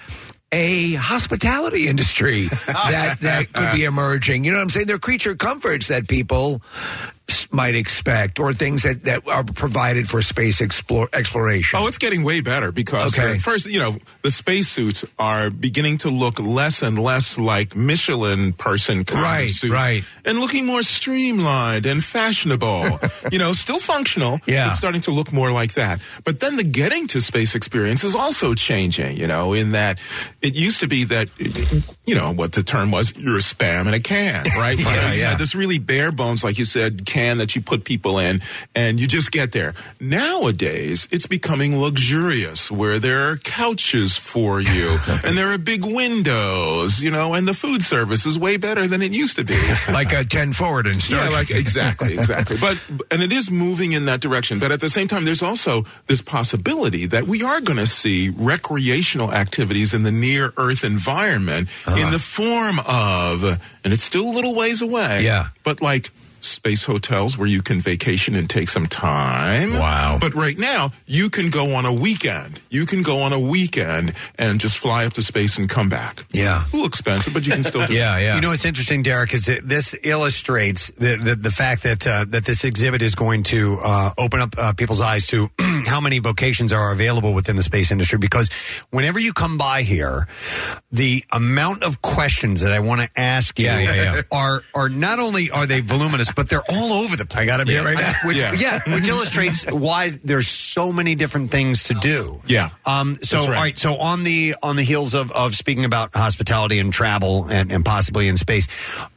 Speaker 5: A hospitality industry that that could be emerging. You know what I'm saying? There are creature comforts that people s- might expect, or things that, that are provided for space explore, exploration.
Speaker 22: Oh, it's getting way better because
Speaker 5: Okay.
Speaker 22: uh, first, you know, the spacesuits are beginning to look less and less like Michelin person kind
Speaker 5: Right,
Speaker 22: of suits,
Speaker 5: right.
Speaker 22: and looking more streamlined and fashionable. you know, still functional.
Speaker 5: Yeah.
Speaker 22: but starting to look more like that. But then the getting to space experience is also changing. You know, in that it used to be that, you know, what the term was, you're a spam in a can, right? But
Speaker 5: Yeah,
Speaker 22: it's
Speaker 5: uh, yeah.
Speaker 22: had This really bare bones, like you said, can plan that you put people in and you just get there. Nowadays, it's becoming luxurious where there are couches for you and there are big windows, you know, and the food service is way better than it used to be.
Speaker 5: like a 10 forward and Star
Speaker 22: Yeah, like
Speaker 5: Trek.
Speaker 22: exactly, exactly. But and it is moving in that direction. But at the same time, there's also this possibility that we are going to see recreational activities in the near Earth environment in the form of, and it's still a little ways away.
Speaker 5: Yeah.
Speaker 22: but like. Space hotels where you can vacation and take some time. Wow. But right now, you can go on a weekend. You can go on a weekend and just fly up to space and come back.
Speaker 5: Yeah.
Speaker 22: A little expensive, but you can still do it.
Speaker 3: You know what's interesting, Derek, is that this illustrates the the, the fact that uh, that this exhibit is going to uh, open up uh, people's eyes to how many vocations are available within the space industry. Because whenever you come by here, the amount of questions that I want to ask you
Speaker 5: Yeah, yeah, yeah.
Speaker 3: are are not only are they voluminous, but they're all over the place. I got to
Speaker 5: be right now.
Speaker 3: Which,
Speaker 5: Yeah.
Speaker 3: yeah. which illustrates why there's so many different things to do.
Speaker 22: Yeah.
Speaker 3: Um, so
Speaker 22: That's right.
Speaker 3: all right. So on the on the heels of of speaking about hospitality and travel and, and possibly in space,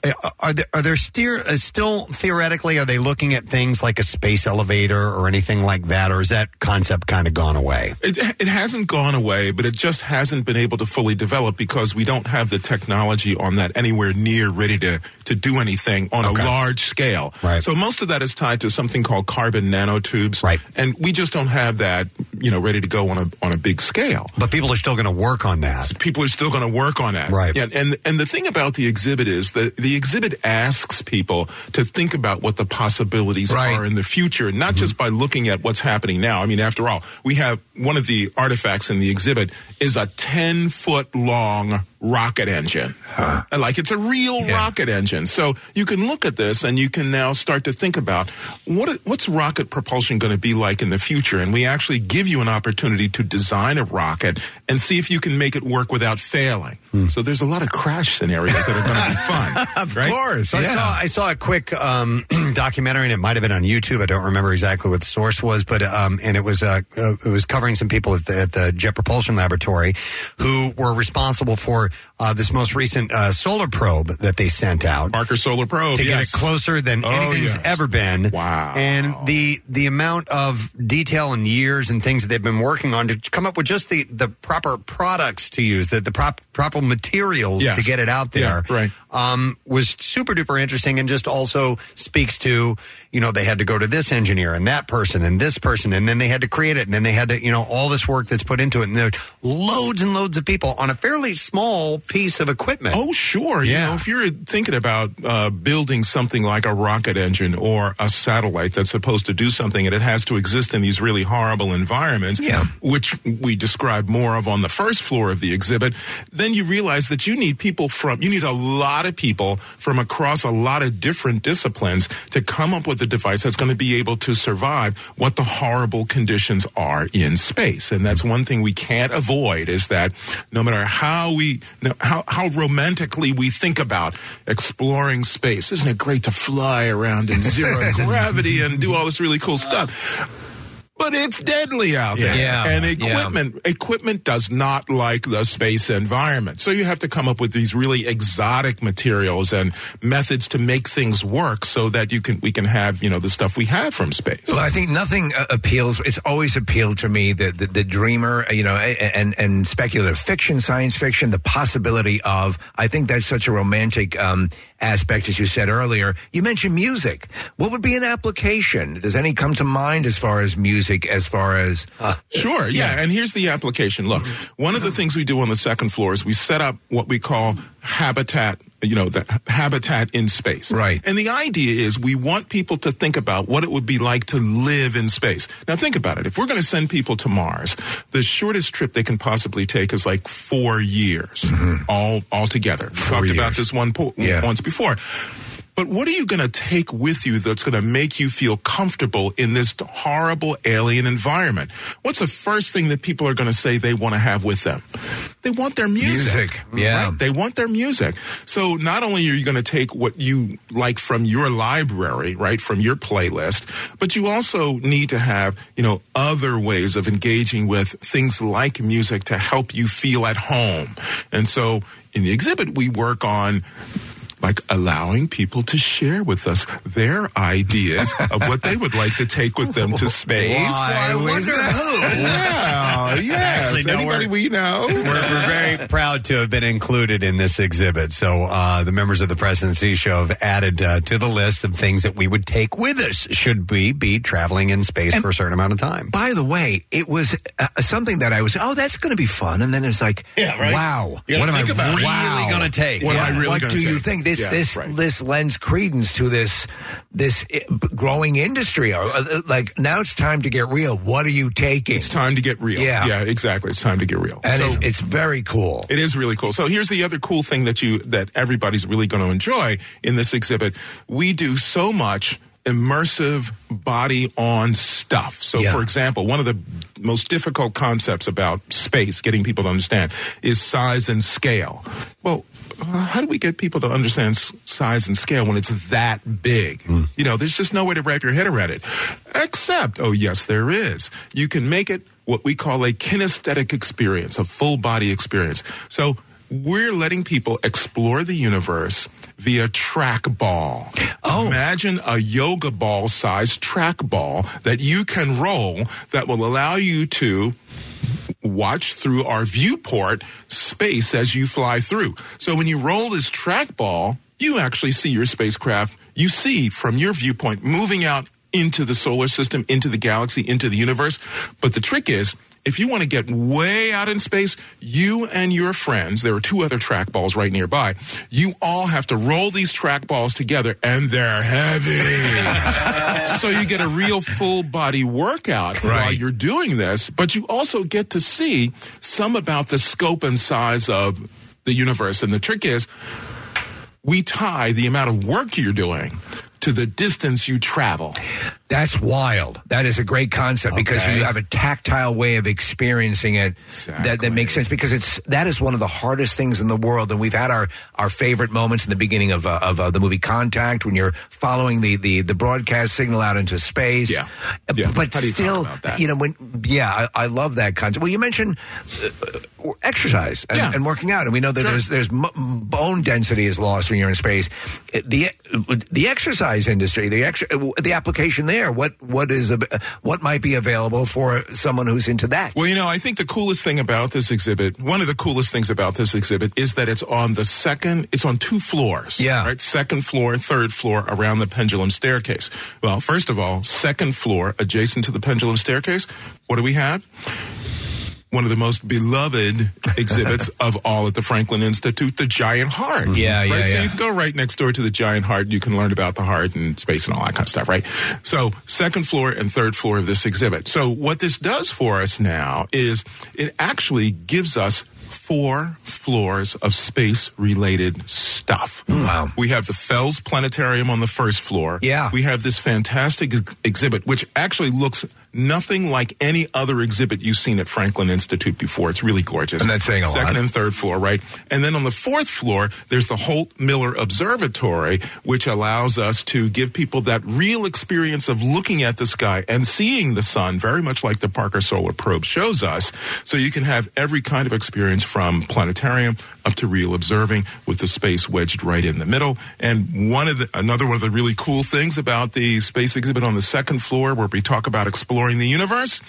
Speaker 3: uh, are there are there steer, uh, still theoretically are they looking at things like a space elevator or anything like that, or is that concept kind of gone away?
Speaker 22: It, it hasn't gone away, but it just hasn't been able to fully develop because we don't have the technology on that anywhere near ready to, to do anything on a large scale. Right. So most of that is tied to something called carbon nanotubes. Right. And we just don't have that, you know, ready to go on a, on a big scale.
Speaker 3: But people are still going to work on that.
Speaker 22: people are still going to work on that.
Speaker 3: Right.
Speaker 22: Yeah, and and the thing about the exhibit is that the exhibit asks people to think about what the possibilities are in the future, not just by looking at what's happening now. I mean, after all, we have one of the artifacts in the exhibit is a ten foot long rocket engine. And, Like it's a real rocket engine. So you can look at this and you can now start to think about what what's rocket propulsion going to be like in the future. And we actually give you an opportunity to design a rocket and see if you can make it work without failing. So there's a lot of crash scenarios that are going to be fun. of course,
Speaker 3: I
Speaker 22: yeah.
Speaker 3: saw I saw a quick um, documentary, and it might have been on YouTube. I don't remember exactly what the source was, but um, and it was uh, uh, it was covering some people at the, at the Jet Propulsion Laboratory who were responsible for uh, this most recent uh, solar probe that they sent out,
Speaker 22: Marker Solar Probe,
Speaker 3: to get
Speaker 22: yes.
Speaker 3: it closer than
Speaker 22: Oh,
Speaker 3: anything's
Speaker 22: yes.
Speaker 3: ever been. Wow! And the the amount of detail and years and things that they've been working on to come up with just the the proper products to use, the the prop, proper materials
Speaker 22: Yes.
Speaker 3: to get it out
Speaker 22: Yeah,
Speaker 3: there
Speaker 22: right.
Speaker 3: um, was super duper interesting and just also speaks to you know they had to go to this engineer and that person and this person and then they had to create it and then they had to you know all this work that's put into it and there are loads and loads of people on a fairly small piece of equipment.
Speaker 22: Oh, sure. You know, if you're thinking about uh, building something like a rocket engine or a satellite that's supposed to do something and it has to exist in these really horrible environments, which we describe more of on the first floor of the exhibit, then you realize that you need people from, you need a lot of people from across a lot of different disciplines to come up with a device that's going to be able to survive what the horrible conditions are in space. And that's one thing we can't avoid is that no matter how we, no, how, how romantically we think about exploring space, isn't it great to fly around in zero gravity and do all this really cool stuff? But it's deadly out there,
Speaker 5: Yeah.
Speaker 22: and
Speaker 5: Yeah.
Speaker 22: equipment equipment does not like the space environment. So you have to come up with these really exotic materials and methods to make things work, so that you can we can have you know the stuff we have from space.
Speaker 5: Well, I think nothing uh, appeals. It's always appealed to me the the, the dreamer, uh, you know, a- and and speculative fiction, science fiction, the possibility of. I think that's such a romantic um, aspect, as you said earlier. You mentioned music. What would be an application? Does any come to mind as far as music? As far as
Speaker 22: Sure, yeah. And here's the application. Look, one of the things we do on the second floor is we set up what we call habitat, you know, the habitat in space. Right. And the idea is we want people to think about what it would be like to live in space. Now think about it. If we're going to send people to Mars, the shortest trip they can possibly take is like 4 years all all together. We talked about this one po- once before. But what are you going to take with you that's going to make you feel comfortable in this horrible alien environment? What's the first thing that people are going to say they want to have with them? They want their music.
Speaker 5: Music, yeah.
Speaker 22: Right? They want their music. So not only are you going to take what you like from your library, right, from your playlist, but you also need to have, you know, other ways of engaging with things like music to help you feel at home. And so in the exhibit, we work on like allowing people to share with us their ideas of what they would like to take with them to space.
Speaker 3: Why? Well, I wonder who.
Speaker 22: Yeah, yeah.
Speaker 3: Actually, no,
Speaker 22: Anybody we know?
Speaker 3: We're, we're very proud to have been included in this exhibit. So uh, the members of the Presidency Show have added uh, to the list of things that we would take with us should we be traveling in space for a certain amount of time.
Speaker 5: By the way, it was uh, something that I was, oh, that's going to be fun. And then it's like,
Speaker 22: Yeah, right.
Speaker 5: wow,
Speaker 22: You gotta
Speaker 5: what am I
Speaker 22: think about it.
Speaker 5: really
Speaker 22: Wow.
Speaker 5: going to take?
Speaker 22: What am I really
Speaker 5: what
Speaker 22: gonna
Speaker 5: do you
Speaker 22: take?
Speaker 5: think? This
Speaker 22: Yeah,
Speaker 5: this
Speaker 22: right.
Speaker 5: this lends credence to this this i- b- growing industry. Or uh, uh, like now it's time to get real. What are you taking? It's
Speaker 22: time to get real.
Speaker 5: Yeah,
Speaker 22: Yeah, exactly. It's time to get real.
Speaker 5: and
Speaker 22: So-
Speaker 5: it's, it's very cool.
Speaker 22: It is really cool. So here's the other cool thing that you that everybody's really going to enjoy in this exhibit. We do so much immersive body on stuff. So for example, one of the most difficult concepts about space getting people to understand is size and scale. Well, uh, how do we get people to understand s- size and scale when it's that big? You know, there's just no way to wrap your head around it. Except, oh yes, there is. You can make it what we call a kinesthetic experience, a full body experience. So we're letting people explore the universe via trackball. Oh. Imagine a yoga ball sized trackball that you can roll that will allow you to watch through our viewport space as you fly through. So when you roll this trackball, you actually see your spacecraft, you see from your viewpoint moving out into the solar system, into the galaxy, into the universe. But the trick is, if you want to get way out in space, you and your friends, there are two other trackballs right nearby, you all have to roll these trackballs together and they're heavy. so you get a real full body workout while
Speaker 5: Right.
Speaker 22: you're doing this, but you also get to see some about the scope and size of the universe. And the trick is, we tie the amount of work you're doing to the distance you travel.
Speaker 5: That's wild. That is a great concept because you have a tactile way of experiencing it that, that makes sense because it's that is one of the hardest things in the world. And we've had our, our favorite moments in the beginning of uh, of uh, the movie Contact when you're following the, the, the broadcast signal out into space. Yeah, but
Speaker 22: How do you talk
Speaker 5: still,
Speaker 22: about that?
Speaker 5: you know, when yeah, I, I love that concept. Well, you mentioned uh, uh, exercise and, and working out, and we know that there's there's m- bone density is lost when you're in space. Uh, The the exercise industry, the ex- uh, the application there, what what is av- what might be available for someone who's into that?
Speaker 22: Well, you know, I think the coolest thing about this exhibit, one of the coolest things about this exhibit is that it's on the second, it's on two floors. Yeah. Right? Second floor, third floor around the pendulum staircase. Well, first of all, second floor adjacent to the pendulum staircase, what do we have? One of the most beloved exhibits of all at the Franklin Institute, the giant heart.
Speaker 5: Yeah,
Speaker 22: right?
Speaker 5: yeah,
Speaker 22: So
Speaker 5: yeah.
Speaker 22: you can go right next door to the giant heart. You can learn about the heart and space and all that kind of stuff, right? So, second floor and third floor of this exhibit. So, what this does for us now is it actually gives us four floors of space related stuff.
Speaker 5: Hmm.
Speaker 22: Wow. We have the Fells Planetarium on the first floor.
Speaker 5: Yeah.
Speaker 22: We have this fantastic ex- exhibit, which actually looks nothing like any other exhibit you've seen at Franklin Institute before. It's really gorgeous.
Speaker 5: And that's saying a lot.
Speaker 22: Second and third floor, right? And then on the fourth floor, there's the Holt Miller Observatory, which allows us to give people that real experience of looking at the sky and seeing the sun, very much like the Parker Solar Probe shows us. So you can have every kind of experience from planetarium up to real observing with the space wedged right in the middle. And one of the, another one of the really cool things about the space exhibit on the second floor, where we talk about exploring the universe,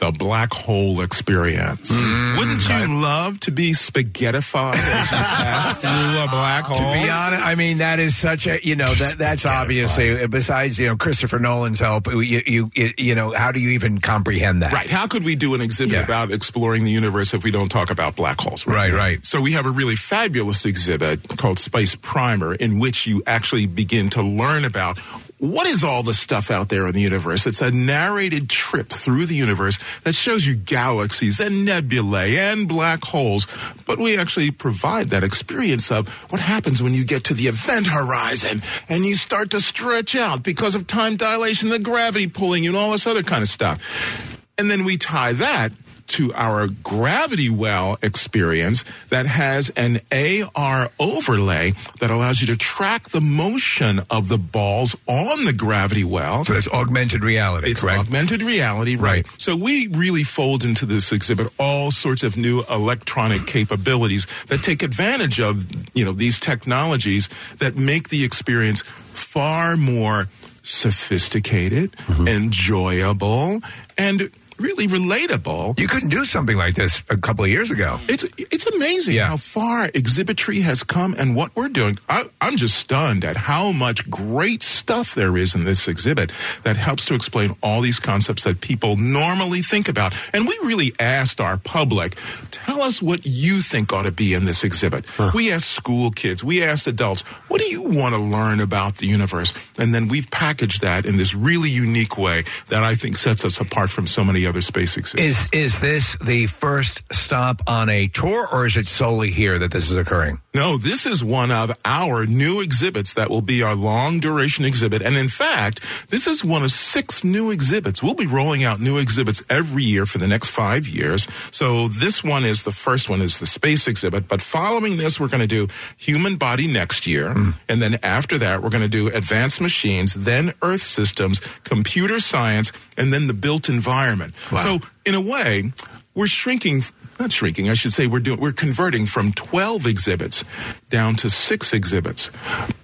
Speaker 22: the black hole experience. Wouldn't you love to be spaghettified as you pass through a black hole?
Speaker 5: To be honest, I mean that is such a you know that that's obviously uh, besides you know Christopher Nolan's help. uh, You you you know how do you even comprehend that?
Speaker 22: Right. How could we do an exhibit about exploring the universe if we don't talk about black holes?
Speaker 5: Right, right.
Speaker 22: So we have a really fabulous exhibit called Space Primer in which you actually begin to learn about what is all the stuff out there in the universe. It's a narrated trip through the universe that shows you galaxies and nebulae and black holes, but we actually provide that experience of what happens when you get to the event horizon and you start to stretch out because of time dilation, the gravity pulling you and all this other kind of stuff. And then we tie that to our gravity well experience that has an AR overlay that allows you to track the motion of the balls on the gravity well.
Speaker 5: So that's augmented reality,
Speaker 22: it's
Speaker 5: correct?
Speaker 22: augmented reality, right. So we really fold into this exhibit all sorts of new electronic capabilities that take advantage of, you know, these technologies that make the experience far more sophisticated,
Speaker 5: Mm-hmm.
Speaker 22: enjoyable, and really relatable.
Speaker 5: You couldn't do something like this a couple of years ago.
Speaker 22: It's it's amazing
Speaker 5: Yeah.
Speaker 22: how far exhibitry has come and what we're doing. I, I'm just stunned at how much great stuff there is in this exhibit that helps to explain all these concepts that people normally think about. And we really asked our public, tell us what you think ought to be in this exhibit. We asked school kids, we asked adults, what do you want to learn about the universe? And then we've packaged that in this really unique way that I think sets us apart from so many other space exhibits.
Speaker 5: Is is this the first stop on a tour, or is it solely here that this is occurring?
Speaker 22: No, this is one of our new exhibits that will be our long duration exhibit. And in fact, this is one of six new exhibits. We'll be rolling out new exhibits every year for the next five years. So this one is the first one is the space exhibit. But following this, we're going to do human body next year.
Speaker 5: Hmm.
Speaker 22: And then after that, we're going to do advanced machines, then earth systems, computer science, and then the built environment. So in a way, we're shrinking not shrinking i should say we're doing we're converting from 12 exhibits down to six exhibits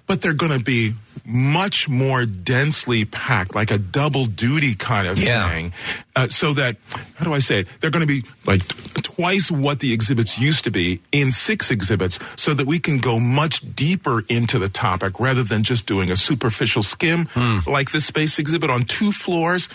Speaker 22: but they're going to be much more densely packed like a double duty kind of
Speaker 5: Yeah.
Speaker 22: thing uh, so that how do i say it they're going to be like t- twice what the exhibits used to be in six exhibits so that we can go much deeper into the topic rather than just doing a superficial skim
Speaker 7: Oh,
Speaker 22: like the space exhibit on two floors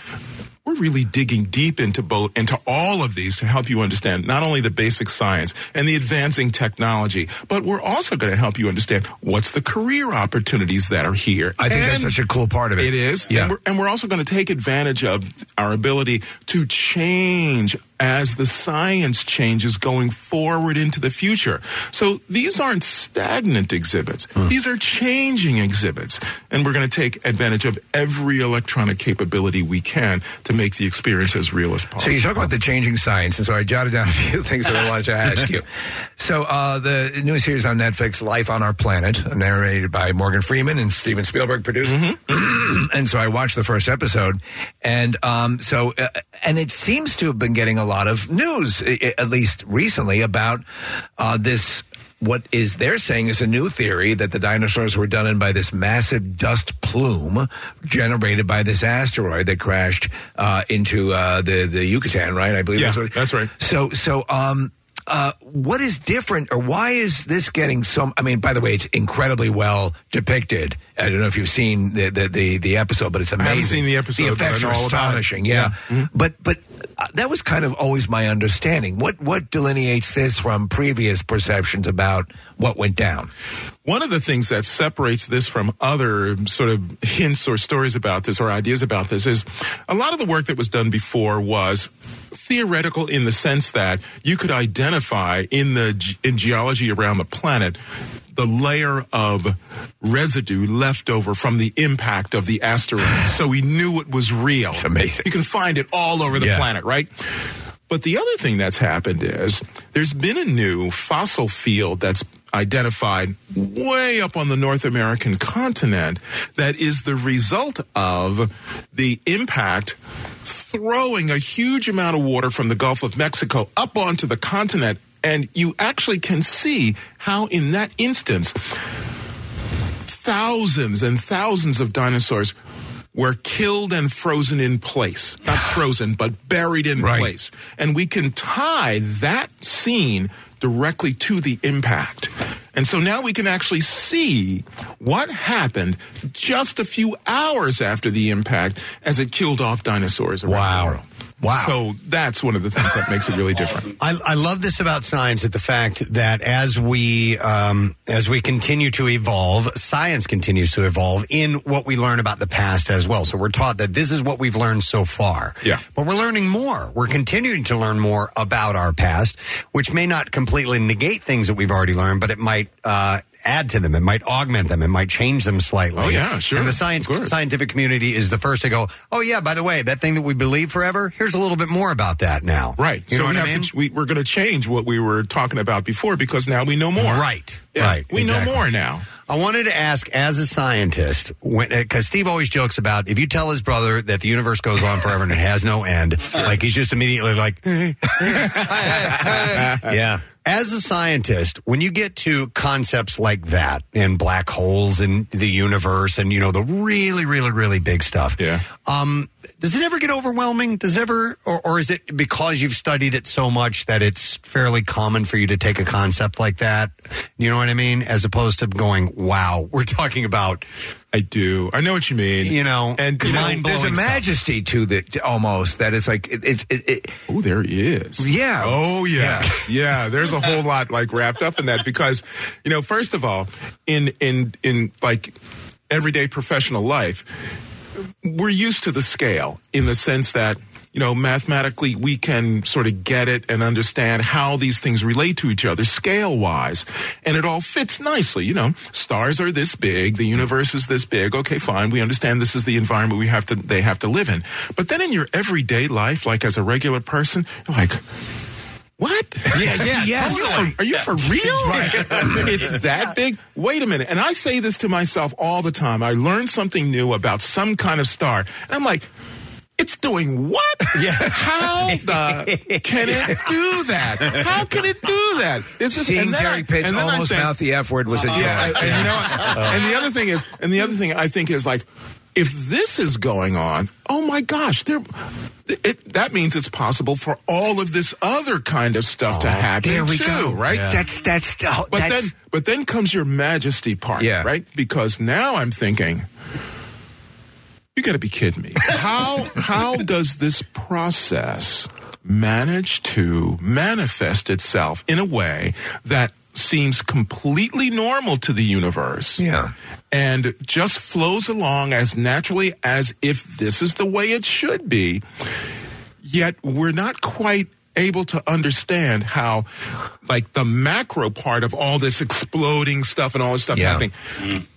Speaker 22: we're really digging deep into both into all of these to help you understand not only the basic science and the advancing technology, but we're also going to help you understand what's the career opportunities that are here.
Speaker 5: I think that's
Speaker 22: And-
Speaker 5: such a cool part of it.
Speaker 22: It is,
Speaker 5: Yeah.
Speaker 22: and we're, and we're also going to take advantage of our ability to change as the science changes going forward into the future. So these aren't stagnant exhibits;
Speaker 5: Hmm.
Speaker 22: these are changing exhibits, and we're going to take advantage of every electronic capability we can to make the experience as real as possible.
Speaker 5: So you talk about the changing science, and so I jotted down a few things that I wanted to ask you. So uh, the new series on Netflix, Life on Our Planet, narrated by Morgan Freeman and Steven Spielberg, produced. and so I watched the first episode, and um, so uh, and it seems to have been getting a lot of news, i- i- at least recently, about uh, this. What is they're saying is a new theory that the dinosaurs were done in by this massive dust plume generated by this asteroid that crashed uh, into uh, the the Yucatan, right? I believe
Speaker 22: Yeah,
Speaker 5: that's what.
Speaker 22: that's right.
Speaker 5: So so um uh, what is different, or why is this getting so? I mean, by the way, it's incredibly well depicted. I don't know if you've seen the the the, the episode, but it's
Speaker 22: haven't
Speaker 5: amazing.
Speaker 22: seen the episode,
Speaker 5: The
Speaker 22: but I
Speaker 5: effects
Speaker 22: know
Speaker 5: are
Speaker 22: all about it. Mm-hmm.
Speaker 5: astonishing. Yeah, but but uh, that was kind of always my understanding. What what delineates this from previous perceptions about what went down?
Speaker 22: One of the things that separates this from other sort of hints or stories about this or ideas about this is a lot of the work that was done before was theoretical in the sense that you could identify in the ge- in geology around the planet the layer of residue left over from the impact of the asteroid. so we knew it was real. It's
Speaker 5: amazing.
Speaker 22: You can find it all over the
Speaker 5: Yeah.
Speaker 22: planet, right? But the other thing that's happened is there's been a new fossil field that's identified way up on the North American continent that is the result of the impact throwing a huge amount of water from the Gulf of Mexico up onto the continent. And you actually can see how, in that instance, thousands and thousands of dinosaurs were killed and frozen in place. Not frozen, but buried in place. And we can tie that scene directly to the impact. And so now we can actually see what happened just a few hours after the impact as it killed off dinosaurs around the world. Wow. So that's one of the things that makes it really different.
Speaker 3: I, I love this about science at the fact that as we um, as we continue to evolve, science continues to evolve in what we learn about the past as well. So we're taught that this is what we've learned so far. Yeah. But we're learning more. We're continuing to learn more about our past, which may not completely negate things that we've already learned, but it might uh, add to them. It might augment them. It might change them slightly.
Speaker 22: Oh, yeah, sure.
Speaker 3: And the science
Speaker 22: Of course.
Speaker 3: scientific community is the first to go. Oh yeah, by the way, that thing that we believed forever. Here's a little bit more about that now.
Speaker 22: Right.
Speaker 3: You
Speaker 22: so
Speaker 3: know what
Speaker 22: we
Speaker 3: I
Speaker 22: have
Speaker 3: mean?
Speaker 22: to, we, we're going to change what we were talking about before because now we know more.
Speaker 3: Right.
Speaker 22: Yeah,
Speaker 3: right.
Speaker 22: We
Speaker 3: exactly.
Speaker 22: know more now.
Speaker 3: I wanted to ask, as a scientist, because Steve always jokes about if you tell his brother that the universe goes on forever and it has no end, like he's just immediately like, yeah. As a scientist, when you get to concepts like that and black holes and the universe and you know the really, really, really big stuff, yeah. Um, does it ever get overwhelming? Does it ever, or, or is it because you've studied it so much that it's fairly common for you to take a concept like that? You know what I mean? As opposed to going, "Wow, we're talking about."
Speaker 22: I do. I know what you mean.
Speaker 3: You know, and
Speaker 5: There's a, there's a majesty to the to almost that it's like it- it's it, it,
Speaker 22: oh there is
Speaker 5: yeah
Speaker 22: Oh yeah. yeah, There's a whole lot like wrapped up in that because, you know, first of all, in in in like everyday professional life, we're used to the scale in the sense that you know mathematically we can sort of get it and understand how these things relate to each other scale wise and it all fits nicely you know stars are this big the universe is this big okay fine we understand this is the environment we have to they have to live in but then in your everyday life like as a regular person you're like what?
Speaker 5: Yeah, yeah, yes.
Speaker 22: Are you for, are you for real? it's that big. Wait a minute. And I say this to myself all the time. I learn something new about some kind of star, and I'm like, it's doing what? Yeah. How the can it do that? How can it do that? Is this-
Speaker 5: seeing
Speaker 22: and then
Speaker 5: Terry
Speaker 22: I-
Speaker 5: Pitts
Speaker 22: and then I
Speaker 5: almost
Speaker 22: think-
Speaker 5: mouth the F word was a joy.
Speaker 22: yeah, I- and you know, what?
Speaker 5: Yeah.
Speaker 22: and the other thing is, and the other thing I think is like, if this is going on, oh my gosh, there. It, that means it's possible for all of this other kind of stuff to happen
Speaker 5: Oh, there we
Speaker 22: too,
Speaker 5: go.
Speaker 22: right?
Speaker 5: Yeah. That's- that's the whole-
Speaker 22: But
Speaker 5: that's-
Speaker 22: then, but then comes your majesty part,
Speaker 5: Yeah.
Speaker 22: right? Because now I'm thinking, you got to be kidding me. How how does this process manage to manifest itself in a way that seems completely normal to the universe?
Speaker 5: Yeah.
Speaker 22: And just flows along as naturally as if this is the way it should be. Yet we're not quite able to understand how like the macro part of all this exploding stuff and all this stuff
Speaker 5: Yeah.
Speaker 22: happening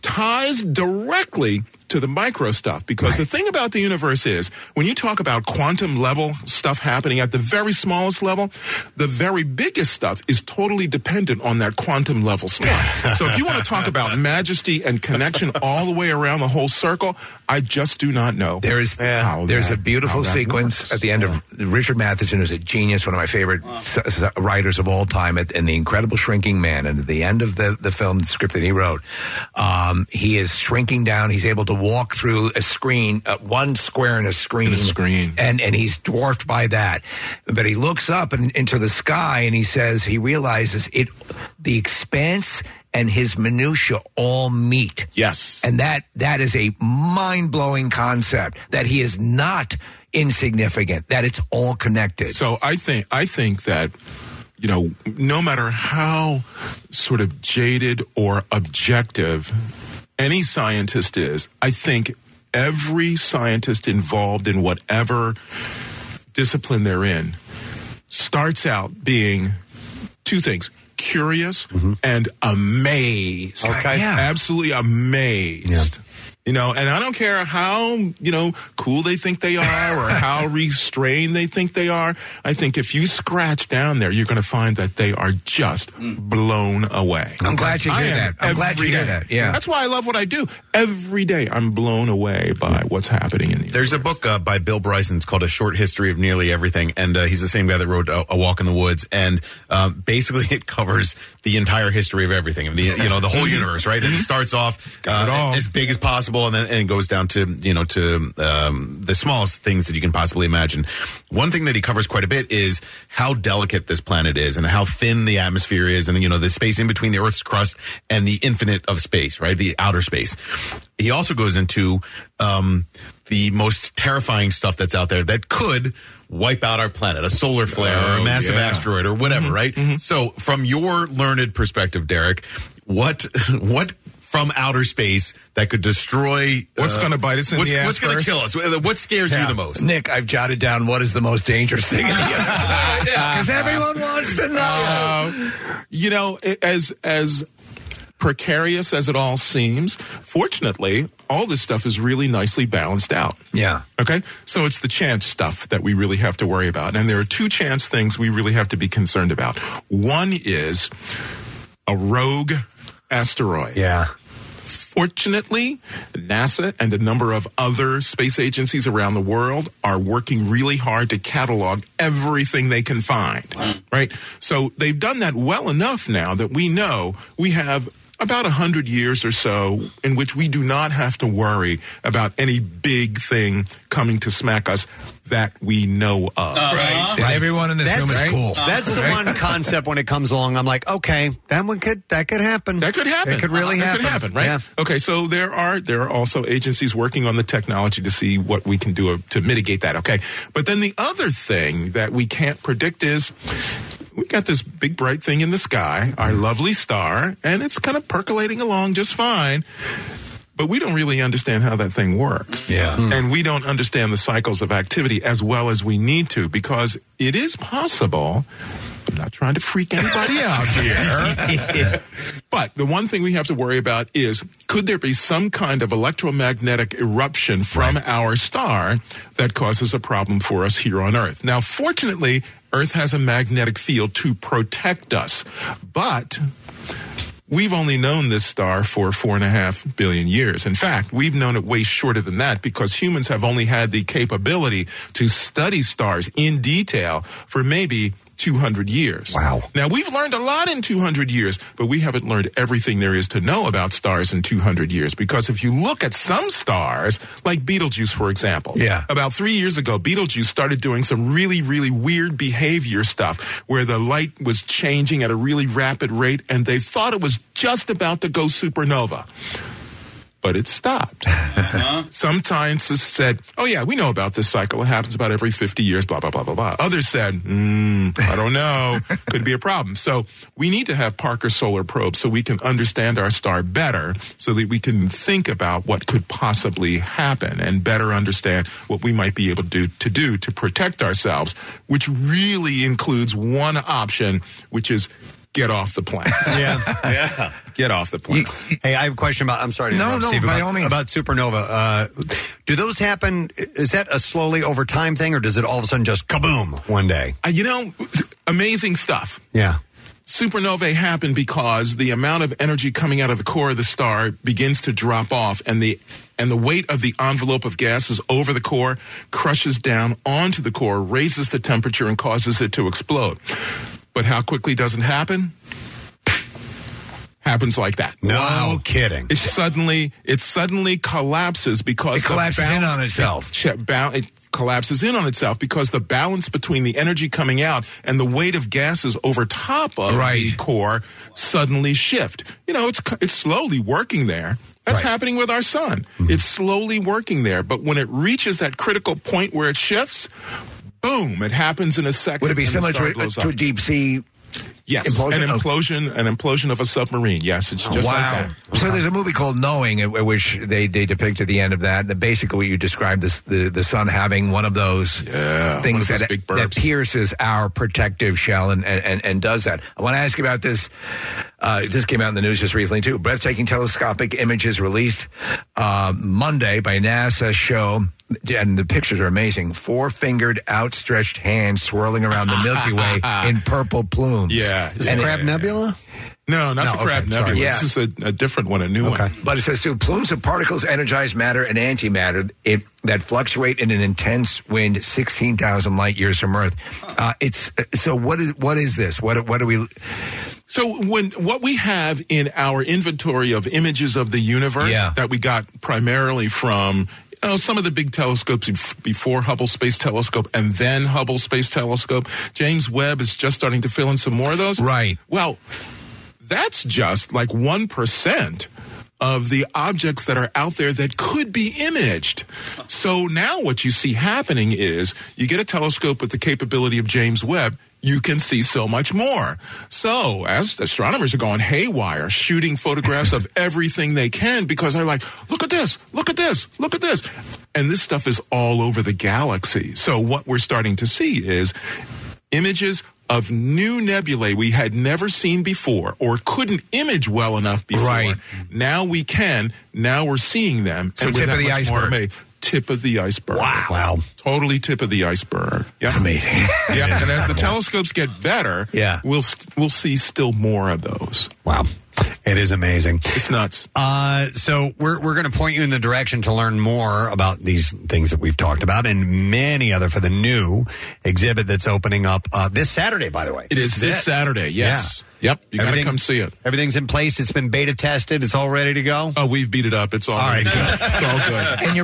Speaker 22: ties directly to the micro stuff because the thing about the universe is when you talk about quantum level stuff happening at the very smallest level, the very biggest stuff is totally dependent on that quantum level stuff. so if you want to talk about majesty and connection all the way around the whole circle, I just do not know.
Speaker 5: There is
Speaker 22: how
Speaker 5: there's
Speaker 22: that-
Speaker 5: a beautiful
Speaker 22: how that
Speaker 5: sequence
Speaker 22: works.
Speaker 5: at the end of Richard Matheson, who's a genius, one of my favorite s- s- writers of all time, at, in The Incredible Shrinking Man. And at the end of the, the film, the script that he wrote, um, he is shrinking down. He's able to walk through a screen, uh, one square in a screen.
Speaker 22: screen.
Speaker 5: And, and he's dwarfed by that. But he looks up and, into the sky and he says, he realizes it, the expanse and his minutia all meet.
Speaker 22: Yes.
Speaker 5: And that that is a mind-blowing concept that he is not insignificant, that it's all connected.
Speaker 22: So
Speaker 7: uh,
Speaker 22: I think I think that you know, no matter how sort of jaded or objective any scientist is, I think every scientist involved in whatever discipline they're in starts out being two things curious and amazed.
Speaker 3: Okay. Yeah.
Speaker 22: Absolutely amazed. You know, and I don't care how, you know, cool they think they are or how restrained they think they are. I think if you scratch down there, you're going to find that they are just blown away.
Speaker 5: Mm. I'm glad you
Speaker 22: I
Speaker 5: hear
Speaker 22: am
Speaker 5: that. I'm glad you
Speaker 22: every
Speaker 5: hear
Speaker 22: day.
Speaker 5: that. Yeah.
Speaker 22: That's why I love what I do. Every day I'm blown away by what's happening in the
Speaker 7: There's a book uh, by Bill Bryson. It's called A Short History of Nearly Everything, and uh, he's the same guy that wrote A, a Walk in the Woods. And um, basically, it covers the entire history of everything, the you know the whole universe, right?
Speaker 22: Mm-hmm.
Speaker 7: And it starts off uh, as big as possible, and then and it goes down to you know to um, the smallest things that you can possibly imagine. One thing that he covers quite a bit is how delicate this planet is, and how thin the atmosphere is, and you know the space in between the Earth's crust and the infinite of space, right? The outer space. He also goes into um, the most terrifying stuff that's out there that could wipe out our planet a solar flare or a
Speaker 22: Oh,
Speaker 7: massive
Speaker 22: yeah.
Speaker 7: asteroid or whatever
Speaker 22: Mm-hmm.
Speaker 7: right so from your learned perspective derek what what from outer space that could destroy uh,
Speaker 22: What's gonna bite us in
Speaker 7: what's,
Speaker 22: the ass
Speaker 7: what's gonna
Speaker 22: first?
Speaker 7: kill us what scares you the most
Speaker 5: Nick, I've jotted down what is the most dangerous thing in the universe.
Speaker 22: Uh,
Speaker 5: Because everyone wants to know.
Speaker 22: you know, it- as as precarious as it all seems, fortunately, all this stuff is really nicely balanced out.
Speaker 5: Yeah.
Speaker 22: Okay? So it's the chance stuff that we really have to worry about. And there are two chance things we really have to be concerned about. One is a rogue asteroid.
Speaker 3: Yeah.
Speaker 22: Fortunately, NASA and a number of other space agencies around the world are working really hard to catalog everything they can find, right? So they've done that well enough now that we know we have about 100 years or so in which we do not have to worry about any big thing coming to smack us that we know of.
Speaker 5: Right. And Uh-huh. everyone in this room is cool.
Speaker 3: That's the
Speaker 5: Right?
Speaker 3: one concept when it comes along. I'm like, okay, that one could that could happen.
Speaker 22: That could happen.
Speaker 3: It could really
Speaker 22: That
Speaker 3: happen.
Speaker 22: could happen, right?
Speaker 3: Yeah.
Speaker 22: Okay, so there are there are also agencies working on the technology to see what we can do uh, to mitigate that. Okay, but then the other thing that we can't predict is. We got this big bright thing in the sky, our lovely star, and it's kind of percolating along just fine. But we don't really understand how that thing works.
Speaker 5: Yeah.
Speaker 22: And we don't understand the cycles of activity as well as we need to because it is possible. I'm not trying to freak anybody out here. but the one thing we have to worry about is could there be some kind of electromagnetic eruption from our star that causes a problem for us here on Earth? Now, fortunately, Earth has a magnetic field to protect us. But We've only known this star for four and a half billion years. In fact, we've known it way shorter than that because humans have only had the capability to study stars in detail for maybe 200 years. Wow. Now, we've learned a lot in 200 years, but we haven't learned everything there is to know about stars in 200 years because if you look at some stars, like Betelgeuse, for example,
Speaker 5: Yeah.
Speaker 22: about three years ago, Beetlejuice started doing some really, really weird behavior stuff where the light was changing at a really rapid rate and they thought it was just about to go supernova. But it stopped. Some scientists said, oh, yeah, we know about this cycle. It happens about every 50 years, blah, blah, blah, blah, blah. Others said, mm, I don't know. Could be a problem. So we need to have Parker solar probes so we can understand our star better so that we can think about what could possibly happen and better understand what we might be able to do to, do to protect ourselves, which really includes one option, which is get off the planet.
Speaker 3: Yeah.
Speaker 7: yeah.
Speaker 22: Get off the planet.
Speaker 3: Hey, I have a question about. I'm sorry to
Speaker 22: No,
Speaker 3: interrupt,
Speaker 22: no,
Speaker 3: Steve,
Speaker 22: by
Speaker 3: about,
Speaker 22: all means.
Speaker 3: about supernova. Uh, do those happen? Is that a slowly over time thing, or does it all of a sudden just kaboom one day?
Speaker 22: Uh, you know, amazing stuff.
Speaker 3: Yeah.
Speaker 22: Supernovae happen because the amount of energy coming out of the core of the star begins to drop off and the and the weight of the envelope of gases over the core crushes down onto the core, raises the temperature and causes it to explode. But how quickly does it happen? Happens like that.
Speaker 3: No kidding.
Speaker 22: It suddenly it suddenly collapses because
Speaker 5: It collapses
Speaker 22: the
Speaker 5: in
Speaker 22: balance-
Speaker 5: on itself.
Speaker 22: Ch- bal- it collapses in on itself because the balance between the energy coming out and the weight of gases over top of the
Speaker 5: Right.
Speaker 22: core suddenly shift. You know, it's c- it's slowly working there. That's happening with our sun.
Speaker 5: Mm-hmm.
Speaker 22: It's slowly working there, but when it reaches that critical point where it shifts, boom! It happens in a second.
Speaker 5: Would it be
Speaker 22: and the
Speaker 5: similar
Speaker 22: star
Speaker 5: to, a-
Speaker 22: blows
Speaker 5: to a
Speaker 22: up.
Speaker 5: deep sea?
Speaker 22: Yes,
Speaker 5: implosion?
Speaker 22: an
Speaker 5: Oh.
Speaker 22: implosion, an implosion of a submarine. Yes, it's just like
Speaker 5: wow.
Speaker 22: that.
Speaker 5: So there's a movie called Knowing, in which they, they depicted the end of that. That basically, what you described this the, the sun having one of those
Speaker 22: one
Speaker 5: things
Speaker 22: of those
Speaker 5: that,
Speaker 22: big
Speaker 5: that
Speaker 22: burps.
Speaker 5: pierces our protective shell and, and, and, and does that. I want to ask you about this. Uh, this came out in the news just recently too. Breathtaking telescopic images released uh, Monday by NASA show. And the pictures are amazing. Four fingered, outstretched hands swirling around the Milky Way in purple plumes.
Speaker 22: Yeah.
Speaker 3: Is
Speaker 5: And
Speaker 3: it
Speaker 5: it-
Speaker 3: Crab Nebula?
Speaker 22: No, not
Speaker 5: No,
Speaker 22: the crab
Speaker 5: okay, sorry.
Speaker 22: nebula. This is a, a different one, a new one.
Speaker 5: But it says too, plumes of particles energize matter and antimatter it, that fluctuate in an intense wind, sixteen thousand light years from Earth. Uh, it's so. What is what is this? What what do we?
Speaker 22: So when what we have in our inventory of images of the universe
Speaker 5: Yeah.
Speaker 22: that we got primarily from you know, some of the big telescopes bef- before Hubble Space Telescope and then Hubble Space Telescope, James Webb is just starting to fill in some more of those.
Speaker 5: Right.
Speaker 22: Well, that's just like 1% of the objects that are out there that could be imaged. So now what you see happening is you get a telescope with the capability of James Webb. You can see so much more. So, as astronomers are going haywire, shooting photographs of everything they can because they're like, look at this, look at this, look at this. And this stuff is all over the galaxy. So, what we're starting to see is images of new nebulae we had never seen before or couldn't image well enough before.
Speaker 5: Right.
Speaker 22: Now we can. Now we're seeing them.
Speaker 5: So
Speaker 22: we're
Speaker 5: tip
Speaker 22: that
Speaker 5: of the
Speaker 22: much more
Speaker 5: iceberg.
Speaker 22: amazed. Tip of the iceberg.
Speaker 5: Wow.
Speaker 22: Wow. Totally tip of the iceberg. Yeah. It's
Speaker 5: amazing.
Speaker 22: Yeah. and as the telescopes get better,
Speaker 5: Yeah.
Speaker 22: we'll we'll see still more of those.
Speaker 3: Wow. It is amazing.
Speaker 22: It's nuts.
Speaker 3: Uh, so we're we're going to point you in the direction to learn more about these things that we've talked about and many other for the new exhibit that's opening up uh, this Saturday. By the way,
Speaker 22: It is this Saturday, yes. Yep, you gotta come see it.
Speaker 3: Everything's in place. It's been beta tested. It's all ready to go.
Speaker 22: Oh, we've beat it up. It's all, all
Speaker 3: right. Good.
Speaker 22: It's all good.
Speaker 5: And your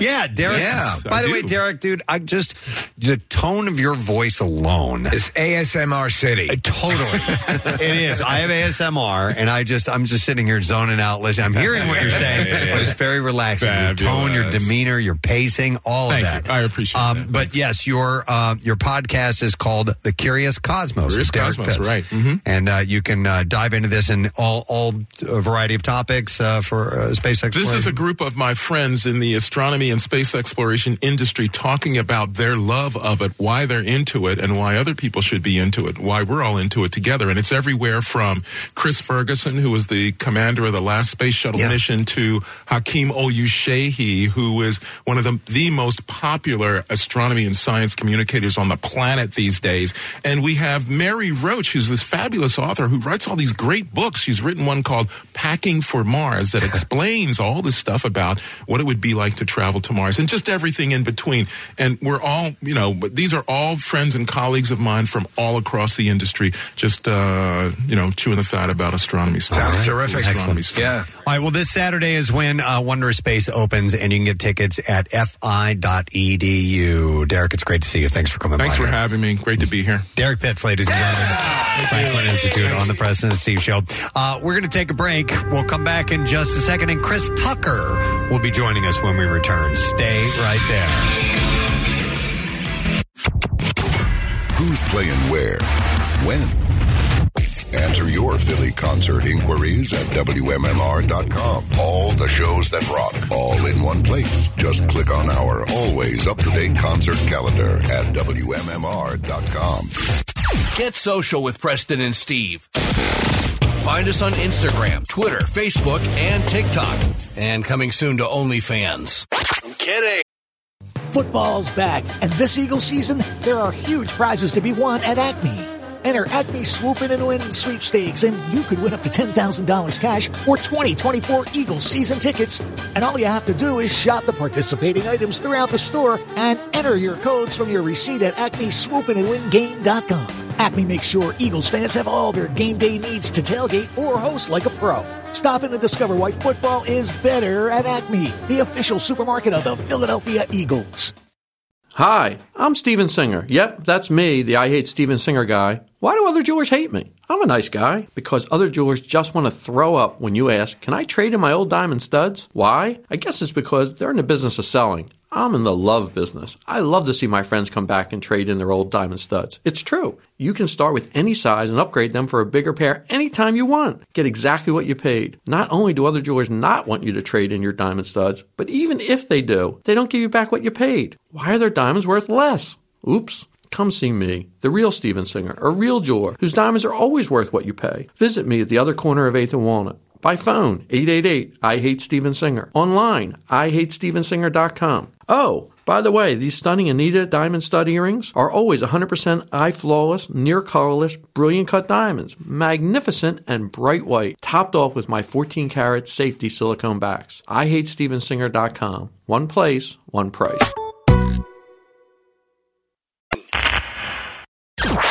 Speaker 3: yeah, Derek.
Speaker 5: Yeah,
Speaker 3: by
Speaker 5: I
Speaker 3: the
Speaker 5: do.
Speaker 3: way, Derek, dude, I just the tone of your voice alone. Uh,
Speaker 5: It's ASMR City.
Speaker 3: totally. it is. I have ASMR, and I just I'm just sitting here zoning out. Listen, I'm hearing what you're saying,
Speaker 22: Yeah, yeah, yeah.
Speaker 3: but it's very relaxing. Your tone, your
Speaker 22: Fabulous.
Speaker 3: demeanor, your pacing, all
Speaker 22: Thank
Speaker 3: of that.
Speaker 22: you. I appreciate
Speaker 3: um,
Speaker 22: that.
Speaker 3: But yes, your uh, your podcast is called The Curious Cosmos.
Speaker 22: Curious
Speaker 3: with Derek
Speaker 22: Cosmos,
Speaker 3: Pitts.
Speaker 22: right. Mhm.
Speaker 3: And uh, you can uh, dive into this in all all a variety of topics uh, for uh, space exploration.
Speaker 22: This is a group of my friends in the astronomy and space exploration industry talking about their love of it, why they're into it, and why other people should be into it, why we're all into it together. And it's everywhere from Chris Ferguson, who was the commander of the last space shuttle mission, to Hakeem Oyushehi, who is one of the, the most popular astronomy and science communicators on the planet these days. And we have Mary Roach, who's this fabulous author who writes all these great books. She's written one called Packing for Mars that explains all this stuff about what it would be like to travel to Mars and just everything in between. And we're all, you know, but these are all friends and colleagues of mine from all across the industry, just, uh, you know, chewing the fat about astronomy stuff.
Speaker 5: Sounds
Speaker 22: Cool
Speaker 5: terrific.
Speaker 22: Astronomy
Speaker 5: Excellent. Yeah.
Speaker 22: stuff.
Speaker 3: All right, well, this Saturday is when uh, Wondrous Space opens, and you can get tickets at fi.edu. E Derek, it's great to see you. Thanks for coming
Speaker 22: Thanks
Speaker 3: by.
Speaker 22: for having me. Great to be here.
Speaker 3: Derek Pitts, ladies and gentlemen, Franklin Institute on the President Steve Show. Uh, we're going to take a break. We'll come back in just a second, and Chris Tucker will be joining us when we return. Stay right there.
Speaker 2: Who's playing where? When? Answer your Philly concert inquiries at WMMR.com. All the shows that rock, all in one place. Just click on our always up to date concert calendar at WMMR.com.
Speaker 8: Get social with Preston and Steve. Find us on Instagram, Twitter, Facebook, and TikTok. And coming soon to OnlyFans. I'm kidding.
Speaker 1: Football's back, and this Eagles season, there are huge prizes to be won at Acme. Enter Acme Swoop In and Win sweepstakes, and you could win up to $10,000 cash or 2024 Eagles season tickets. And all you have to do is shop the participating items throughout the store and enter your codes from your receipt at acmeswoopinandwingame.com. Acme makes sure Eagles fans have all their game day needs to tailgate or host like a pro. Stop in to discover why football is better at Acme, the official supermarket of the Philadelphia Eagles.
Speaker 20: Hi, I'm Steven Singer. Yep, that's me, the I Hate Steven Singer guy. Why do other jewelers hate me? I'm a nice guy. Because other jewelers just want to throw up when you ask, Can I trade in my old diamond studs? Why? I guess it's because they're in the business of selling. I'm in the love business. I love to see my friends come back and trade in their old diamond studs. It's true. You can start with any size and upgrade them for a bigger pair anytime you want. Get exactly what you paid. Not only do other jewelers not want you to trade in your diamond studs, but even if they do, they don't give you back what you paid. Why are their diamonds worth less? Oops. Come see me, the real Steven Singer, a real jeweler whose diamonds are always worth what you pay. Visit me at the other corner of 8th and Walnut. By phone, 888 I Hate Steven Singer. Online, I IHateStevenSinger.com. Oh, by the way, these stunning Anita diamond stud earrings are always 100% eye flawless, near colorless, brilliant cut diamonds, magnificent and bright white, topped off with my 14 karat safety silicone backs. I IHateStevenSinger.com. One place, one price.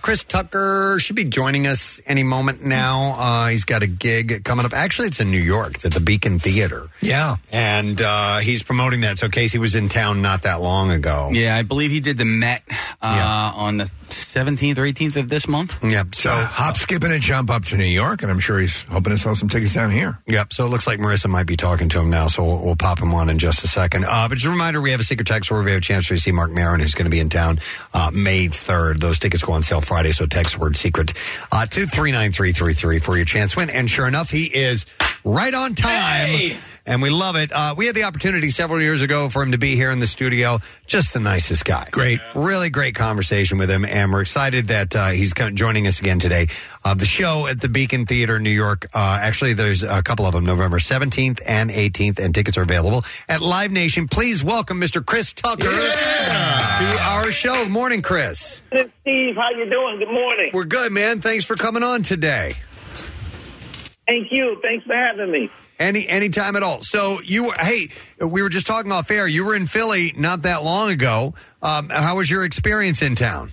Speaker 3: Chris Tucker should be joining us any moment now. Uh, he's got a gig coming up. Actually, it's in New York. It's at the Beacon Theater.
Speaker 5: Yeah.
Speaker 3: And uh, he's promoting that. So Casey was in town not that long ago.
Speaker 6: Yeah, I believe he did the Met uh, on the 17th or 18th of this month.
Speaker 3: Yep. So
Speaker 5: hop, skip, and a jump up to New York, and I'm sure he's hoping to sell some tickets down here.
Speaker 3: Yep. So it looks like Marissa might be talking to him now. So we'll, we'll pop him on in just a second. Uh, but just a reminder, we have a secret text where we have a chance to see Mark Maron, who's going to be in town uh, May 3rd. Those tickets go on sale Friday, so text word secret uh, to 239333 for your chance win. And sure enough, he is right on time. And we love it. Uh, we had the opportunity several years ago for him to be here in the studio. Just the nicest guy. Great. Really great conversation with him. And we're excited that uh, he's co- joining us again today. Uh, the show at the Beacon Theater in New York. Uh, actually, there's a couple of them November 17th and 18th, and tickets are available at Live Nation. Please welcome Mr. Chris Tucker to our show. Morning, Chris.
Speaker 10: Steve, how you doing? Good morning.
Speaker 3: We're good, man. Thanks for coming on today.
Speaker 10: Thank you. Thanks for having me.
Speaker 3: Any any time at all. So you were hey, we were just talking off air. You were in Philly not that long ago. Um, how was your experience in town?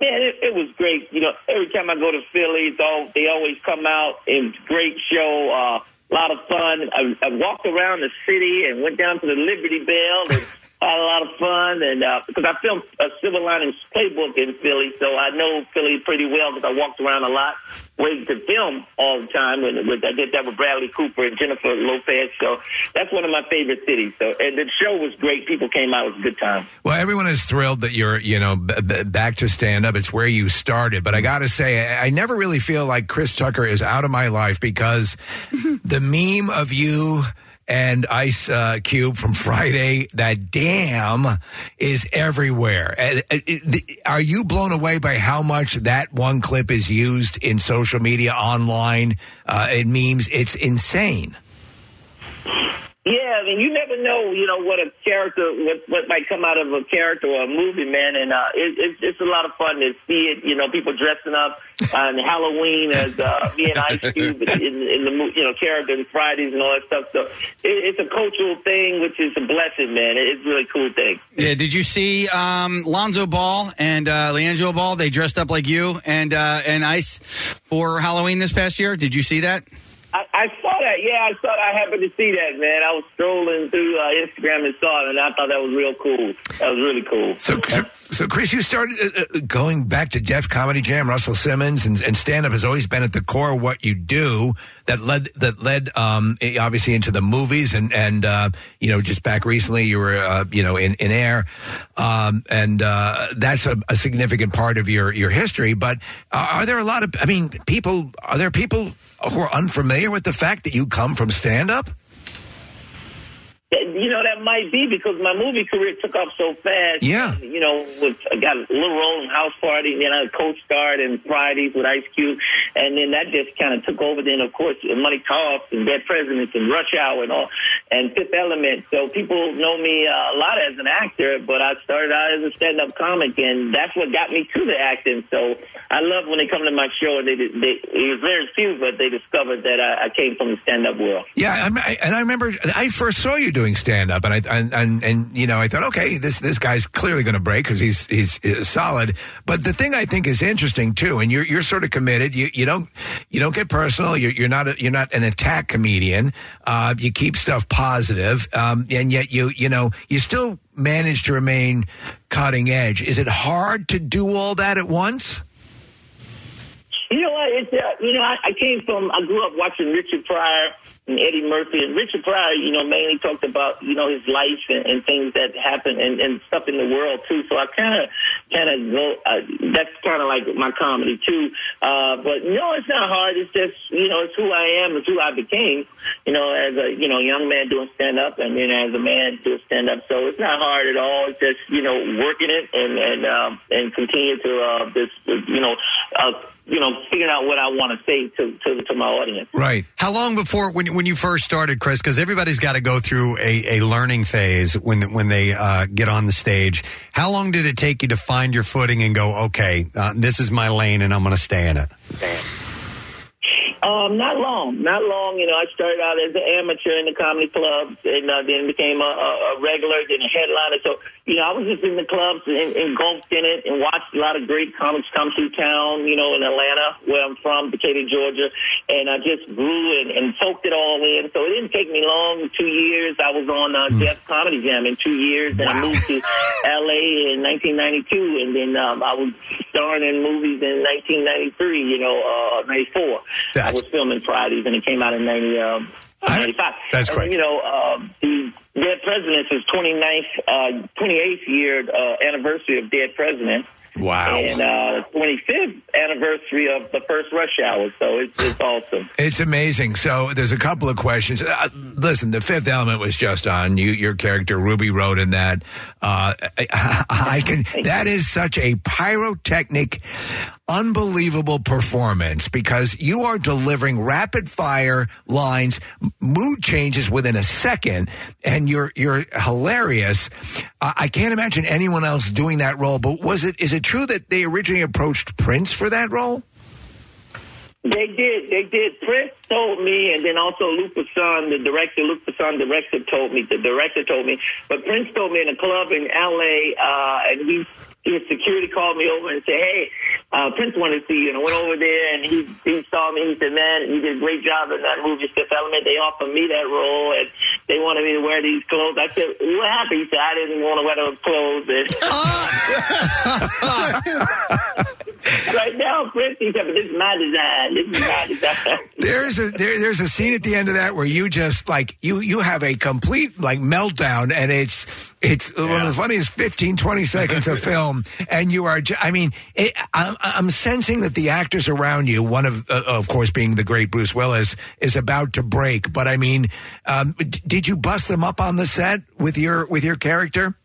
Speaker 10: Man, it, it was great. You know, every time I go to Philly, though, they always come out. It was a great show. A uh, lot of fun. I, I walked around the city and went down to the Liberty Bell and had a lot of fun. And uh, because I filmed a Silver Linings Playbook in Philly, so I know Philly pretty well because I walked around a lot, waiting to film all the time. And with, I did that with Bradley Cooper and Jennifer Lopez. So that's one of my favorite cities. So and the show was great. People came out. It was a good time.
Speaker 5: Well, everyone is thrilled that you're, you know, b- b- back to stand up. It's where you started. But I got to say, I-, I never really feel like Chris Tucker is out of my life because the meme of you and Ice uh, Cube from Friday, that damn is everywhere. And, uh, it- the- are you blown away by how much that one clip is used in social media, online, uh, in memes? It's insane.
Speaker 10: Yeah, I mean, you never know, you know, what a character, what what might come out of a character or a movie, man. And uh, it, it's it's a lot of fun to see it. You know, people dressing up on Halloween as uh, me and Ice Cube in, in the mo- you know character and Fridays and all that stuff. So it, it's a cultural thing, which is a blessing, man. It, it's a really cool thing.
Speaker 6: Yeah, did you see um, Lonzo Ball and uh, Leandro Ball? They dressed up like you and uh, and Ice for Halloween this past year. Did you see that?
Speaker 10: I, I saw that. Yeah, I saw. That. I happened to see that, man. I was scrolling through uh, Instagram and saw it, and I thought that was real cool. That was really cool.
Speaker 5: So, so, so Chris, you started uh, uh, going back to Def Comedy Jam, Russell Simmons, and, and stand up has always been at the core of what you do. That led that led um, eh, obviously into the movies, and and uh, you know just back recently you were uh, you know in in air, um, and uh, that's a, a significant part of your your history. But are are there a lot of I mean people are there people who are unfamiliar with the fact that you come from stand up?
Speaker 10: That- You know, that might be because my movie career took off so fast.
Speaker 5: Yeah.
Speaker 10: You know, with, I got a little role in House Party, and then I co-starred in Fridays with Ice Cube, and then that just kind of took over. Then, of course, Money Talks and Dead Presidents and Rush Hour and all, and Fifth Element. So people know me uh, a lot as an actor, but I started out as a stand-up comic, and that's what got me to the acting. So I love when they come to my show, and they, they it was very few, but they discovered that I, I came from the stand-up world.
Speaker 5: Yeah, I'm, I, and I remember I first saw you doing stand up, and I and, and and you know I thought, okay, this this guy's clearly going to break because he's he's uh, solid. But the thing I think is interesting too, and you're you're sort of committed. You you don't you don't get personal. You're you're not a, you're not an attack comedian. Uh, you keep stuff positive, um, and yet you you know you still manage to remain cutting edge. Is it hard to do all that at once?
Speaker 10: You know what? It's uh, you know I, I came from I grew up watching Richard Pryor and Eddie Murphy, and Richard Pryor, you know, mainly talked about you know his life and, and things that happen and, and stuff in the world too. So I kind of kind of go. Uh, that's kind of like my comedy too. Uh, but no, it's not hard. It's just you know it's who I am. It's who I became. You know, as a you know young man doing stand up, and then as a man doing stand up. So it's not hard at all. It's just you know working it and and um, and continue to uh, this you know. Uh, you know, figuring out what I want to say to, to, to my audience.
Speaker 5: Right.
Speaker 3: How long before when when you first started, Chris? Because everybody's got to go through a, a learning phase when when they uh, get on the stage. How long did it take you to find your footing and go, okay, uh, this is my lane, and I'm going to stay in it?
Speaker 10: Um, not long, not long. You know, I started out as an amateur in the comedy clubs, and uh, then became a, a a regular, then a headliner. So, you know, I was just in the clubs and engulfed in it, and watched a lot of great comics come through town. You know, in Atlanta, where I'm from, Decatur, Georgia, and I just grew and, and soaked it all in. So it didn't take me long. Two years, I was on uh, Def Comedy Jam in two years, and I moved to L.A. in 1992, and then um, I was starring in movies in 1993. You know, uh, 94. I was filming Fridays, and it came out in 90, um, 95. That's correct. You know, uh, the Dead Presidents is 29th, uh, 28th year uh, anniversary of Dead Presidents.
Speaker 5: Wow.
Speaker 10: And uh, 25th anniversary of the first Rush Hour. So it's, it's awesome.
Speaker 5: It's amazing. So there's a couple of questions. Uh, listen, the Fifth Element was just on you. Your character Ruby wrote in that. Uh, I, I can. That is such a pyrotechnic, unbelievable performance because you are delivering rapid fire lines, m- mood changes within a second, and you're you're hilarious. I, I can't imagine anyone else doing that role. But was it? Is it true that they originally approached Prince for that role?
Speaker 10: They did. They did. Prince told me, and then also Luke Son, the director, Luke Son, director told me. The director told me, but Prince told me in a club in L.A. Uh, and he his security called me over and said, "Hey, uh, Prince wanted to see you." And I went over there, and he he saw me. He said, "Man, you did a great job in that movie, Fifth Element. They offered me that role, and they wanted me to wear these clothes." I said, "What happened?" He said, "I didn't want to wear those clothes." And right now, Prince, he said, "But this is my design. This is my design."
Speaker 5: There's a there, there's a scene at the end of that where you just like you you have a complete like meltdown and it's it's one of the funniest 15 20 seconds of film and you are ju- I mean it, I'm, I'm sensing that the actors around you one of uh, of course being the great Bruce Willis is about to break but I mean um, d- did you bust them up on the set with your with your character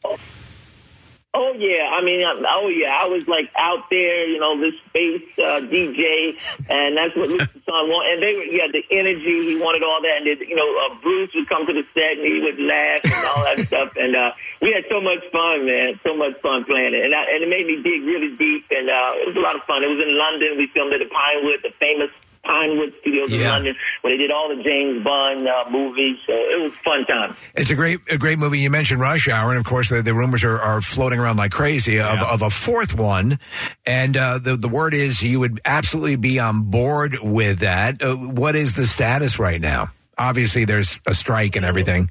Speaker 10: Oh yeah, I mean, um, oh yeah, I was like out there, you know, this space uh, DJ, and that's what Lucas Son wanted. And they, were, yeah, the energy he wanted, all that, and it, you know, uh, Bruce would come to the set and he would laugh and all that stuff, and uh, we had so much fun, man, so much fun playing it, and I, and it made me dig really deep, and uh, it was a lot of fun. It was in London. We filmed at the Pinewood, the famous. Pinewood Studios in London, where they did all the James Bond uh, movies. So it was a fun time.
Speaker 5: It's a great, a great movie. You mentioned Rush Hour, and of course, the, the rumors are, are floating around like crazy of, of a fourth one. And uh, the the word is you would absolutely be on board with that. Uh, what is the status right now? Obviously, there's a strike and everything.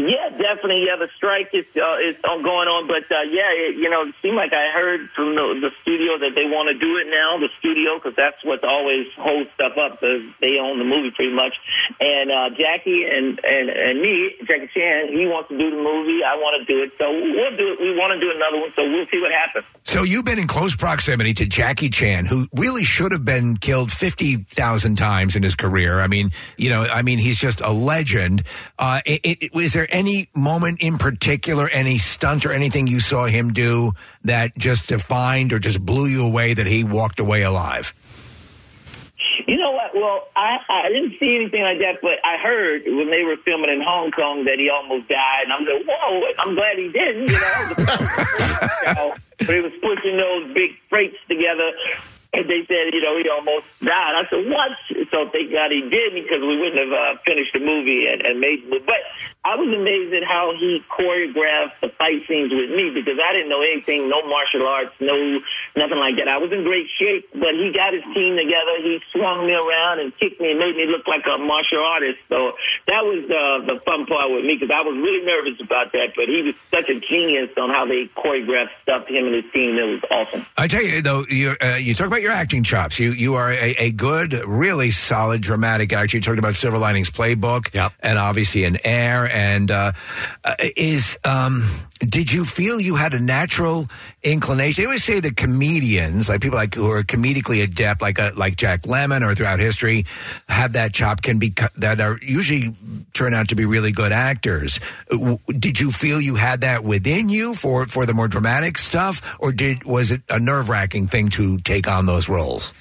Speaker 10: Yeah, definitely. Yeah, the strike is uh, is on- going on, but uh, yeah, it, you know, it seemed like I heard from the, the studio that they want to do it now, the studio, because that's what always holds stuff up. Is they own the movie pretty much, and uh, Jackie and, and and me, Jackie Chan, he wants to do the movie. I want to do it, so we'll do it. We want to do another one, so we'll see what happens.
Speaker 5: So you've been in close proximity to Jackie Chan, who really should have been killed fifty thousand times in his career. I mean, you know, I mean, he's just a legend. Uh, it, it, was there any moment in particular, any stunt or anything you saw him do that just defined or just blew you away that he walked away alive?
Speaker 10: You know what? Well, I, I didn't see anything like that, but I heard when they were filming in Hong Kong that he almost died, and I'm like, whoa, I'm glad he didn't, you know? but he was pushing those big freights together, and they said, you know, he almost died. I said, what? So thank God he didn't, because we wouldn't have uh, finished the movie and, and made the movie. But I was amazed at how he choreographed the fight scenes with me, because I didn't know anything, no martial arts, no nothing like that. I was in great shape, but he got his team together. He swung me around and kicked me and made me look like a martial artist. So that was uh, the fun part with me because I was really nervous about that. But he was such a genius on how they choreographed stuff. Him and his team, it was awesome.
Speaker 5: I tell you though, you uh, you talk about your acting chops. You you are a, a good, really solid dramatic actor. You talked about Silver Linings Playbook, and obviously an Air. And uh, uh, is um, did you feel you had a natural inclination? They always say that comedians, like people like who are comedically adept, like a, like Jack Lemmon or throughout history, have that chop can be that are usually turn out to be really good actors. Uh, w- Did you feel you had that within you for for the more dramatic stuff, or did was it a nerve wracking thing to take on those roles?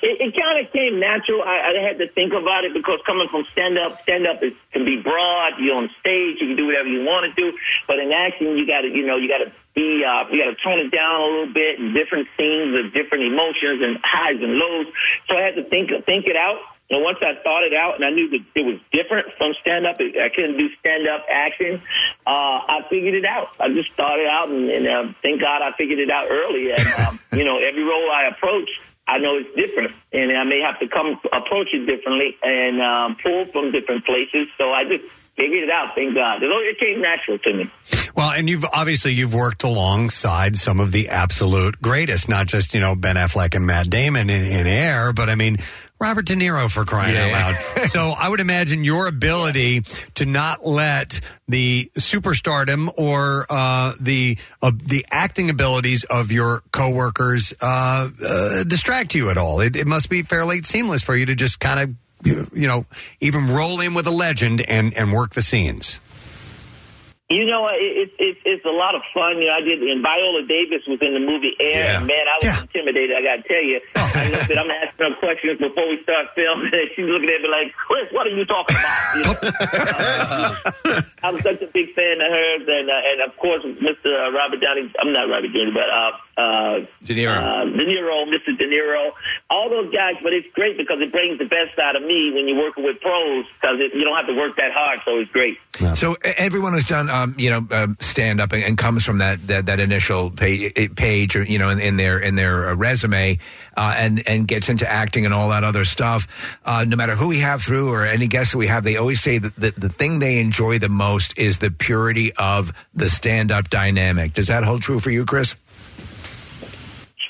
Speaker 10: it, it kind of came natural. I, I had to think about it because coming from stand up, stand up is, can be broad. You're on stage, you can do whatever you want to do. But in acting, you got to, you know, you got to be, uh, you got to tone it down a little bit. And different scenes of different emotions and highs and lows. So I had to think think it out. And once I thought it out, and I knew that it was different from stand up, I couldn't do stand up action. Uh, I figured it out. I just thought it out, and, and uh, thank God I figured it out early. And um, you know, every role I approach. I know it's different, and I may have to come approach it differently and um, pull from different places. So I just figured it out. Thank God, it, it came natural to me.
Speaker 3: Well, and you've obviously you've worked alongside some of the absolute greatest, not just you know Ben Affleck and Matt Damon in, in Air, but I mean Robert De Niro for crying
Speaker 5: Yeah,
Speaker 3: out
Speaker 5: yeah.
Speaker 3: loud. so I would imagine your ability to not let the superstardom or uh, the uh, the acting abilities of your coworkers uh, uh, distract you at all. It, it must be fairly seamless for you to just kind of you know even roll in with a legend and and work the scenes.
Speaker 10: You know, it, it, it, it's a lot of fun. You know, I did, and Viola Davis was in the movie Air, and man, I was intimidated, I got to tell you.
Speaker 5: Oh.
Speaker 10: I know that I'm asking her questions before we start filming, and she's looking at me like, Chris, what are you talking about? You know? Uh, I was such a big fan of hers, and, uh, and of course, Mr. Robert Downey, I'm not Robert Downey, but uh, uh,
Speaker 5: De Niro.
Speaker 10: uh, De Niro, Mr. De Niro, all those guys. But it's great because it brings the best out of me when you're working with pros because you don't have to work that hard, so it's great.
Speaker 5: So e- everyone who's done, um, you know, um, stand up and, and comes from that that, that initial page, page, or you know, in, in their in their uh, resume, uh, and and gets into acting and all that other stuff. Uh, no matter who we have through or any guests that we have, they always say that the, the thing they enjoy the most is the purity of the stand up dynamic. Does that hold true for you, Chris?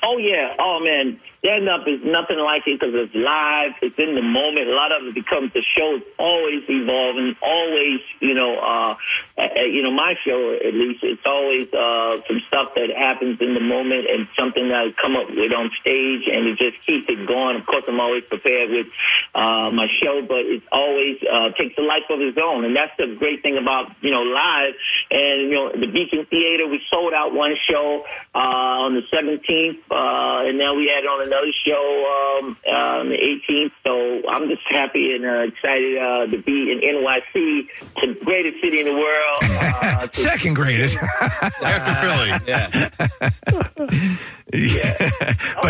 Speaker 10: Oh yeah. Oh man, stand up is nothing like it because it's live. It's in the moment. A lot of it becomes the show is always evolving. Always, you know, uh, uh, you know, my show at least it's always uh, some stuff that happens in the moment and something that I come up with on stage, and it just keeps it going. Of course, I'm always prepared with uh, my show, but it always uh, takes a life of its own, and that's the great thing about you know live and you know the Beacon Theater. We sold out one show uh, on the 17th, uh, and now we had on another show um, uh, on the 18th. So I'm just happy and uh, excited uh, to be in NYC, the greatest city in the world. Uh, to-
Speaker 5: Second greatest.
Speaker 7: After Philly.
Speaker 6: Yeah.
Speaker 10: Oh,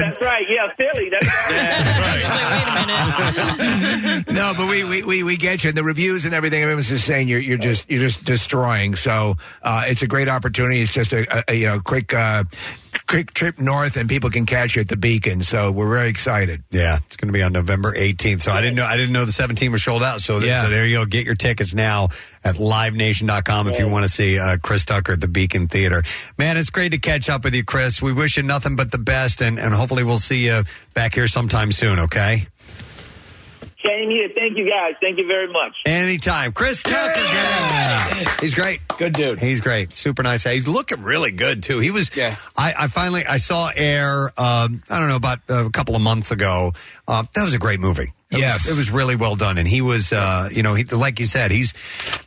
Speaker 10: that's right. Yeah, Philly. That's right.
Speaker 5: no, but we, we, we, we get you. And the reviews and everything, everyone's just saying you're, you're just you're just destroying. So uh, it's a great opportunity. It's just a, a, a you know quick uh, quick trip north, and people can catch you at the Beacon. So we're very excited.
Speaker 3: Yeah, it's going to be on November 18th. So I didn't know I didn't know the 17 was sold out. So,
Speaker 5: Yeah.
Speaker 3: so there you go. Get your tickets now at livenation.com if you want to see uh, Chris Tucker at the Beacon Theater. Man, it's great to catch up with you, Chris. We wish you nothing but the best and, and hopefully we'll see you back here sometime soon, okay?
Speaker 10: Same here. Thank you guys. Thank you very much.
Speaker 3: Anytime. Chris Tucker. yeah. He's great. Good dude. He's great. Super nice. He's looking really good too. He was yeah. I, I finally I saw Air um, I don't know about a couple of months ago. Uh, that was a great movie. It
Speaker 5: Yes.
Speaker 3: was, it was really well done, and he was, uh, you know, he, like you said, he's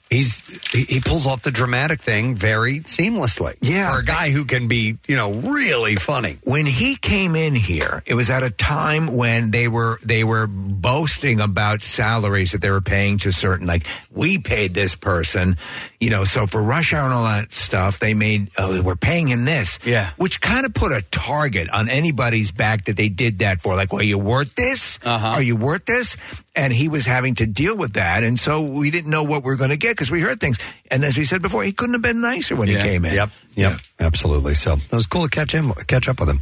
Speaker 3: he's he, he pulls off the dramatic thing very seamlessly. Yeah, for a guy who can be, you know, really funny.
Speaker 5: When he came in here, it was at a time when they were they were boasting about salaries that they were paying to certain like we paid this person, you know. So for rush hour and all that stuff, they made oh, we're paying him this, yeah, which kind of put a target on anybody's back that they did that for. Like, well, are you worth this? Uh-huh. Are you worth this? And he was having to deal with that, and so we didn't know what we were going to get because we heard things. And as we said before, he couldn't have been nicer when he came in.
Speaker 3: Yep, yep, absolutely. So that was cool to catch him, catch up with him.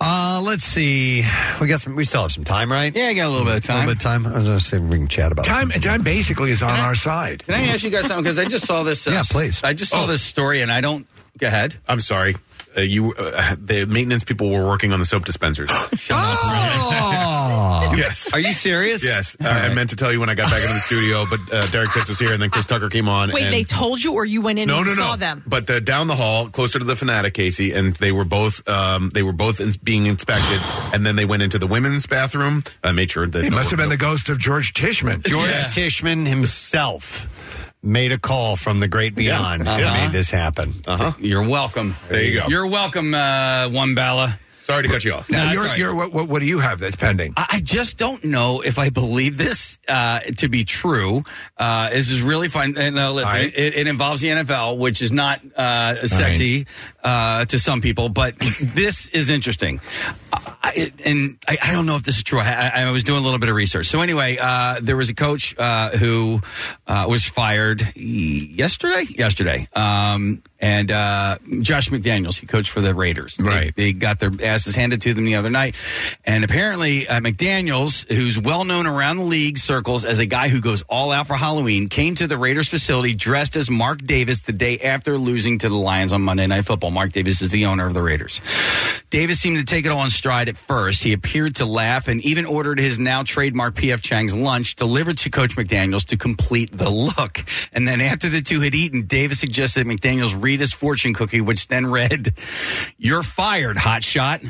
Speaker 3: Uh, let's see, we got some. We still have some time, right? Yeah,
Speaker 6: I got a little bit of
Speaker 3: A little bit of time. I was going to see if we can chat about
Speaker 5: time. Time basically is on
Speaker 6: I-
Speaker 5: our side.
Speaker 6: Can I ask you guys something? Because I just saw this. Uh, yeah, please. I just saw this story, and I don't. Go ahead.
Speaker 7: I'm sorry. Uh, you, uh, the maintenance people were working on the soap dispensers.
Speaker 22: Um,
Speaker 3: Oh,
Speaker 7: yes.
Speaker 3: Are you serious?
Speaker 7: Yes. Uh, I meant to tell you when I got back into the studio, but uh, Derek Pitts was here, and then Chris Tucker came on.
Speaker 17: Wait,
Speaker 7: and
Speaker 17: they told you, or you went in and you saw them?
Speaker 7: But uh, down the hall, closer to the fanatic, Casey, and they were both um, they were both in- being inspected, and then they went into the women's bathroom. I made sure that
Speaker 5: He
Speaker 7: no
Speaker 5: must
Speaker 7: one-
Speaker 5: have been the ghost of George Tishman.
Speaker 3: George Tishman himself made a call from the great beyond
Speaker 6: Yeah.
Speaker 3: and
Speaker 6: Uh-huh.
Speaker 3: made this happen.
Speaker 7: Uh-huh.
Speaker 6: You're welcome.
Speaker 7: There you go.
Speaker 6: You're welcome, uh, One Bala.
Speaker 7: Sorry to cut you off.
Speaker 6: No,
Speaker 5: Now,
Speaker 6: it's
Speaker 5: you're,
Speaker 6: all right.
Speaker 5: you're, what, what, what do you have that's pending?
Speaker 6: I I just don't know if I believe this uh, to be true. Uh, this is really fun. And uh, listen,
Speaker 5: All right.
Speaker 6: it, it involves the NFL, which is not uh, sexy uh, to some people, but this is interesting. I, I- and I, I don't know if this is true. I, I, I was doing a little bit of research. So anyway, uh, there was a coach uh, who uh, was fired yesterday. Yesterday, um, and uh, Josh McDaniels, he coached for the Raiders. Right. They, they got their asses handed to them the other night. And apparently, uh, McDaniels, who's well known around the league circles as a guy who goes all out for Halloween, came to the Raiders facility dressed as Mark Davis the day after losing to the Lions on Monday Night Football. Mark Davis is the owner of the Raiders. Davis seemed to take it all in stride at first. He appeared to laugh and even ordered his now trademark PF Chang's lunch delivered to Coach McDaniels to complete the look. And then after the two had eaten, Davis suggested that McDaniels read his fortune cookie, which then read, You're fired, hotshot.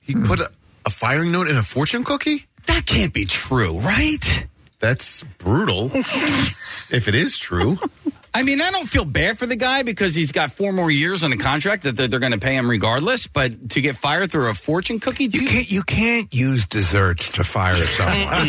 Speaker 7: He put a, a firing note in a fortune cookie?
Speaker 6: That can't be true, right?
Speaker 7: That's brutal. if it is true.
Speaker 6: I mean, I don't feel bad for the guy because he's got four more years on a contract that they're, they're going to pay him regardless. But to get fired through a fortune cookie,
Speaker 5: you can't you can't use desserts to fire someone.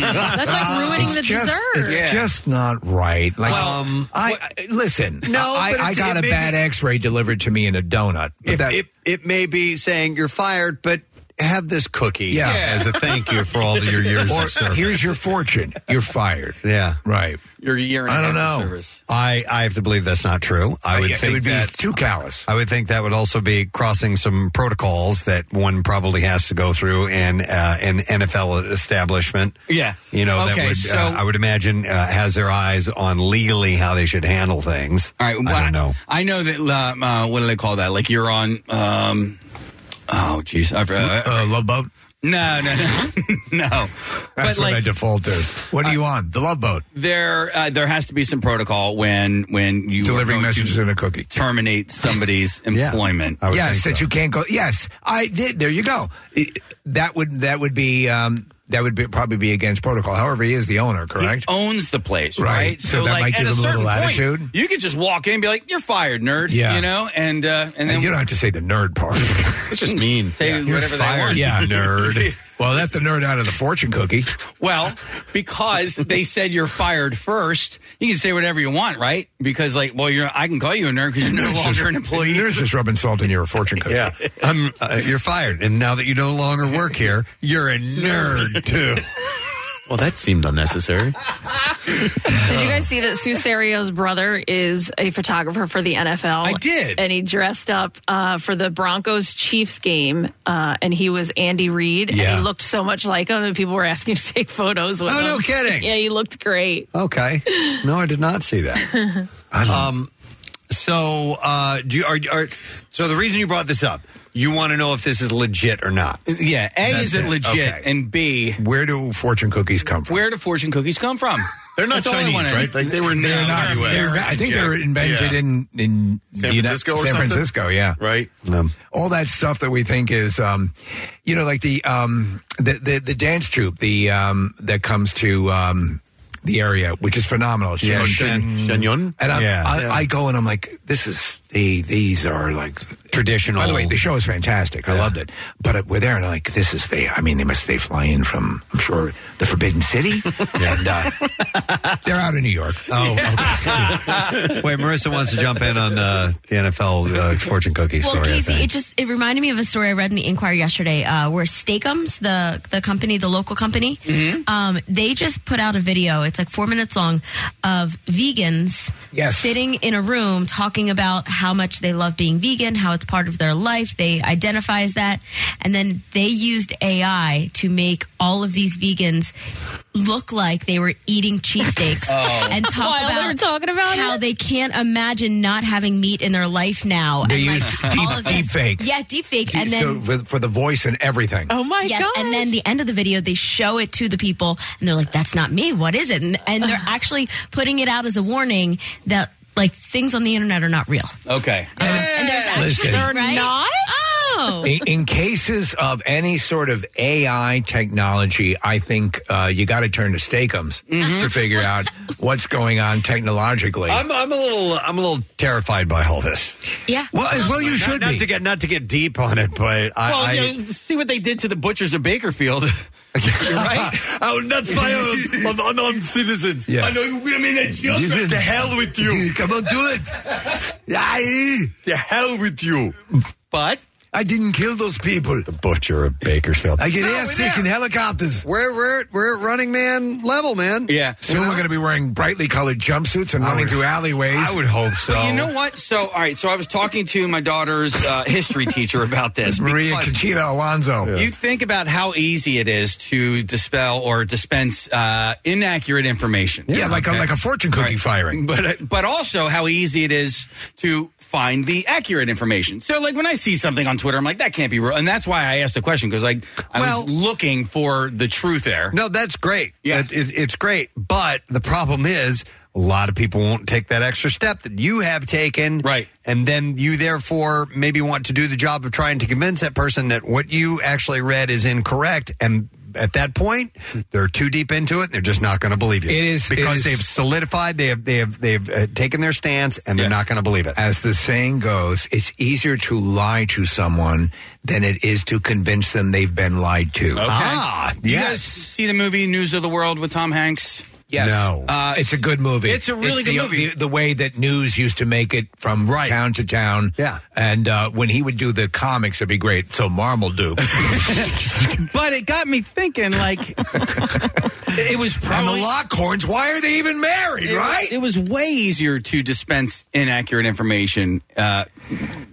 Speaker 17: That's like ruining
Speaker 5: It's
Speaker 17: the
Speaker 5: just,
Speaker 17: dessert.
Speaker 5: It's just not right. Like, I, I- listen.
Speaker 3: no,
Speaker 5: I,
Speaker 3: but
Speaker 5: I
Speaker 3: it's-
Speaker 5: got
Speaker 3: it
Speaker 5: a
Speaker 3: may
Speaker 5: bad
Speaker 3: be-
Speaker 5: X-ray delivered to me in a donut. But
Speaker 3: If-
Speaker 5: that,
Speaker 3: it, it may be saying you're fired, but have this cookie
Speaker 5: Yeah.
Speaker 3: as a thank you for all of your years
Speaker 5: Or,
Speaker 3: of service.
Speaker 5: Here's your fortune. You're fired.
Speaker 3: yeah,
Speaker 5: right.
Speaker 6: Your year and a
Speaker 3: I don't
Speaker 6: half of
Speaker 3: know.
Speaker 6: service.
Speaker 3: I, I have to believe that's not true. I
Speaker 5: Uh,
Speaker 3: would
Speaker 5: yeah, it
Speaker 3: think
Speaker 5: would be
Speaker 3: that,
Speaker 5: too callous.
Speaker 3: I would think that would also be crossing some protocols that one probably has to go through in uh, an NFL establishment.
Speaker 6: Yeah.
Speaker 3: You know, that
Speaker 6: Okay,
Speaker 3: would,
Speaker 6: so-
Speaker 3: uh, I would imagine, uh, has their eyes on legally how they should handle things.
Speaker 6: All right, well,
Speaker 3: I don't know.
Speaker 6: I know that. Um, uh, what do they call that? Like you're on. Um, oh, jeez. I've- Uh,
Speaker 5: uh, love boat.
Speaker 6: No, no, no, no.
Speaker 5: That's
Speaker 6: but
Speaker 5: what I
Speaker 6: like,
Speaker 5: default to. What are you on? The love boat.
Speaker 6: there, uh, there has to be some protocol when when you are
Speaker 5: Delivering
Speaker 6: going to
Speaker 5: messages in a cookie.
Speaker 6: terminate somebody's employment.
Speaker 5: Yes, that you can't go. Yes, I did. There you go. It- that would that would be um, that would be, probably be against protocol. However, he is the owner, correct?
Speaker 6: owns the place,
Speaker 5: Right.
Speaker 6: right?
Speaker 5: So that might give him
Speaker 6: at
Speaker 5: a little
Speaker 6: certain point,
Speaker 5: latitude.
Speaker 6: you could just walk in and be like, "You're fired, nerd."
Speaker 5: Yeah.
Speaker 6: you know, and uh, and then
Speaker 5: and you don't have to say the nerd part.
Speaker 7: It's just mean.
Speaker 6: say whatever they want.
Speaker 5: yeah, nerd. Well, that's the nerd out of the fortune cookie.
Speaker 6: Well, because they said you're fired first, you can say whatever you want, right? Because like, well, you're I can call you a nerd because you're no
Speaker 5: Just-
Speaker 6: longer an employee.
Speaker 5: Nerd's just rubbing salt in your fortune cookie.
Speaker 3: Yeah, I'm, uh, you're fired, and now that you no longer work here, you're a nerd too.
Speaker 7: Well, that seemed unnecessary.
Speaker 17: Did you guys see that Sue Serio's brother is a photographer for the NFL?
Speaker 6: I did.
Speaker 17: And he dressed up uh, for the Broncos Chiefs game, uh, and he was Andy Reid,
Speaker 5: Yeah.
Speaker 17: and he looked so much like him that people were asking to take photos with
Speaker 3: Oh,
Speaker 17: him.
Speaker 3: no kidding.
Speaker 17: Yeah, he looked great. Oh,
Speaker 3: Okay, no, I did not see that. Um, so, uh, do you, are, are so the reason you brought this up, you want to know if this is legit or not?
Speaker 6: yeah, A
Speaker 3: That's
Speaker 6: is it
Speaker 3: it.
Speaker 6: legit,
Speaker 3: Okay.
Speaker 6: and B,
Speaker 5: Where do fortune cookies come from?
Speaker 6: where do fortune cookies come from?
Speaker 7: They're not
Speaker 6: That's all I
Speaker 7: Chinese,
Speaker 6: wanted.
Speaker 7: right? Like they were
Speaker 5: They're
Speaker 7: nailed
Speaker 5: not.
Speaker 7: in the US.
Speaker 5: They're, I think they were invented
Speaker 7: Yeah.
Speaker 5: in in
Speaker 7: San
Speaker 5: the Uni-
Speaker 7: Francisco or
Speaker 5: San
Speaker 7: something?
Speaker 5: Francisco, yeah.
Speaker 7: Right.
Speaker 3: Um,
Speaker 5: all that stuff that we think is, um, you know, like the um, the, the the dance troupe, the um, that comes to um, the area, which is phenomenal.
Speaker 3: Yeah,
Speaker 5: Shin-
Speaker 7: Shen- Shenyun?
Speaker 5: And I'm,
Speaker 3: Yeah.
Speaker 5: I,
Speaker 3: Yeah.
Speaker 5: I go and I'm like, this is the these are like.
Speaker 3: Traditional.
Speaker 5: By the way, the show is fantastic. I loved it. But uh, we're there and I'm like, this is the. I mean, they must they fly in from I'm sure the Forbidden City, and uh, they're out in New York.
Speaker 3: Oh, okay. wait, Marissa wants to jump in on uh, the NFL uh, fortune cookie
Speaker 13: Well,
Speaker 3: story. I
Speaker 13: Casey,
Speaker 3: think.
Speaker 13: it just it reminded me of a story I read in the Inquirer yesterday, uh, where Steakums, the the company, the local company, um, they just put out a video. It's like four minutes long of vegans
Speaker 5: Yes.
Speaker 13: sitting in a room talking about how much they love being vegan, how it's part of their life. They identify as that, and then they used AI to make all of these vegans look like they were eating cheesesteaks and talk
Speaker 17: While
Speaker 13: about
Speaker 17: they're talking about
Speaker 13: how
Speaker 17: it?
Speaker 13: they can't imagine not having meat in their life now.
Speaker 5: They
Speaker 13: and
Speaker 5: used
Speaker 13: like
Speaker 5: deep-
Speaker 13: all of
Speaker 5: deep
Speaker 13: this.
Speaker 5: fake.
Speaker 13: Yeah, deep fake, and
Speaker 5: so
Speaker 13: then.
Speaker 5: for, for the voice and everything.
Speaker 17: Oh my
Speaker 13: Yes,
Speaker 17: god!
Speaker 13: and then the end of the video, they show it to the people, and they're like, "That's not me. What is it?" And, and they're actually putting it out as a warning that like things on the internet are not real.
Speaker 6: Okay,
Speaker 13: And there's actually
Speaker 5: Listen.
Speaker 13: they're not. Oh,
Speaker 5: in, in cases of any sort of AI technology, I think uh, you got to turn to Steakums to figure out what's going on technologically.
Speaker 3: Mm-hmm. I'm, I'm a little I'm a little terrified by all this.
Speaker 13: yeah.
Speaker 5: well, as well you should
Speaker 3: not,
Speaker 5: be.
Speaker 3: to get not to get deep on it, but I.
Speaker 6: well,
Speaker 3: I
Speaker 6: you know, see what they did to the butchers of Bakerfield.
Speaker 3: right? I will Oh, not fire on unarmed citizens.
Speaker 5: Yeah.
Speaker 3: women and children. The hell with you. Come on, do it. The hell with you.
Speaker 6: But
Speaker 5: I didn't kill those people.
Speaker 3: The butcher of Bakersfield.
Speaker 5: I get ass sick in helicopters.
Speaker 3: We're, we're, we're at Running Man level, man.
Speaker 6: yeah,
Speaker 5: Soon we're going to be wearing brightly colored jumpsuits and running through alleyways.
Speaker 3: I would hope so.
Speaker 6: But you know what? So, all right. So, I was talking to my daughter's uh, history teacher about this.
Speaker 5: Maria
Speaker 6: because
Speaker 5: Conchita Alonso.
Speaker 6: You think about how easy it is to dispel or dispense uh, inaccurate information.
Speaker 5: Yeah, like a
Speaker 6: Okay?
Speaker 5: like a fortune cookie firing.
Speaker 6: but but also how easy it is to find the accurate information. So like when I see something on Twitter. I'm like, that can't be real, and that's why I asked the question because like I
Speaker 3: Well-
Speaker 6: was looking for the truth there.
Speaker 3: No, that's great. Yeah, it, it- it's great. But the problem is, a lot of people won't take that extra step that you have taken, right? And then you therefore maybe want to do the job of trying to convince that person that what you actually read is incorrect, and at that point, they're too deep into it. and They're just not going to believe you.
Speaker 5: It is- it
Speaker 3: because
Speaker 5: is-
Speaker 3: they've solidified. They have they have they've uh, taken their stance, and they're not going to believe it.
Speaker 5: As the saying goes, it's easier to lie to someone than it is to convince them they've been lied to.
Speaker 6: Okay.
Speaker 3: Ah,
Speaker 5: Ah,
Speaker 6: You guys see the movie News of the World with Tom Hanks?
Speaker 5: Yes. Uh, it's a good movie.
Speaker 6: It's a really
Speaker 5: the,
Speaker 6: good movie.
Speaker 5: The, the way that news used to make it from town to town. Yeah. And uh, when he would do the comics, it'd be great. So Marmaduke.
Speaker 6: but it got me thinking. Like it was probably
Speaker 5: and the Lockhorns. Why are they even married?
Speaker 6: it,
Speaker 5: right?
Speaker 6: It was way easier to dispense inaccurate information uh,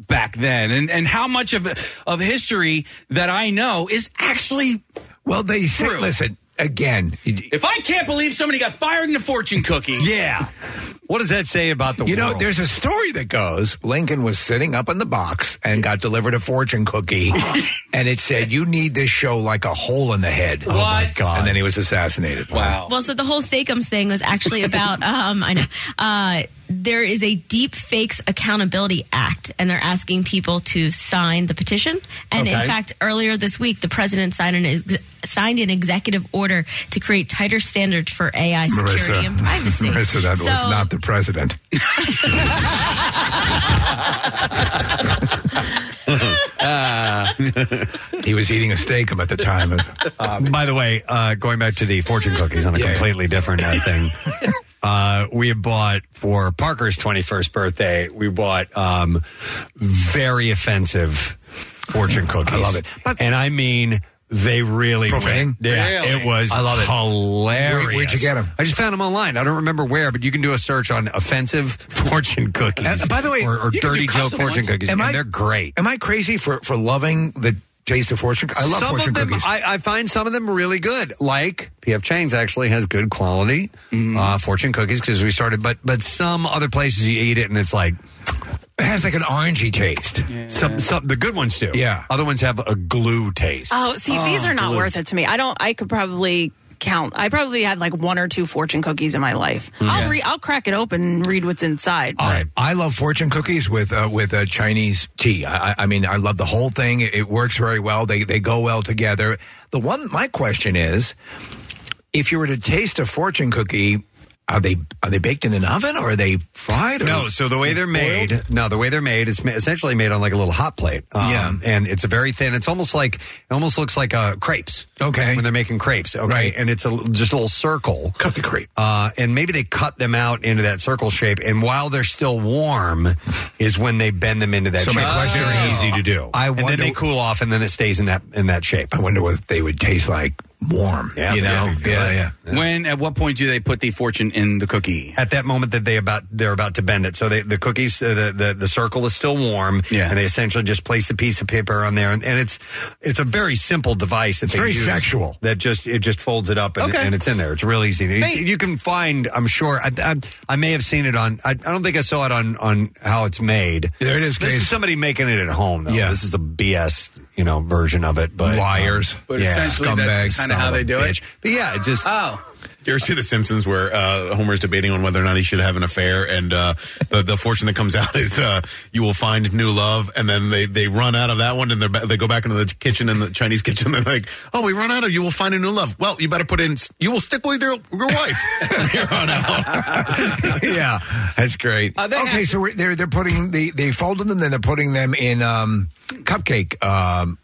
Speaker 6: back then, and and how much of of history that I know is actually
Speaker 5: well. They say- listen, again.
Speaker 6: If I can't believe somebody got fired in a fortune cookie,
Speaker 3: yeah. What does that say about the
Speaker 5: you know,
Speaker 6: world?
Speaker 5: there's a story that goes Lincoln was sitting up in the box and got delivered a fortune cookie, and it said, "You need this show like a hole in the head." Oh my god! And then he was assassinated. Wow.
Speaker 13: Well, so the whole Steakums thing was actually about, um, I know, uh, there is a Deep Fakes Accountability Act, and they're asking people to sign the petition. And in
Speaker 14: Okay.
Speaker 13: fact, earlier this week, the president signed an, ex- signed an executive order to create tighter standards for AI security
Speaker 5: Marissa,
Speaker 13: and privacy.
Speaker 5: Marissa, that was
Speaker 13: So-
Speaker 5: not the president. Uh, he was eating a steak at the time.
Speaker 3: By the way, uh, going back to the fortune cookies on a completely different uh, thing, uh, we bought for Parker's 21st birthday, we bought um, very offensive fortune cookies. I love it. and I mean, they really
Speaker 5: Profane?
Speaker 3: went- Yeah,
Speaker 5: Really?
Speaker 3: it was
Speaker 5: I love it.
Speaker 3: hilarious.
Speaker 5: Where- where'd you get 'em?
Speaker 3: I just found them online. I don't remember where, but you can do a search on offensive fortune cookies.
Speaker 5: Uh, By the way,
Speaker 3: or, or dirty Joe fortune cookies,
Speaker 5: Am
Speaker 3: and
Speaker 5: I-
Speaker 3: they're great.
Speaker 5: Am I crazy for for loving the taste of fortune? I love
Speaker 3: some
Speaker 5: fortune
Speaker 3: of them,
Speaker 5: cookies.
Speaker 3: I, I find some of them really good. Like PF Chang's actually has good quality
Speaker 5: Mm-hmm.
Speaker 3: uh, fortune cookies because we started, but but some other places you eat it and it's like
Speaker 5: it has like an orangey taste.
Speaker 3: Some some the good ones do.
Speaker 5: Yeah.
Speaker 3: other ones have a glue taste.
Speaker 17: Oh, see, these are not worth it to me. I don't. I could probably count. I probably had like one or two fortune cookies in my life.
Speaker 5: Yeah.
Speaker 17: I'll read. I'll crack it open and read what's inside.
Speaker 5: All right. Uh, I love fortune cookies with uh, with uh, Chinese tea. I, I- I mean, I love the whole thing. It, it works very well. They they go well together. The one my question is, if you were to taste a fortune cookie, are they are they baked in an oven or are they fried? Or
Speaker 3: No, so the way they're made, no, the way they're made is ma- essentially made on like a little hot plate. Um,
Speaker 5: Yeah.
Speaker 3: and it's a very thin. It's almost like it almost looks like uh, crepes.
Speaker 5: Okay,
Speaker 3: when they're making crepes, okay, and it's a l- just a little circle.
Speaker 5: Cut the crepe,
Speaker 3: uh, and maybe they cut them out into that circle shape. And while they're still warm, is when they bend them into that.
Speaker 5: So
Speaker 3: shape.
Speaker 5: my question
Speaker 3: Very
Speaker 5: is-
Speaker 3: easy to do.
Speaker 5: I
Speaker 3: and then
Speaker 5: wonder-
Speaker 3: they cool off, and then it stays in that in that shape.
Speaker 5: I wonder what they would taste like warm.
Speaker 3: Yeah,
Speaker 5: you
Speaker 3: they'd
Speaker 5: know,
Speaker 3: be good.
Speaker 5: yeah, yeah.
Speaker 6: When at what point do they put the fortune in the cookie?
Speaker 3: At that moment that they about they're about to bend it, so they, the cookies uh, the, the the circle is still warm,
Speaker 6: Yeah.
Speaker 3: and they essentially just place a piece of paper on there, and, and it's it's a very simple device. That
Speaker 5: It's
Speaker 3: they
Speaker 5: very
Speaker 3: use
Speaker 5: sexual.
Speaker 3: That just it just folds it up and,
Speaker 5: Okay.
Speaker 3: and it's in there. It's real easy. You- you can find, I'm sure. I, I, I may have seen it on. I, I don't think I saw it on on how it's made.
Speaker 5: There it is,
Speaker 3: This
Speaker 5: Case.
Speaker 3: is somebody making it at home. Though.
Speaker 5: Yeah.
Speaker 3: this is the BS you know version of it. But um,
Speaker 5: Liars. But essentially, that's
Speaker 7: kinda how
Speaker 3: son of
Speaker 7: they do
Speaker 3: a
Speaker 7: it.
Speaker 3: bitch. But yeah, it just
Speaker 7: oh. You ever see The Simpsons where uh, Homer's debating on whether or not he should have an affair, and uh, the, the fortune that comes out is uh, you will find new love, and then they, they run out of that one, and they're ba- they go back into the kitchen in the Chinese kitchen. They're like, "Oh, we run out of you will find a new love." Well, you better put in. You will stick with your your wife. You're on out.
Speaker 5: yeah, that's great. okay, so we're, they're they're putting they they folded them, then they're putting them in um, cupcake um,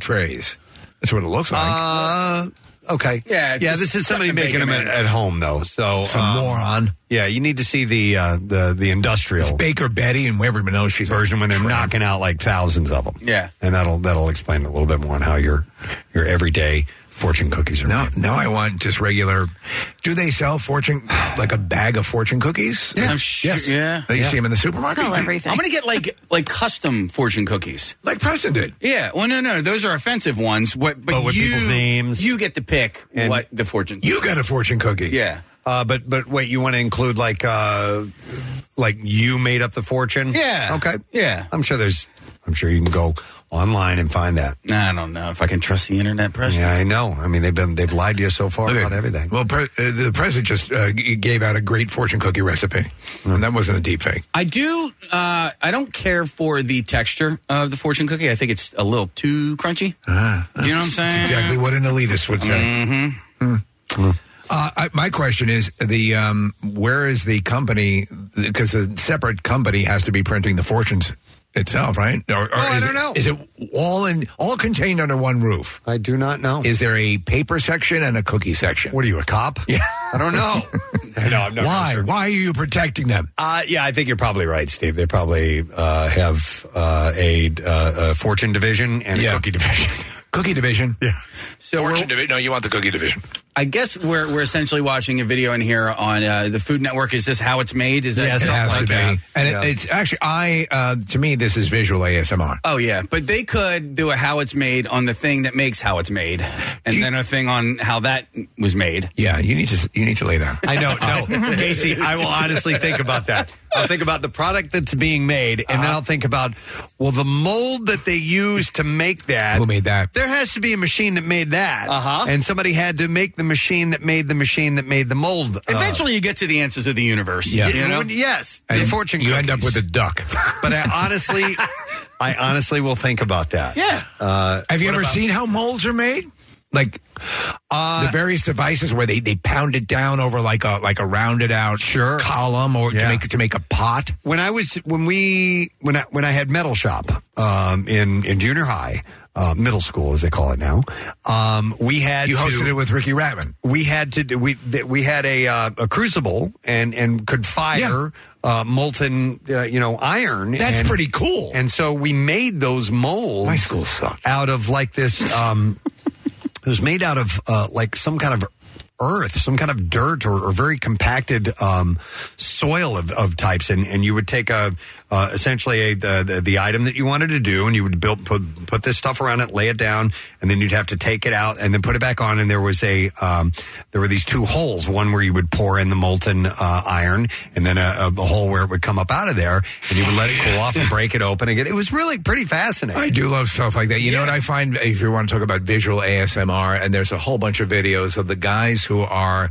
Speaker 5: trays. That's what it looks like.
Speaker 3: Uh, okay.
Speaker 5: Yeah,
Speaker 3: Yeah.
Speaker 5: just
Speaker 3: This is somebody
Speaker 5: suck and
Speaker 3: making
Speaker 5: bake
Speaker 3: them
Speaker 5: 'em
Speaker 3: at, at
Speaker 5: in.
Speaker 3: home though. So um,
Speaker 5: Some moron.
Speaker 3: Yeah, you need to see the uh, the the industrial
Speaker 5: Baker Betty and everyone knows she's
Speaker 3: version when they're knocking out like thousands of them.
Speaker 5: Yeah.
Speaker 3: and that'll that'll explain a little bit more on how your your everyday fortune cookies are.
Speaker 5: No, no, I want just regular. Do they sell fortune like a bag of fortune cookies?
Speaker 6: Yeah. I'm sure- Yes. yeah.
Speaker 5: You
Speaker 6: Yeah.
Speaker 5: see them in the supermarket.
Speaker 6: Sell everything. I'm gonna get like like custom fortune cookies,
Speaker 5: like Preston did.
Speaker 6: Yeah. Well, no, no, those are offensive ones. What? But,
Speaker 3: But with
Speaker 6: you-
Speaker 3: people's names.
Speaker 6: you get to pick
Speaker 3: And-
Speaker 6: what the fortune.
Speaker 5: You got a fortune cookie.
Speaker 6: Yeah.
Speaker 3: Uh, but but wait, you want to include like uh like you made up the fortune?
Speaker 6: Yeah.
Speaker 3: Okay.
Speaker 6: Yeah.
Speaker 3: I'm sure there's I'm sure you can go online and find that.
Speaker 6: Nah, I don't know if I can trust the internet press.
Speaker 3: Yeah, I know. I mean, they've been they've lied to you so far about everything.
Speaker 5: Well, pre- uh, the president just uh, g- gave out a great fortune cookie recipe, and that wasn't a deep fake.
Speaker 6: I do. Uh, I don't care for the texture of the fortune cookie. I think it's a little too crunchy. Do you know what I'm saying?
Speaker 5: Ah, That's exactly what an elitist would say. Mm-hmm. Uh, I, my question is the um, where is the company? Because a separate company has to be printing the fortunes itself, right? Or,
Speaker 3: Oh,
Speaker 5: or
Speaker 3: I
Speaker 5: is
Speaker 3: don't
Speaker 5: it,
Speaker 3: know.
Speaker 5: Is it all in all contained under one roof?
Speaker 3: I do not know.
Speaker 5: Is there a paper section and a cookie section? What
Speaker 3: are you, a cop?
Speaker 5: Yeah,
Speaker 3: I don't know.
Speaker 5: no, I'm not. Why? Why are you protecting them?
Speaker 3: Uh, yeah, I think you're probably right, Steve. They probably uh, have uh, a, uh, a fortune division and a cookie division.
Speaker 5: Cookie division.
Speaker 3: Yeah.
Speaker 5: So fortune division. No, you want the cookie division.
Speaker 6: I guess we're we're essentially watching a video in here on uh, the Food Network. Is this how it's made? Is that
Speaker 5: it
Speaker 6: something
Speaker 5: has
Speaker 6: like
Speaker 5: to be.
Speaker 6: that?
Speaker 5: And it, it's actually I uh, to me this is visual ASMR.
Speaker 6: Oh yeah, but they could do a how it's made on the thing that makes how it's made, and then a thing on how that was made.
Speaker 5: Yeah, you need to you need to lay down.
Speaker 3: I know. No, Casey, I will honestly think about that. I'll think about the product that's being made, and then I'll think about well, the mold that they used to make that. Who
Speaker 5: made that?
Speaker 3: There has to be a machine that made that,
Speaker 6: Uh-huh.
Speaker 3: and somebody had to make the machine that made the machine that made the mold. Uh,
Speaker 5: Uh,
Speaker 6: Eventually, you get to the answers of the universe.
Speaker 3: Yeah.
Speaker 6: you know?
Speaker 3: Yes,
Speaker 5: And
Speaker 3: the fortune.
Speaker 5: you end up
Speaker 3: cookies.
Speaker 5: with a duck.
Speaker 3: But I honestly, I honestly will think about that.
Speaker 6: Yeah.
Speaker 3: Uh,
Speaker 5: Have you
Speaker 3: what
Speaker 5: ever
Speaker 3: about- Uh,
Speaker 5: seen how molds are made? Like the various devices where they, they pound it down over like a like a rounded out sure. column or to
Speaker 3: Yeah.
Speaker 5: make to make a pot.
Speaker 3: when I was when we when I when I had metal shop um, in in junior high, uh, middle school as they call it now, um, we had
Speaker 5: You hosted
Speaker 3: to,
Speaker 5: it with Ricky Ratman.
Speaker 3: we had to do- we th- we had a uh, a crucible and and could fire uh, molten uh, you know iron.
Speaker 5: That's
Speaker 3: and-
Speaker 5: pretty cool.
Speaker 3: And so we made those molds.
Speaker 5: My school sucked.
Speaker 3: out of like this. Um, it was made out of uh, like some kind of earth, some kind of dirt or, or very compacted um, soil of, of types. And, and you would take a uh, essentially a, the, the the item that you wanted to do, and you would build put put this stuff around it, lay it down, and then you'd have to take it out and then put it back on. And there was a um, there were these two holes, one where you would pour in the molten uh, iron, and then a, a hole where it would come up out of there, and you would let it cool off and break it open again. It was really pretty fascinating.
Speaker 5: I do love stuff like that. You know what I find if you want to talk about visual ASMR, and there's a whole bunch of videos of the guys who are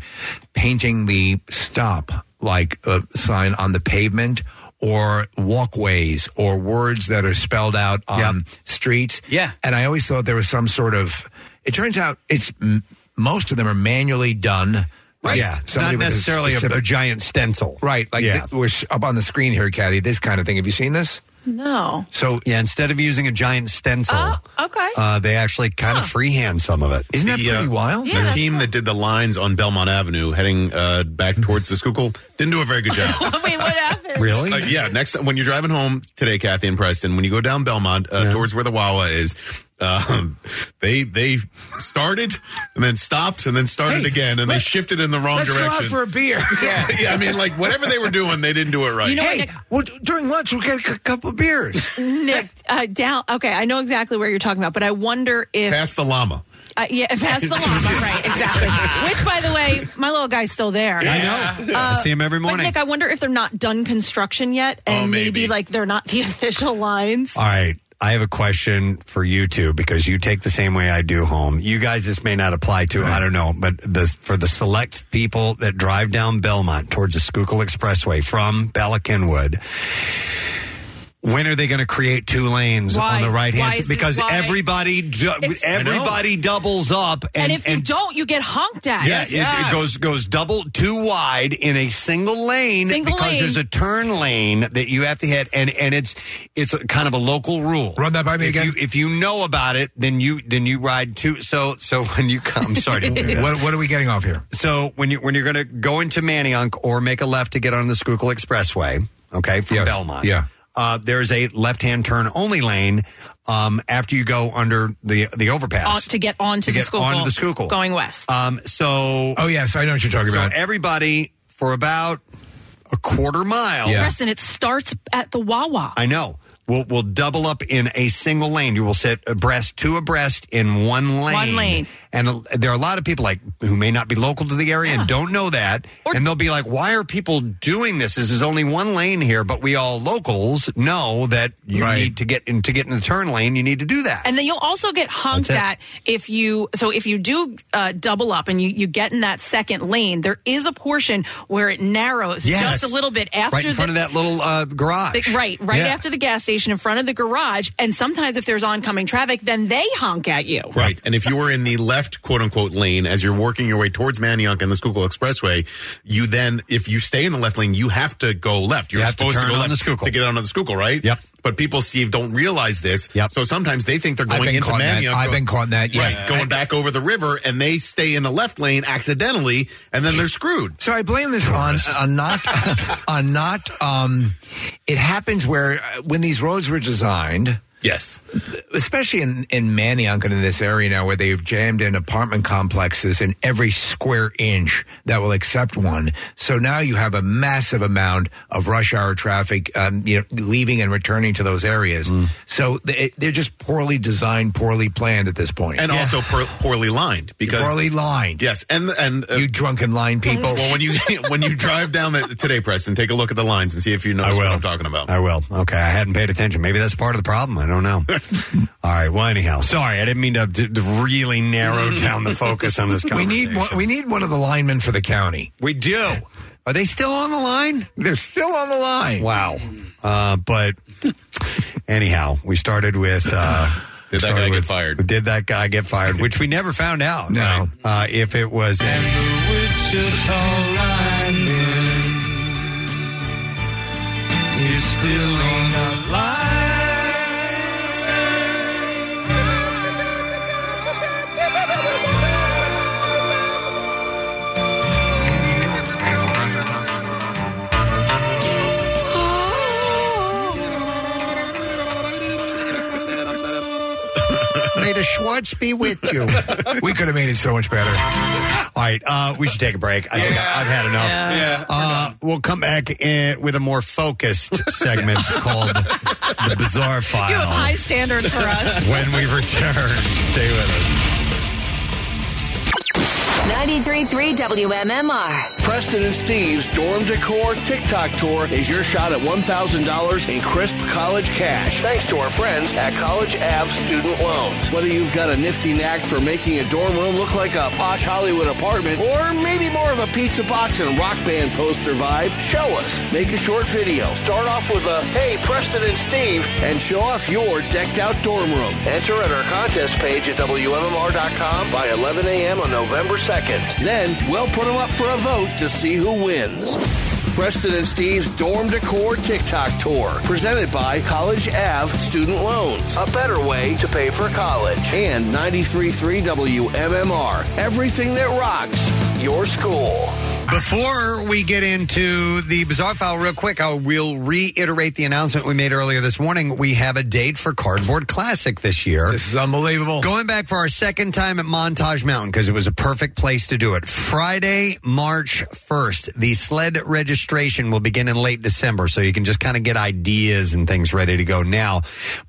Speaker 5: painting the stop like uh, sign on the pavement or walkways or words that are spelled out on streets.
Speaker 6: Yeah.
Speaker 5: And I always thought there was some sort of. It turns out it's m- most of them are manually done. Right.
Speaker 3: Yeah, it's
Speaker 5: Somebody
Speaker 3: not
Speaker 5: with a
Speaker 3: necessarily a,
Speaker 5: specific-
Speaker 3: a giant stencil.
Speaker 5: Right, like
Speaker 3: Yeah.
Speaker 5: th- we're sh- up on the screen here, Kathy. This kind of thing. Have you seen this?
Speaker 17: No.
Speaker 5: So
Speaker 3: Yeah, instead of using a giant stencil,
Speaker 17: Oh, Okay.
Speaker 3: uh, they actually kind of freehand some of it.
Speaker 5: isn't that
Speaker 7: uh,
Speaker 5: pretty wild?
Speaker 7: The team that did the lines on Belmont Avenue heading uh, back towards the Schuylkill didn't do a very good job.
Speaker 17: Wait, what happened?
Speaker 3: Really?
Speaker 7: Like, Uh, yeah, next when you're driving home today, Kathy and Preston, when you go down Belmont uh, towards where the Wawa is, um, they they started and then stopped and then started
Speaker 5: Hey,
Speaker 7: again and they
Speaker 5: let's-
Speaker 7: shifted in the wrong
Speaker 5: Let's
Speaker 7: direction.
Speaker 5: go out for a beer.
Speaker 7: yeah, I mean, like whatever they were doing, they didn't do it right.
Speaker 17: You know what,
Speaker 5: Hey,
Speaker 17: Nick,
Speaker 5: well, d- during lunch we'll get a c- couple of beers.
Speaker 17: Nick uh, down. Okay, I know exactly where you're talking about, but I wonder if
Speaker 7: Past the llama.
Speaker 17: Uh, yeah, past the llama, right? Exactly. Which, by the way, my little guy's still there. Uh,
Speaker 3: I know. I see him every
Speaker 17: But
Speaker 3: morning.
Speaker 17: Nick, I wonder if they're not done construction yet, and
Speaker 7: Oh, maybe.
Speaker 17: maybe like they're not the official lines.
Speaker 3: All right. I have a question for you two because you take the same way I do home. You guys, this may not apply to, I don't know, but the, for the select people that drive down Belmont towards the Schuylkill Expressway from Bala Kenwood, when are they going to create two lanes
Speaker 17: Why?
Speaker 3: on the right
Speaker 17: Why
Speaker 3: hand?
Speaker 17: is it-
Speaker 3: Because
Speaker 17: why?
Speaker 3: everybody du-
Speaker 17: It's-
Speaker 3: everybody doubles up,
Speaker 17: And,
Speaker 3: and,
Speaker 17: if you don't, you get honked at.
Speaker 3: Yeah, it- it, goes goes double too wide in a single lane
Speaker 17: Single
Speaker 3: because
Speaker 17: lane.
Speaker 3: there's a turn lane that you have to hit, and and it's it's a, kind of a local rule.
Speaker 5: Run that by me
Speaker 3: if
Speaker 5: again.
Speaker 3: You, if you know about it, then you then you ride two. So so when you come, sorry. to do that.
Speaker 5: what, what are we getting off here?
Speaker 3: So when you when you're going to go into Manayunk or make a left to get on the Schuylkill Expressway, okay, from
Speaker 5: Yes,
Speaker 3: Belmont,
Speaker 5: yeah.
Speaker 3: Uh, there's a left-hand turn only lane um, after you go under the the overpass.
Speaker 17: On- to get onto
Speaker 3: To
Speaker 17: the
Speaker 3: get
Speaker 17: school.
Speaker 3: onto the Schuylkill.
Speaker 17: Going west.
Speaker 3: um, so
Speaker 5: Oh yes, I know what you're talking
Speaker 3: so
Speaker 5: about.
Speaker 3: everybody for about a quarter mile.
Speaker 5: Yeah.
Speaker 17: Preston, it starts at the Wawa.
Speaker 3: I know. will will double up in a single lane. You will sit abreast, two abreast in one lane.
Speaker 17: One lane.
Speaker 3: And uh, there are a lot of people like who may not be local to the area and don't know that, and they'll be like, "Why are people doing this? This is only one lane here." But we all locals know that you need to get in to get in the turn lane. You need to do that.
Speaker 17: And then you'll also get honked at
Speaker 3: That's
Speaker 17: if you. So if you do uh, double up and you, you get in that second lane, there is a portion where it narrows
Speaker 3: Yes.
Speaker 17: just a little bit after
Speaker 3: right in front
Speaker 17: the,
Speaker 3: of that little uh, garage.
Speaker 17: the- right, right
Speaker 3: Yeah.
Speaker 17: after the gas station in front of the garage. And sometimes if there's oncoming traffic, then they honk at you.
Speaker 7: Right. And if you were in the left quote unquote lane as you're working your way towards Manioc and the Schuylkill Expressway, you then, if you stay in the left lane, you have to go left. You're
Speaker 3: You have to
Speaker 7: supposed
Speaker 3: turn
Speaker 7: go
Speaker 3: on
Speaker 7: left
Speaker 3: the Schuylkill.
Speaker 7: to get on the Schuylkill, right? Yep. But people, Steve, don't realize this. Yep. So sometimes they think they're
Speaker 5: I've
Speaker 7: going
Speaker 5: been
Speaker 7: into
Speaker 5: caught in that.
Speaker 7: Manioc.
Speaker 5: I've been caught in that, yeah.
Speaker 7: Right. Going back over the river and they stay in the left lane accidentally and then they're screwed.
Speaker 5: So I blame this on on not on not. Um, it happens where uh, when these roads were designed.
Speaker 7: Yes,
Speaker 5: especially in in Manioc and in this area now, where they've jammed in apartment complexes in every square inch that will accept one. So now you have a massive amount of rush hour traffic, um, you know, leaving and returning to those areas.
Speaker 7: Mm.
Speaker 5: So they, they're just poorly designed, poorly planned at this point,
Speaker 7: And also poor, poorly lined because
Speaker 5: poorly lined.
Speaker 7: Yes, and and uh,
Speaker 5: you drunken line people.
Speaker 7: Well, when you when you drive down the, today, Preston, take a look at the lines and see if you know what I'm talking about.
Speaker 3: I will. Oh, Okay, I hadn't paid attention. Maybe that's part of the problem. I don't know. All right. Well, anyhow, sorry. I didn't mean to, to, to really narrow down the focus on this.
Speaker 5: We need one, we need one of the linemen for the county.
Speaker 3: We do. Are they still on the line?
Speaker 5: They're still on the line.
Speaker 3: Wow. Uh, but anyhow, we started with. Uh,
Speaker 7: Did that guy get
Speaker 3: fired? Did that guy get fired? Which we never found out. No. Uh, if it was. May the Schwartz be with you.
Speaker 5: we could have made it so much better.
Speaker 3: All right, uh, we should take a break. I think I've had enough.
Speaker 5: Yeah.
Speaker 3: Uh, we'll come back in, with a more focused segment called The Bizarre File.
Speaker 17: You have high standards for us.
Speaker 3: when we return, stay with us.
Speaker 9: 933 WMMR.
Speaker 8: Preston and Steve's Dorm Decor TikTok Tour is your shot at $1,000 in crisp college cash thanks to our friends at College Ave Student Loans. Whether you've got a nifty knack for making a dorm room look like a posh Hollywood apartment or maybe more of a pizza box and rock band poster vibe, show us. Make a short video. Start off with a Hey, Preston and Steve, and show off your decked out dorm room. Enter at our contest page at WMMR.com by 11 a.m. on November 2nd. Then we'll put them up for a vote to see who wins. Preston and Steve's Dorm Decor TikTok Tour, presented by College Ave Student Loans, a better way to pay for college. And 93.3 WMMR, everything that rocks your school.
Speaker 3: Before we get into the bizarre file, real quick, I will reiterate the announcement we made earlier this morning. We have a date for Cardboard Classic this year. This
Speaker 5: is unbelievable.
Speaker 3: Going back for our second time at Montage Mountain because it was a perfect place to do it. Friday, March 1st, the sled registration will begin in late December, so you can just kind of get ideas and things ready to go now.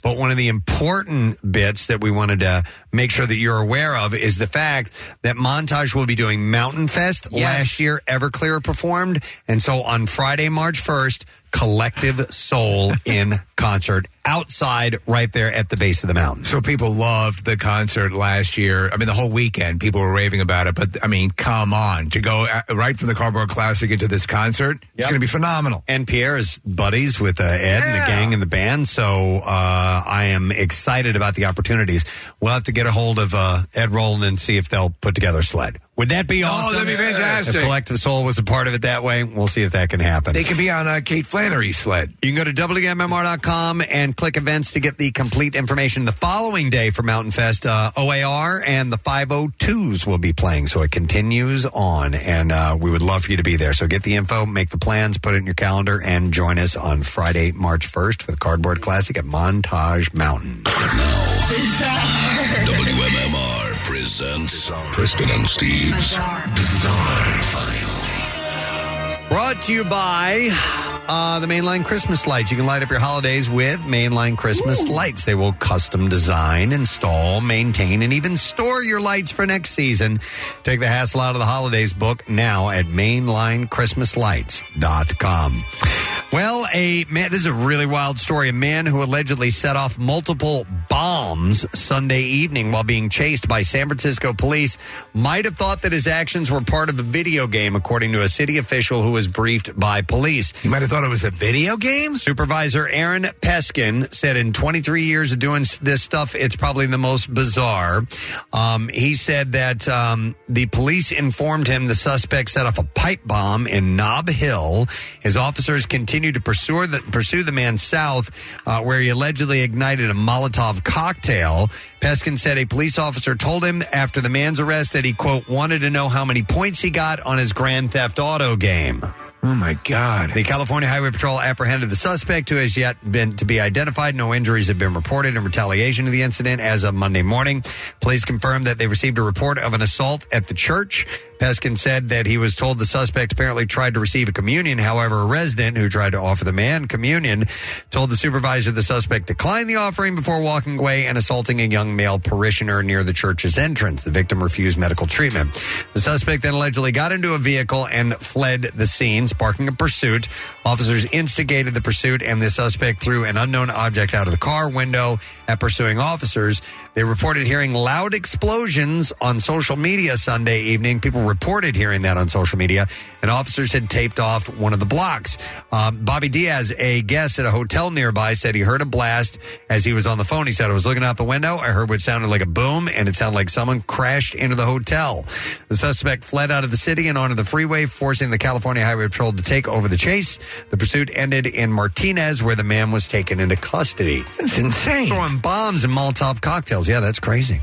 Speaker 3: But one of the important bits that we wanted to make sure that you're aware of is the fact that Montage will be doing Mountain Fest last year. Everclear performed, and so on Friday, March 1st, Collective Soul in concert outside, right there at the base of the mountain.
Speaker 5: So people loved the concert last year. I mean, the whole weekend people were raving about it. But I mean, come on, to go uh, right from the Cardboard Classic into this concert, it's going to be phenomenal.
Speaker 3: And Pierre is buddies with uh, Ed and the gang and the band, so uh, I am excited about the opportunities. We'll have to get a hold of uh, Ed Roland and see if they'll put together a sled. Would that be
Speaker 5: Oh,
Speaker 3: awesome?
Speaker 5: that'd be fantastic.
Speaker 3: If Collective Soul was a part of it that way, we'll see if that can happen.
Speaker 5: They could be on uh, Kate Flannery's sled.
Speaker 3: You can go to WMMR.com and click events to get the complete information. The following day for Mountain Fest, uh, OAR and the 502s will be playing. So it continues on, and uh, we would love for you to be there. So get the info, make the plans, put it in your calendar, and join us on Friday, March 1st for the Cardboard Classic at Montage Mountain.
Speaker 2: WMMR presents Preston and Steve's Bizarre File.
Speaker 3: Brought to you by uh, the Mainline Christmas Lights. You can light up your holidays with Mainline Christmas Lights. They will custom design, install, maintain, and even store your lights for next season. Take the hassle out of the holidays book now at mainlinechristmaslights.com. Well, a man, this is a really wild story. A man who allegedly set off multiple bombs Sunday evening while being chased by San Francisco police might have thought that his actions were part of a video game, according to a city official who was briefed by police.
Speaker 5: You might have thought it was a video game?
Speaker 3: Supervisor Aaron Peskin said in 23 years of doing s- this stuff, it's probably the most bizarre. Um, he said that um, the police informed him the suspect set off a pipe bomb in Nob Hill. His officers continued to pursue the, pursue the man south, uh, where he allegedly ignited a Molotov cocktail. Peskin said a police officer told him after the man's arrest that he, quote, wanted to know how many points he got on his Grand Theft Auto game.
Speaker 5: Oh my God!
Speaker 3: The California Highway Patrol apprehended the suspect, who has yet been to be identified. No injuries have been reported in retaliation to the incident as of Monday morning. Police confirmed that they received a report of an assault at the church. Peskin said that he was told the suspect apparently tried to receive a communion. However, a resident who tried to offer the man communion told the supervisor the suspect declined the offering before walking away and assaulting a young male parishioner near the church's entrance. The victim refused medical treatment. The suspect then allegedly got into a vehicle and fled the scene, sparking a pursuit. Officers instigated the pursuit, and the suspect threw an unknown object out of the car window at pursuing officers. They reported hearing loud explosions on social media Sunday evening. People reported hearing that on social media, and officers had taped off one of the blocks. Um, Bobby Diaz, a guest at a hotel nearby, said he heard a blast as he was on the phone. He said, I was looking out the window. I heard what sounded like a boom, and it sounded like someone crashed into the hotel. The suspect fled out of the city and onto the freeway, forcing the California Highway Patrol to take over the chase. The pursuit ended in Martinez, where the man was taken into custody.
Speaker 5: That's insane.
Speaker 3: Throwing bombs and Molotov cocktails. Yeah, that's crazy.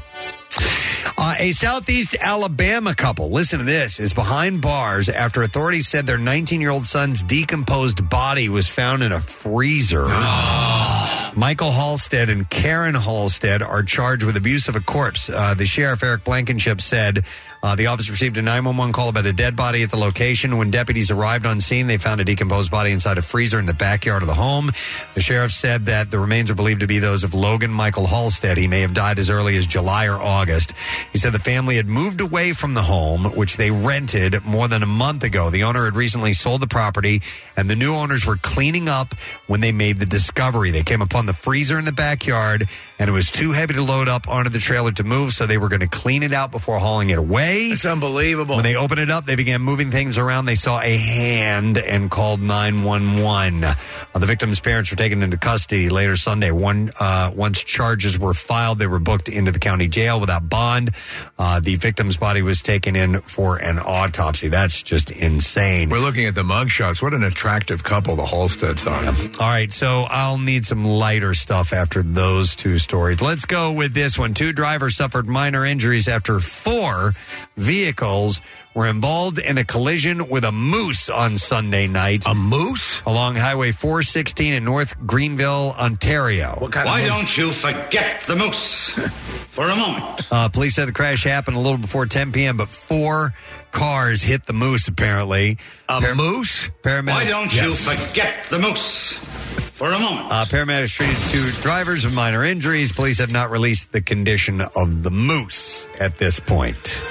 Speaker 3: Uh, a Southeast Alabama couple, listen to this, is behind bars after authorities said their 19 year old son's decomposed body was found in a freezer. Michael Halstead and Karen Halstead are charged with abuse of a corpse. Uh, the sheriff, Eric Blankenship, said uh, the office received a 911 call about a dead body at the location. When deputies arrived on scene, they found a decomposed body inside a freezer in the backyard of the home. The sheriff said that the remains are believed to be those of Logan Michael Halstead. He may have died as early as July or August. He said the family had moved away from the home, which they rented more than a month ago. The owner had recently sold the property, and the new owners were cleaning up when they made the discovery. They came upon the freezer in the backyard, and it was too heavy to load up onto the trailer to move, so they were going to clean it out before hauling it away.
Speaker 5: It's unbelievable.
Speaker 3: When they opened it up, they began moving things around. They saw a hand and called 911. Uh, the victim's parents were taken into custody later Sunday. One, uh, once charges were filed, they were booked into the county jail without bond. Uh, the victim's body was taken in for an autopsy. That's just insane.
Speaker 5: We're looking at the mugshots. What an attractive couple the Halsteads are.
Speaker 3: All right, so I'll need some lighter stuff after those two stories. Let's go with this one. Two drivers suffered minor injuries after four vehicles were involved in a collision with a moose on Sunday night. A
Speaker 5: moose?
Speaker 3: Along Highway 416 in North Greenville, Ontario.
Speaker 12: Why don't you forget the moose for a moment?
Speaker 3: Uh, police said the crash happened a little before 10 p.m., but four cars hit the moose, apparently.
Speaker 5: A moose?
Speaker 3: Paramedics.
Speaker 12: Why don't you
Speaker 3: Yes.
Speaker 12: forget the moose for a moment?
Speaker 3: Uh, paramedics treated two drivers with minor injuries. Police have not released the condition of the moose at this point.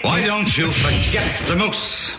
Speaker 12: Why don't you forget the moose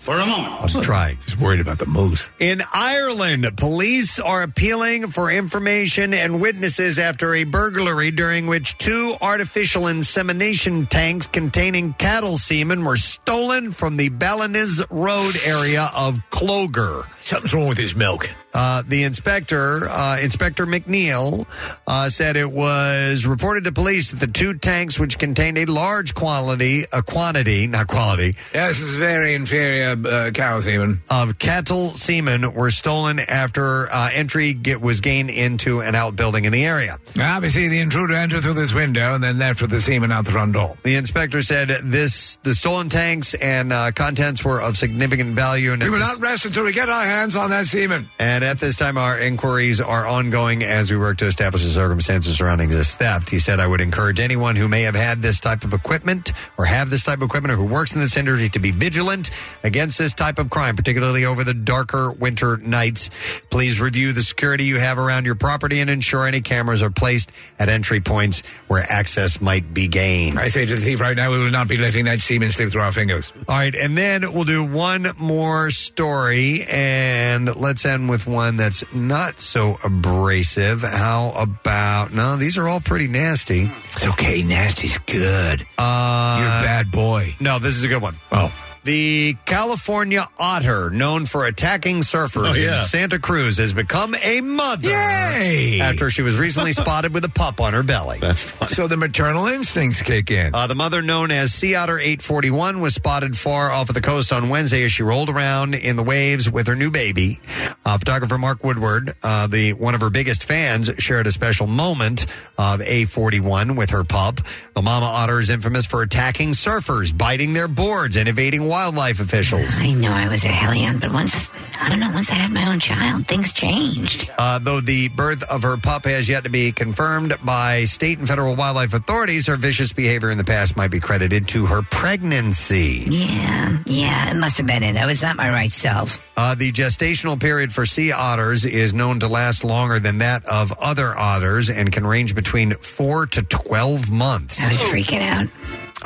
Speaker 12: for a moment?
Speaker 3: I'll try.
Speaker 5: Just worried about the moose.
Speaker 3: In Ireland, police are appealing for information and witnesses after a burglary during which two artificial insemination tanks containing cattle semen were stolen from the Ballinese Road area of Cloger.
Speaker 5: Something's wrong with his milk.
Speaker 3: Uh, the inspector, uh, Inspector McNeil, uh, said it was reported to police that the two tanks, which contained a large quantity, a quantity, not quality,
Speaker 5: Yes, this is very inferior uh, cows, even.
Speaker 3: of cattle semen were stolen after uh, entry get, was gained into an outbuilding in the area.
Speaker 5: Obviously, the intruder entered through this window and then left with the semen out the front door.
Speaker 3: The inspector said this: the stolen tanks and uh, contents were of significant value. And
Speaker 5: We
Speaker 3: it
Speaker 5: will
Speaker 3: was-
Speaker 5: not rest until we get our hands on that semen.
Speaker 3: and And at this time, our inquiries are ongoing as we work to establish the circumstances surrounding this theft. He said, I would encourage anyone who may have had this type of equipment or have this type of equipment or who works in this industry to be vigilant against this type of crime, particularly over the darker winter nights. Please review the security you have around your property and ensure any cameras are placed at entry points where access might be gained.
Speaker 5: I say to the thief right now, we will not be letting that semen slip through our fingers.
Speaker 3: All right, and then we'll do one more story, and let's end with one that's not so abrasive. How about no? These are all pretty nasty.
Speaker 5: It's okay. Nasty's good.
Speaker 3: Uh,
Speaker 5: You're a bad boy.
Speaker 3: No, this is a good one.
Speaker 5: Oh.
Speaker 3: The California otter, known for attacking surfers
Speaker 5: Oh, yeah.
Speaker 3: in Santa Cruz, has become a mother after she was recently spotted with a pup on her belly. That's
Speaker 5: So the maternal instincts kick in.
Speaker 3: Uh, the mother, known as Sea Otter 841, was spotted far off of the coast on Wednesday as she rolled around in the waves with her new baby. Uh, photographer Mark Woodward, uh, the one of her biggest fans, shared a special moment of A41 with her pup. The mama otter is infamous for attacking surfers, biting their boards, and evading wildlife officials.
Speaker 11: I know I was a hellion, but once, I don't know, once I had my own child, things changed.
Speaker 3: Uh, though the birth of her pup has yet to be confirmed by state and federal wildlife authorities, her vicious behavior in the past might be credited to her pregnancy.
Speaker 11: Yeah, yeah, it must have been it. I was not my right self.
Speaker 3: Uh, the gestational period for sea otters is known to last longer than that of other otters and can range between 4 to 12 months.
Speaker 11: I was freaking out.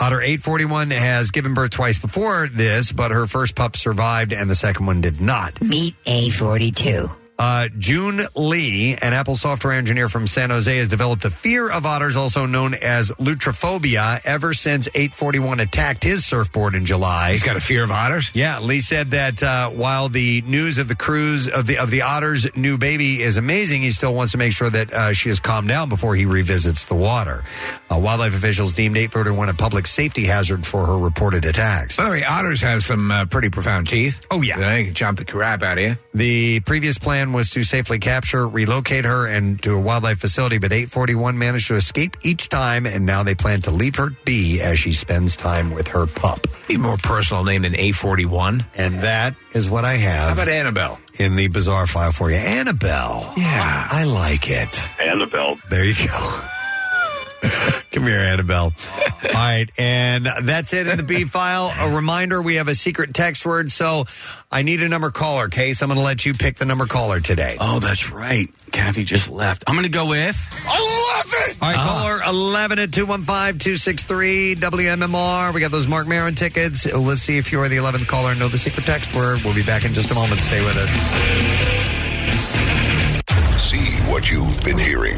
Speaker 3: Otter 841 has given birth twice before this, but her first pup survived and the second one did not.
Speaker 11: Meet A42.
Speaker 3: Uh, June Lee, an Apple software engineer from San Jose, has developed a fear of otters, also known as lutrophobia, ever since 841 attacked his surfboard in July.
Speaker 5: He's got a fear of otters.
Speaker 3: Yeah, Lee said that uh, while the news of the cruise of the of the otter's new baby is amazing, he still wants to make sure that uh, she is calmed down before he revisits the water. Uh, wildlife officials deemed 841 a public safety hazard for her reported attacks.
Speaker 5: By the way, otters have some uh, pretty profound teeth.
Speaker 3: Oh yeah,
Speaker 5: they can chomp the crap out of you.
Speaker 3: The previous plan was to safely capture, relocate her, and to a wildlife facility, but 841 managed to escape each time, and now they plan to leave her be as she spends time with her pup.
Speaker 5: Be more personal name than A41.
Speaker 3: And that is what I have.
Speaker 5: How about Annabelle?
Speaker 3: in the bizarre file for you. Annabelle. Yeah. I like it.
Speaker 14: Annabelle.
Speaker 3: There you go. Come here, Annabelle. All right. And that's it in the B file. A reminder we have a secret text word. So I need a number caller, Case. I'm going to let you pick the number caller today.
Speaker 6: Oh, that's right. Kathy just left. I'm going to go with uh-huh. 11.
Speaker 3: All right,
Speaker 12: Ah.
Speaker 3: caller 11 at 215 263 WMMR. We got those Mark Maron tickets. Let's see if you are the 11th caller. Know the secret text word. We'll be back in just a moment. Stay with us.
Speaker 2: See what you've been hearing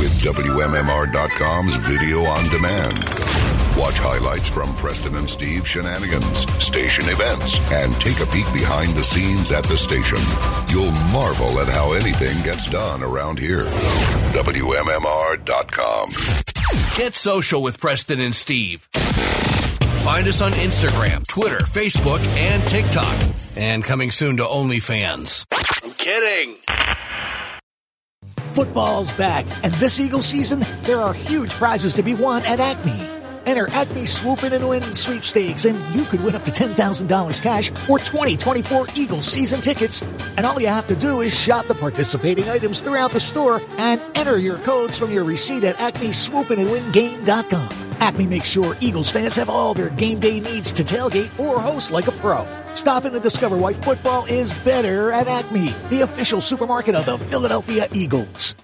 Speaker 2: with WMMR.com's video on demand. Watch highlights from Preston and Steve shenanigans, station events, and take a peek behind the scenes at the station. You'll marvel at how anything gets done around here. WMMR.com.
Speaker 8: Get social with Preston and Steve. Find us on Instagram, Twitter, Facebook, and TikTok. And coming soon to OnlyFans. I'm kidding.
Speaker 1: Football's back, and this Eagles season, there are huge prizes to be won at Acme. Enter Acme Swoop In and Win sweepstakes, and you could win up to $10,000 cash or 2024 Eagles season tickets. And all you have to do is shop the participating items throughout the store and enter your codes from your receipt at acmeswoopinandwingame.com. Acme makes sure Eagles fans have all their game day needs to tailgate or host like a pro. Stop in to discover why football is better at Acme, the official supermarket of the Philadelphia Eagles.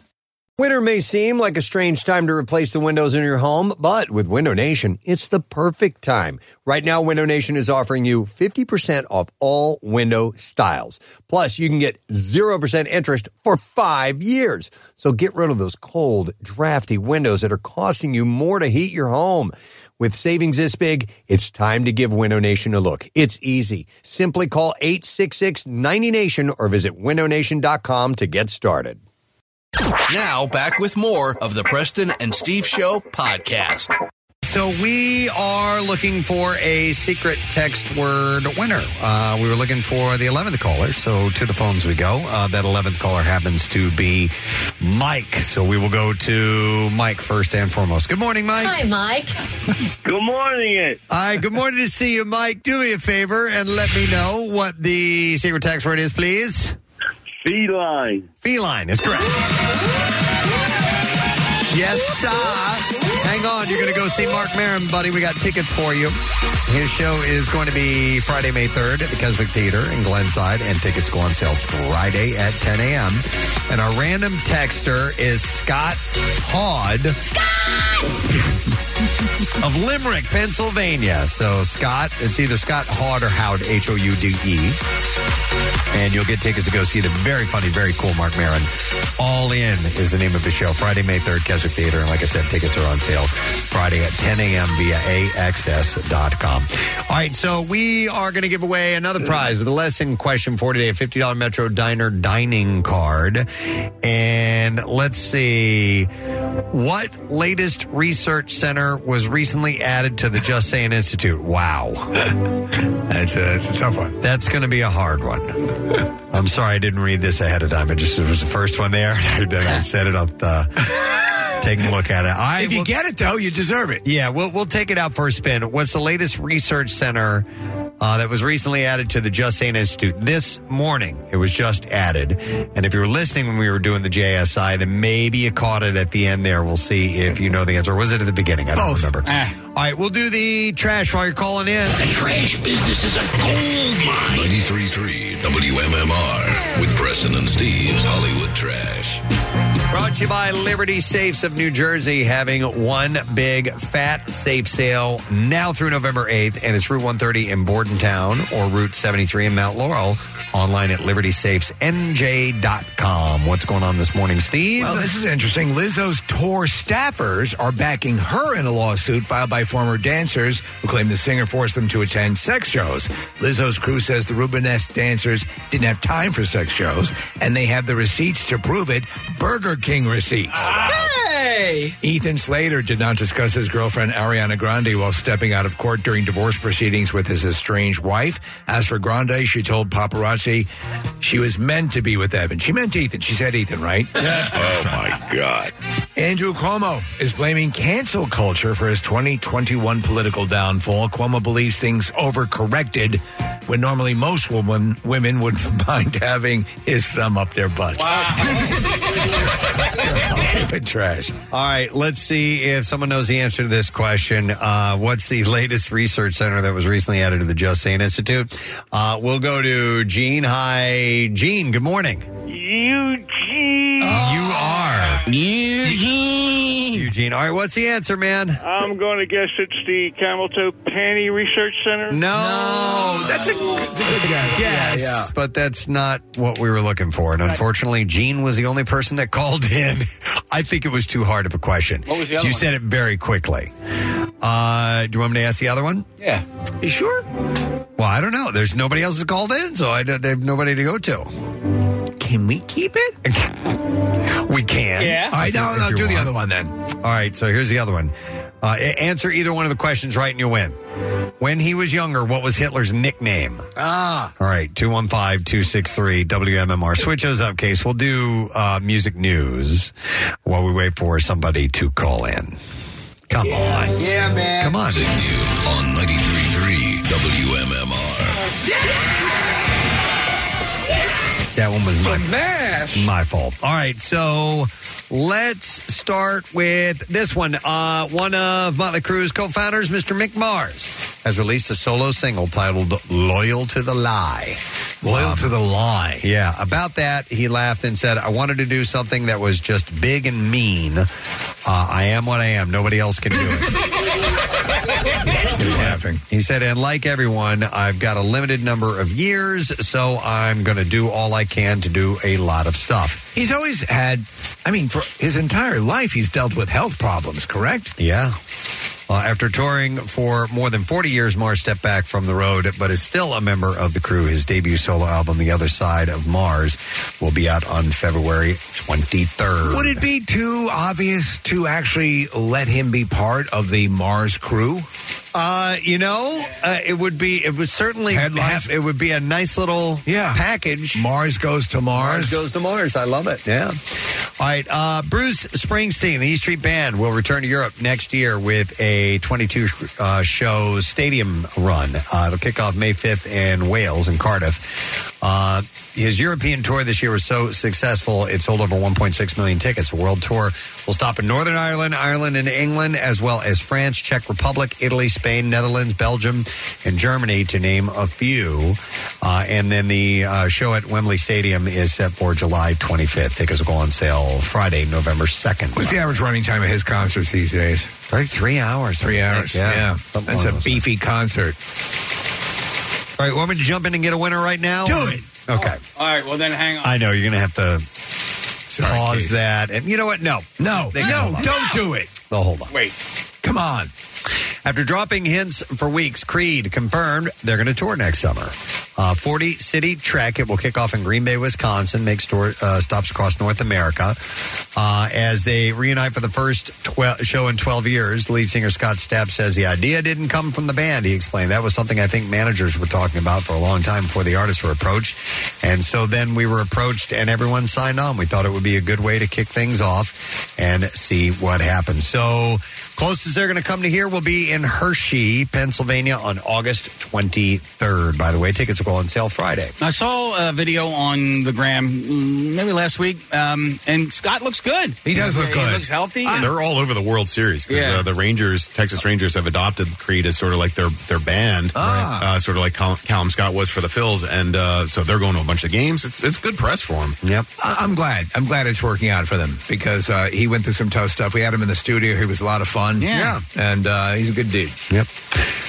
Speaker 3: Winter may seem like a strange time to replace the windows in your home, but with Window Nation, it's the perfect time. Right now, Window Nation is offering you 50% off all window styles. Plus, you can get 0% interest for five years. So get rid of those cold, drafty windows that are costing you more to heat your home. With savings this big, it's time to give Window Nation a look. It's easy. Simply call 866 90Nation or visit windownation.com to get started.
Speaker 8: Now, back with more of the Preston and Steve Show podcast.
Speaker 3: So we are looking for a secret text word winner. Uh, we were looking for the 11th caller, so to the phones we go. Uh, that 11th caller happens to be Mike, so we will go to Mike first and foremost. Good morning, Mike.
Speaker 15: Hi, Mike.
Speaker 3: Good morning. It. Hi, good morning to see you, Mike. Do me a favor and let me know what the secret text word is, please.
Speaker 14: Feline.
Speaker 3: Feline is correct. Yes, sir. Hang on. You're going to go see Mark Maron, buddy. We got tickets for you. His show is going to be Friday, May 3rd at the Keswick Theater in Glenside, and tickets go on sale Friday at 10 a.m. And our random texter is Scott Hod. of Limerick, Pennsylvania. So, Scott, it's either Scott Hod or Howd, H O U D E. And you'll get tickets to go see the very funny, very cool Mark Maron. All In is the name of the show. Friday, May 3rd, Keswick Theater. And like I said, tickets are on sale Friday at 10 a.m. via AXS.com. All right, so we are going to give away another prize with a lesson question for today a $50 Metro Diner dining card. And let's see. What latest research center was recently added to the Just Saying Institute? Wow.
Speaker 5: that's, a, that's a tough one.
Speaker 3: That's going to be a hard one. I'm sorry I didn't read this ahead of time. It just it was the first one there. And I, I said it uh, on the. Taking a look at it. I
Speaker 5: if you
Speaker 3: will-
Speaker 5: get it, though, you deserve it.
Speaker 3: yeah, we'll, we'll take it out for a spin. What's the latest research center uh, that was recently added to the Just Saying Institute? This morning, it was just added. And if you were listening when we were doing the JSI, then maybe you caught it at the end there. We'll see if you know the answer. Or was it at the beginning? I don't remember. All right, we'll do the trash while you're calling in. The
Speaker 2: trash business is a gold mine. 93.3 WMMR with Preston and Steve's Hollywood Trash.
Speaker 3: Brought to you by Liberty Safes of New Jersey, having one big fat safe sale now through November 8th, and it's Route 130 in Bordentown or Route 73 in Mount Laurel. Online at libertysafesnj.com. What's going on this morning, Steve?
Speaker 5: Well, Oh, this is interesting. Lizzo's tour staffers are backing her in a lawsuit filed by former dancers who claim the singer forced them to attend sex shows. Lizzo's crew says the Rubenesque dancers didn't have time for sex shows, and they have the receipts to prove it Burger King receipts.
Speaker 3: Ah.
Speaker 5: Hey! Ethan Slater did not discuss his girlfriend Ariana Grande while stepping out of court during divorce proceedings with his estranged wife. As for Grande, she told paparazzi she was meant to be with Evan. She meant Ethan. She said Ethan, right?
Speaker 22: Oh, my God.
Speaker 5: Andrew Cuomo is blaming cancel culture for his 2021 political downfall. Cuomo believes things overcorrected when normally most women women would mind having his thumb up their butts. Stupid trash.
Speaker 3: All right, let's see if someone knows the answer to this question. Uh, what's the latest research center that was recently added to the Just Saying Institute? Uh, we'll go to Gene. Hi, Gene. Good morning.
Speaker 14: Eugene.
Speaker 3: You are.
Speaker 14: Eugene.
Speaker 3: Eugene. All right, what's the answer, man?
Speaker 14: I'm going to guess it's the Camel Toe Panty Research Center.
Speaker 3: No.
Speaker 5: That's a, that's a good guess.
Speaker 3: Yes, but that's not what we were looking for. And unfortunately, Gene was the only person that called in. I think it was too hard of a question.
Speaker 14: What was the other
Speaker 3: you
Speaker 14: one?
Speaker 3: said it very quickly. Uh, do you want me to ask the other one?
Speaker 5: Yeah. You sure?
Speaker 3: Well, I don't know. There's nobody else that called in, so I, don't- they have nobody to go to.
Speaker 5: Can we keep it?
Speaker 3: We can.
Speaker 5: All right,
Speaker 3: If you-
Speaker 5: now,
Speaker 3: if
Speaker 5: now
Speaker 3: you
Speaker 5: do the
Speaker 3: want.
Speaker 5: other one then.
Speaker 3: All right, so here's the other one. Uh, a- answer either one of the questions right and you win. When he was younger, what was Hitler's nickname?
Speaker 5: Ah.
Speaker 3: All right, 215 263 WMMR. Switch those up, Case. We'll do uh, music news while we wait for somebody to call in. Come on.
Speaker 5: Yeah, man.
Speaker 3: Come on.
Speaker 2: On 93.3 WMMR.
Speaker 3: That one was my,
Speaker 2: Smash!
Speaker 3: my fault. All right, so let's start with this one. Uh, one of Motley Crue's co founders, Mr. Mick Mars, has released a solo single titled Loyal to the Lie.
Speaker 5: Loyal
Speaker 3: Um,
Speaker 5: to the lie.
Speaker 3: Yeah, about that, he laughed and said, I wanted to do something that was just big and mean. Uh, I am what I am. Nobody else can do it.
Speaker 5: laughing.
Speaker 3: He said, and like everyone, I've got a limited number of years, so I'm going to do all I can to do a lot of stuff.
Speaker 5: He's always had, I mean, for his entire life, he's dealt with health problems, correct?
Speaker 3: Yeah. Uh, after touring for more than 40 years, Mars stepped back from the road, but is still a member of the crew. His debut solo album, The Other Side of Mars, will be out on February 23rd.
Speaker 5: Would it be too obvious to actually let him be part of the Mars crew?
Speaker 3: Uh, you know, uh, it would be. It would certainly. Have, it would be a nice little package.
Speaker 5: Mars goes to Mars.
Speaker 3: Mars goes to Mars. I love it. Yeah. All right. Uh, Bruce Springsteen, the E Street Band, will return to Europe next year with a 22 uh, show stadium run. Uh, it'll kick off May 5th in Wales and Cardiff. Uh, his European tour this year was so successful, it sold over 1.6 million tickets. The world tour will stop in Northern Ireland, Ireland, and England, as well as France, Czech Republic, Italy, Spain, Netherlands, Belgium, and Germany, to name a few. Uh, and then the uh, show at Wembley Stadium is set for July 25th. Tickets will go on sale Friday, November 2nd.
Speaker 5: What's the average running time of his concerts these days?
Speaker 3: Like three hours.
Speaker 5: Three hours.
Speaker 3: yeah.
Speaker 5: Yeah,
Speaker 3: Something
Speaker 5: that's
Speaker 3: along
Speaker 5: a
Speaker 3: those
Speaker 5: beefy concert.
Speaker 3: All right, want me to jump in and get a winner right now? Do it. Okay.
Speaker 6: All right, well then, hang on.
Speaker 3: I know you're going to have to pause that. And you know what? No,
Speaker 5: no,
Speaker 3: They can hold
Speaker 5: no,
Speaker 3: on.
Speaker 5: don't do it.
Speaker 3: They'll Oh, hold on.
Speaker 6: Wait,
Speaker 5: come on.
Speaker 3: After dropping hints for weeks, Creed confirmed they're going to tour next summer. Uh, 40 city trek. It will kick off in Green Bay, Wisconsin, makes tour, uh, stops across North America. Uh, as they reunite for the first 12, show in 12 years, lead singer Scott Stapp says the idea didn't come from the band, he explained. That was something I think managers were talking about for a long time before the artists were approached. And so then we were approached and everyone signed on. We thought it would be a good way to kick things off and see what happens. So closest they're going to come to here will be in Hershey, Pennsylvania on August 23rd. By the way, tickets will go on sale Friday.
Speaker 6: I saw a video on the gram mm, maybe last week, um, and Scott looks good.
Speaker 5: He does look good.
Speaker 6: He looks healthy. and-
Speaker 7: They're all over the World Series because
Speaker 6: Yeah.
Speaker 7: uh, the Rangers, Texas Rangers, have adopted Creed as sort of like their their band,
Speaker 5: Ah.
Speaker 7: uh, sort of like Cal- Callum Scott was for the Phils, and uh, so they're going to a bunch of games. It's it's good press for him.
Speaker 3: Yep.
Speaker 5: I- I'm glad. I'm glad it's working out for them because uh, he went through some tough stuff. We had him in the studio. He was a lot of fun.
Speaker 3: Yeah.
Speaker 5: And uh, he's a good dude.
Speaker 3: Yep.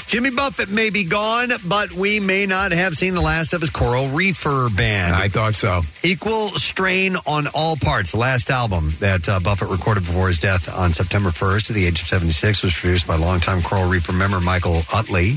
Speaker 3: Jimmy Buffett may be gone, but we may not have seen the last of his Coral Reefer band.
Speaker 5: I thought so.
Speaker 3: Equal Strain on All Parts, the last album that uh, Buffett recorded before his death on September 1st at the age of 76, was produced by longtime Coral Reefer member Michael Utley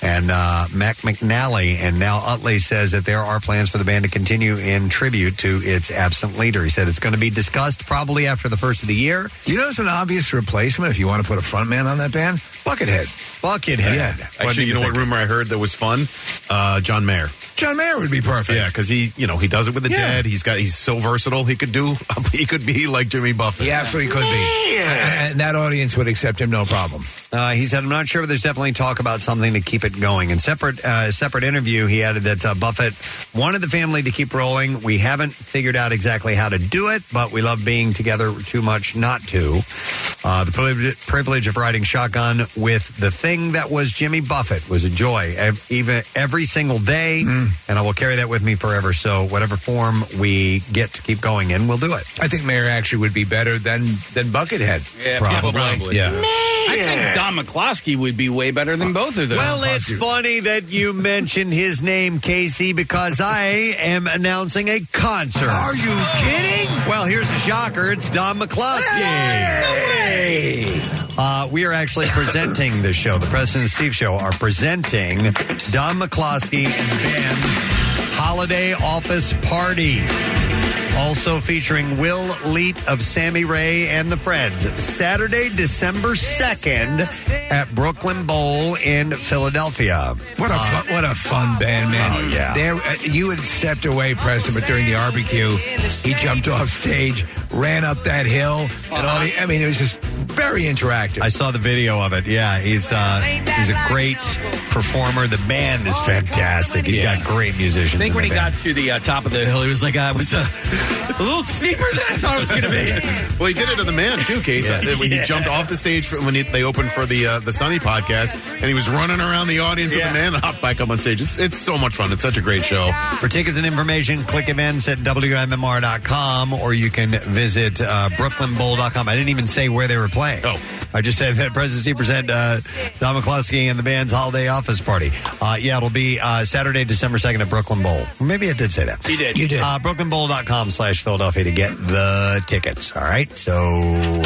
Speaker 3: and uh, Mac McNally. And now Utley says that there are plans for the band to continue in tribute to its absent leader. He said it's going to be discussed probably after the first of the year.
Speaker 5: Do you know it's an obvious replacement if you want to put a front man on that band? Buckethead.
Speaker 3: Buckethead.
Speaker 5: Yeah.
Speaker 7: Actually, you know what rumor I heard that was fun? Uh, John Mayer.
Speaker 5: John Mayer would be perfect.
Speaker 7: Yeah, because he, you know, he does it with the dead. He's got, he's so versatile. He could do, he could be like Jimmy Buffett.
Speaker 5: He absolutely could be. And, and that audience would accept him no problem.
Speaker 3: Uh, he said, "I'm not sure, but there's definitely talk about something to keep it going." In separate uh, separate interview, he added that uh, Buffett wanted the family to keep rolling. We haven't figured out exactly how to do it, but we love being together too much not to. Uh, the privilege, privilege of riding shotgun with the thing that was Jimmy Buffett was a joy, ev- even every single day,
Speaker 5: Mm.
Speaker 3: and I will carry that with me forever. So, whatever form we get to keep going in, we'll do it.
Speaker 5: I think Mayer actually would be better than than Buckethead.
Speaker 6: Yeah,
Speaker 3: Probably.
Speaker 5: Yeah.
Speaker 6: I think Don McCloskey would be way better than both of them.
Speaker 3: Well, it's funny that you mentioned his name, Casey, because I am announcing a concert.
Speaker 5: Are you kidding?
Speaker 3: Well, here's a shocker. It's Don McCluskey. Uh, we are actually presenting this show. The President and Steve Show are presenting Don McCluskey and Band Holiday Office Party. Also featuring Will Leet of Sammy Ray and the Friends. Saturday, December 2nd at Brooklyn Bowl in Philadelphia. Uh,
Speaker 5: What a fun, what a fun band, man!
Speaker 3: Oh, yeah.
Speaker 5: there uh, you had stepped away, Preston, but during the barbecue, he jumped off stage, ran up that hill, and all. The, I mean, it was just very interactive.
Speaker 3: I saw the video of it. Yeah, he's uh, he's a great performer. The band is fantastic. He's got great musicians.
Speaker 6: I think
Speaker 3: in
Speaker 6: when
Speaker 3: the
Speaker 6: he
Speaker 3: band.
Speaker 6: got to the uh, top of the hill, he was like, "I was uh, a little steeper than I thought it was going to be."
Speaker 7: Well, he did it to the man too, Case. Uh, When he jumped off the stage for, when he, they opened for the uh, the Sunny podcast, and he was running around the audience, and the man hopped back up on stage. It's, it's so much fun. It's such a great show.
Speaker 3: For tickets and information, click events at WMMR.com or you can visit uh, BrooklynBowl.com. I didn't even say where they were playing.
Speaker 7: Oh.
Speaker 3: I just said that Presidency present uh, Don McCluskey and the band's holiday office party. Uh, yeah, it'll be uh, Saturday, December 2nd at Brooklyn Bowl. Or Maybe I did say that.
Speaker 6: He did.
Speaker 5: You did.
Speaker 3: Uh, BrooklynBowl.com slash Philadelphia to get the tickets. All right. So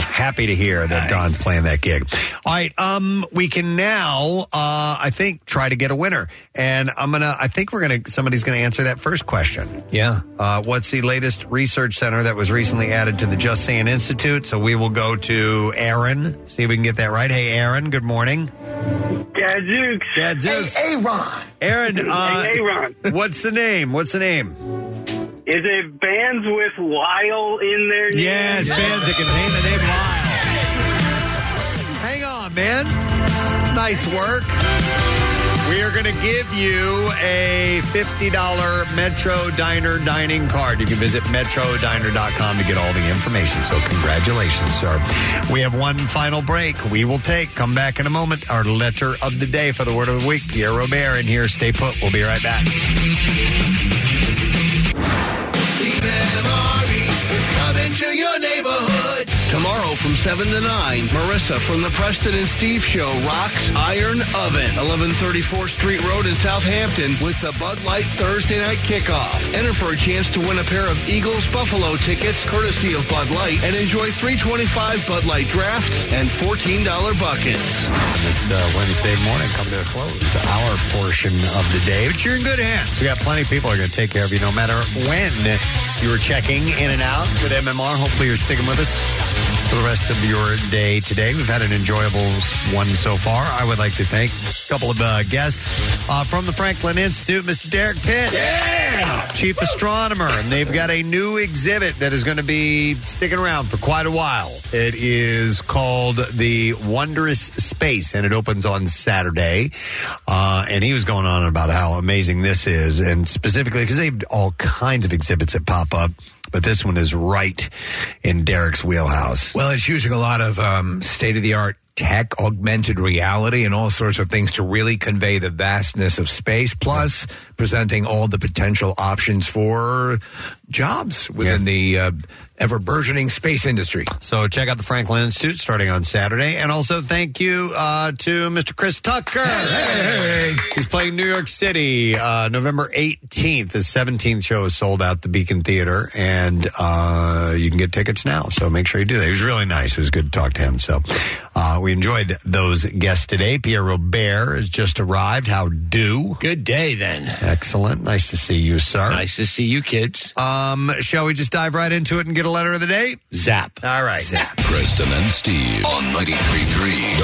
Speaker 3: happy to hear that Don's playing that gig. All right. Um, we can now, uh, I think, try to get a winner. And I'm going to, I think we're going to, somebody's going to answer that first question.
Speaker 5: yeah,
Speaker 3: Uh, what's the latest research center that was recently added to the Just Saying Institute? So we will go to Aaron, see if we can get that right. Hey, Aaron, good morning. Good Gadzooks. Gadzooks.
Speaker 21: Hey, Aaron.
Speaker 3: Aaron. Uh,
Speaker 15: Hey, Aaron.
Speaker 3: What's the name? What's the name?
Speaker 15: Is it bands with Lyle in there?
Speaker 3: Yes, bands that contain the name Lyle. Hang on, man. Nice work. We are going to give you a $50 Metro Diner dining card. You can visit metrodiner.com to get all the information. So, congratulations, sir. We have one final break we will take. Come back in a moment. Our letter of the day for the word of the week, Pierre Robert in here. Stay put. We'll be right back.
Speaker 8: Coming to your neighborhood. Tomorrow from 7 to 9, Marissa from the Preston and Steve Show rocks Iron Oven, 1134th Street Road in Southampton with the Bud Light Thursday night kickoff. Enter for a chance to win a pair of Eagles Buffalo tickets courtesy of Bud Light and enjoy 325 Bud Light drafts and $14 buckets.
Speaker 3: This uh, Wednesday morning, come to a close. Our portion of the day, but you're in good hands. We got plenty of people who are going to take care of you, no matter when you were checking in and out with MMR. Hopefully, you're sticking with us for the rest of your day today. We've had an enjoyable one so far. I would like to thank a couple of uh, guests uh, from the Franklin Institute, Mr. Derek Pitts, chief astronomer, and they've got a new exhibit that is going to be sticking around for quite a while. It is called the Wondrous Space, and it opens on Saturday. Uh, and he was going on about how amazing this is, and specifically because they have all kinds of exhibits that pop up. But this one is right in Derek's wheelhouse.
Speaker 5: Well, it's using a lot of um, state of the art tech, augmented reality, and all sorts of things to really convey the vastness of space, plus presenting all the potential options for jobs within the uh, ever burgeoning space industry.
Speaker 3: So check out the Franklin Institute starting on Saturday. And also thank you uh, to Mr. Chris Tucker. He's playing New York City uh, November 18th. His 17th show is sold out at the Beacon Theater, and uh, you can get tickets now. So make sure you do that. He was really nice. It was good to talk to him. So uh, we enjoyed those guests today. Pierre Robert has just arrived. How do?
Speaker 16: Good day, then.
Speaker 3: Excellent. Nice to see you, sir.
Speaker 16: Nice to see you, kids.
Speaker 3: Um, shall we just dive right into it and get a letter of the day?
Speaker 16: Zap.
Speaker 3: All right. Zap.
Speaker 2: Preston and Steve on 93.3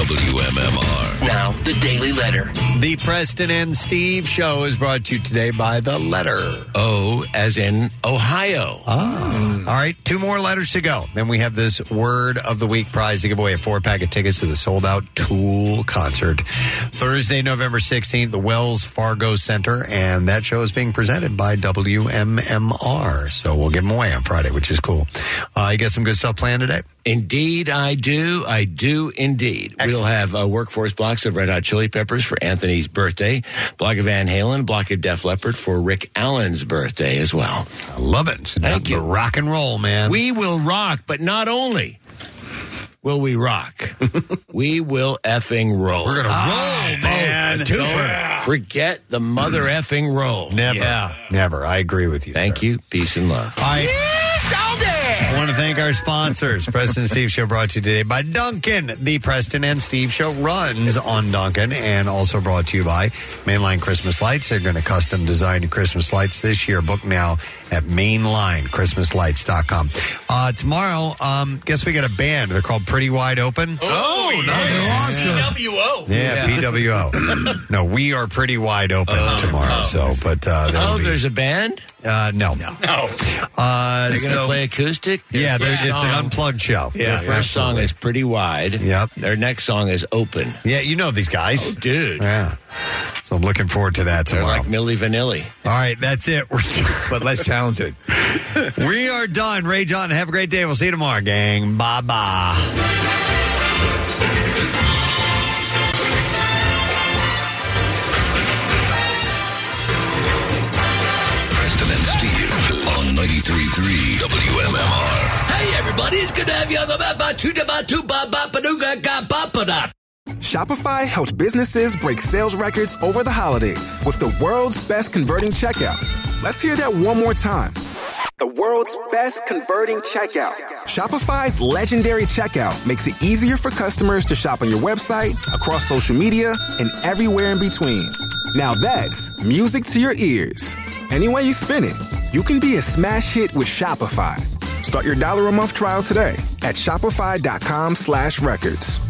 Speaker 2: WMMR.
Speaker 16: Now, the Daily Letter.
Speaker 3: The Preston and Steve show is brought to you today by the letter
Speaker 16: O, as in Ohio.
Speaker 3: Ah. All right, two more letters to go. Then we have this Word of the Week prize to give away a four pack of tickets to the sold out Tool concert Thursday, November 16th, the Wells Fargo Center. And that show is being presented by WMMR. So we'll give them away on Friday, which is cool. Uh, you got some good stuff planned today?
Speaker 16: Indeed, I do. I do indeed. We'll have uh, workforce blocks of Red Hot Chili Peppers for Anthony's birthday, block of Van Halen, block of Def Leppard for Rick Allen's birthday as well.
Speaker 3: I love it.
Speaker 16: Thank you.
Speaker 3: Rock and roll, man.
Speaker 16: We will rock, but not only will we rock, we will effing roll. We're
Speaker 3: gonna roll, man. Mm.
Speaker 16: Twofer. Forget the mother effing roll.
Speaker 12: Oh,
Speaker 3: Never.
Speaker 16: Yeah.
Speaker 3: Never. I agree with you.
Speaker 16: Thank you. Peace and love.
Speaker 3: All right. I want to thank our sponsors. Preston and Steve Show brought to you today by Duncan. The Preston and Steve Show runs on Duncan and also brought to you by Mainline Christmas Lights. They're going to custom design your Christmas lights this year. Book now at mainlinechristmaslights.com. Uh, tomorrow, um, guess we got a band. They're called Pretty Wide Open.
Speaker 16: Oh, nice.
Speaker 12: Oh,
Speaker 15: PWO.
Speaker 3: Yeah, PWO. no, we are pretty wide open tomorrow. So, but uh, that'll
Speaker 16: Oh,
Speaker 3: be-
Speaker 16: there's a band?
Speaker 3: uh, no,
Speaker 15: No.
Speaker 3: Uh,
Speaker 16: They're going to
Speaker 3: so
Speaker 16: play acoustic?
Speaker 3: yeah,
Speaker 16: Their
Speaker 3: there's-
Speaker 16: first
Speaker 3: it's an
Speaker 16: song-
Speaker 3: unplugged show.
Speaker 16: Their first song is pretty wide.
Speaker 3: Yep.
Speaker 16: Their next song is open. Oh,
Speaker 3: Yeah, you know these guys.
Speaker 16: Dude,
Speaker 3: Yeah. So I'm looking forward to that
Speaker 16: they're
Speaker 3: tomorrow.
Speaker 16: like Milli Vanilli.
Speaker 3: All right, that's it. We're done.
Speaker 5: But less talented.
Speaker 3: we are done. Ray John, have a great day. We'll see you tomorrow, gang. Bye bye.
Speaker 2: Preston and Steve on 93.3 WMMR.
Speaker 16: Hey, everybody, it's good to have you on the map. Ba two da ba two ba ba ba doo ga ga ba ba da.
Speaker 23: Shopify helped businesses break sales records over the holidays with the world's best converting checkout. Let's hear that one more time. The world's best converting checkout. Shopify's legendary checkout makes it easier for customers to shop on your website, across social media, and everywhere in between. Now that's music to your ears. Any way you spin it, you can be a smash hit with Shopify. Start your dollar a month trial today at shopify.com slash records.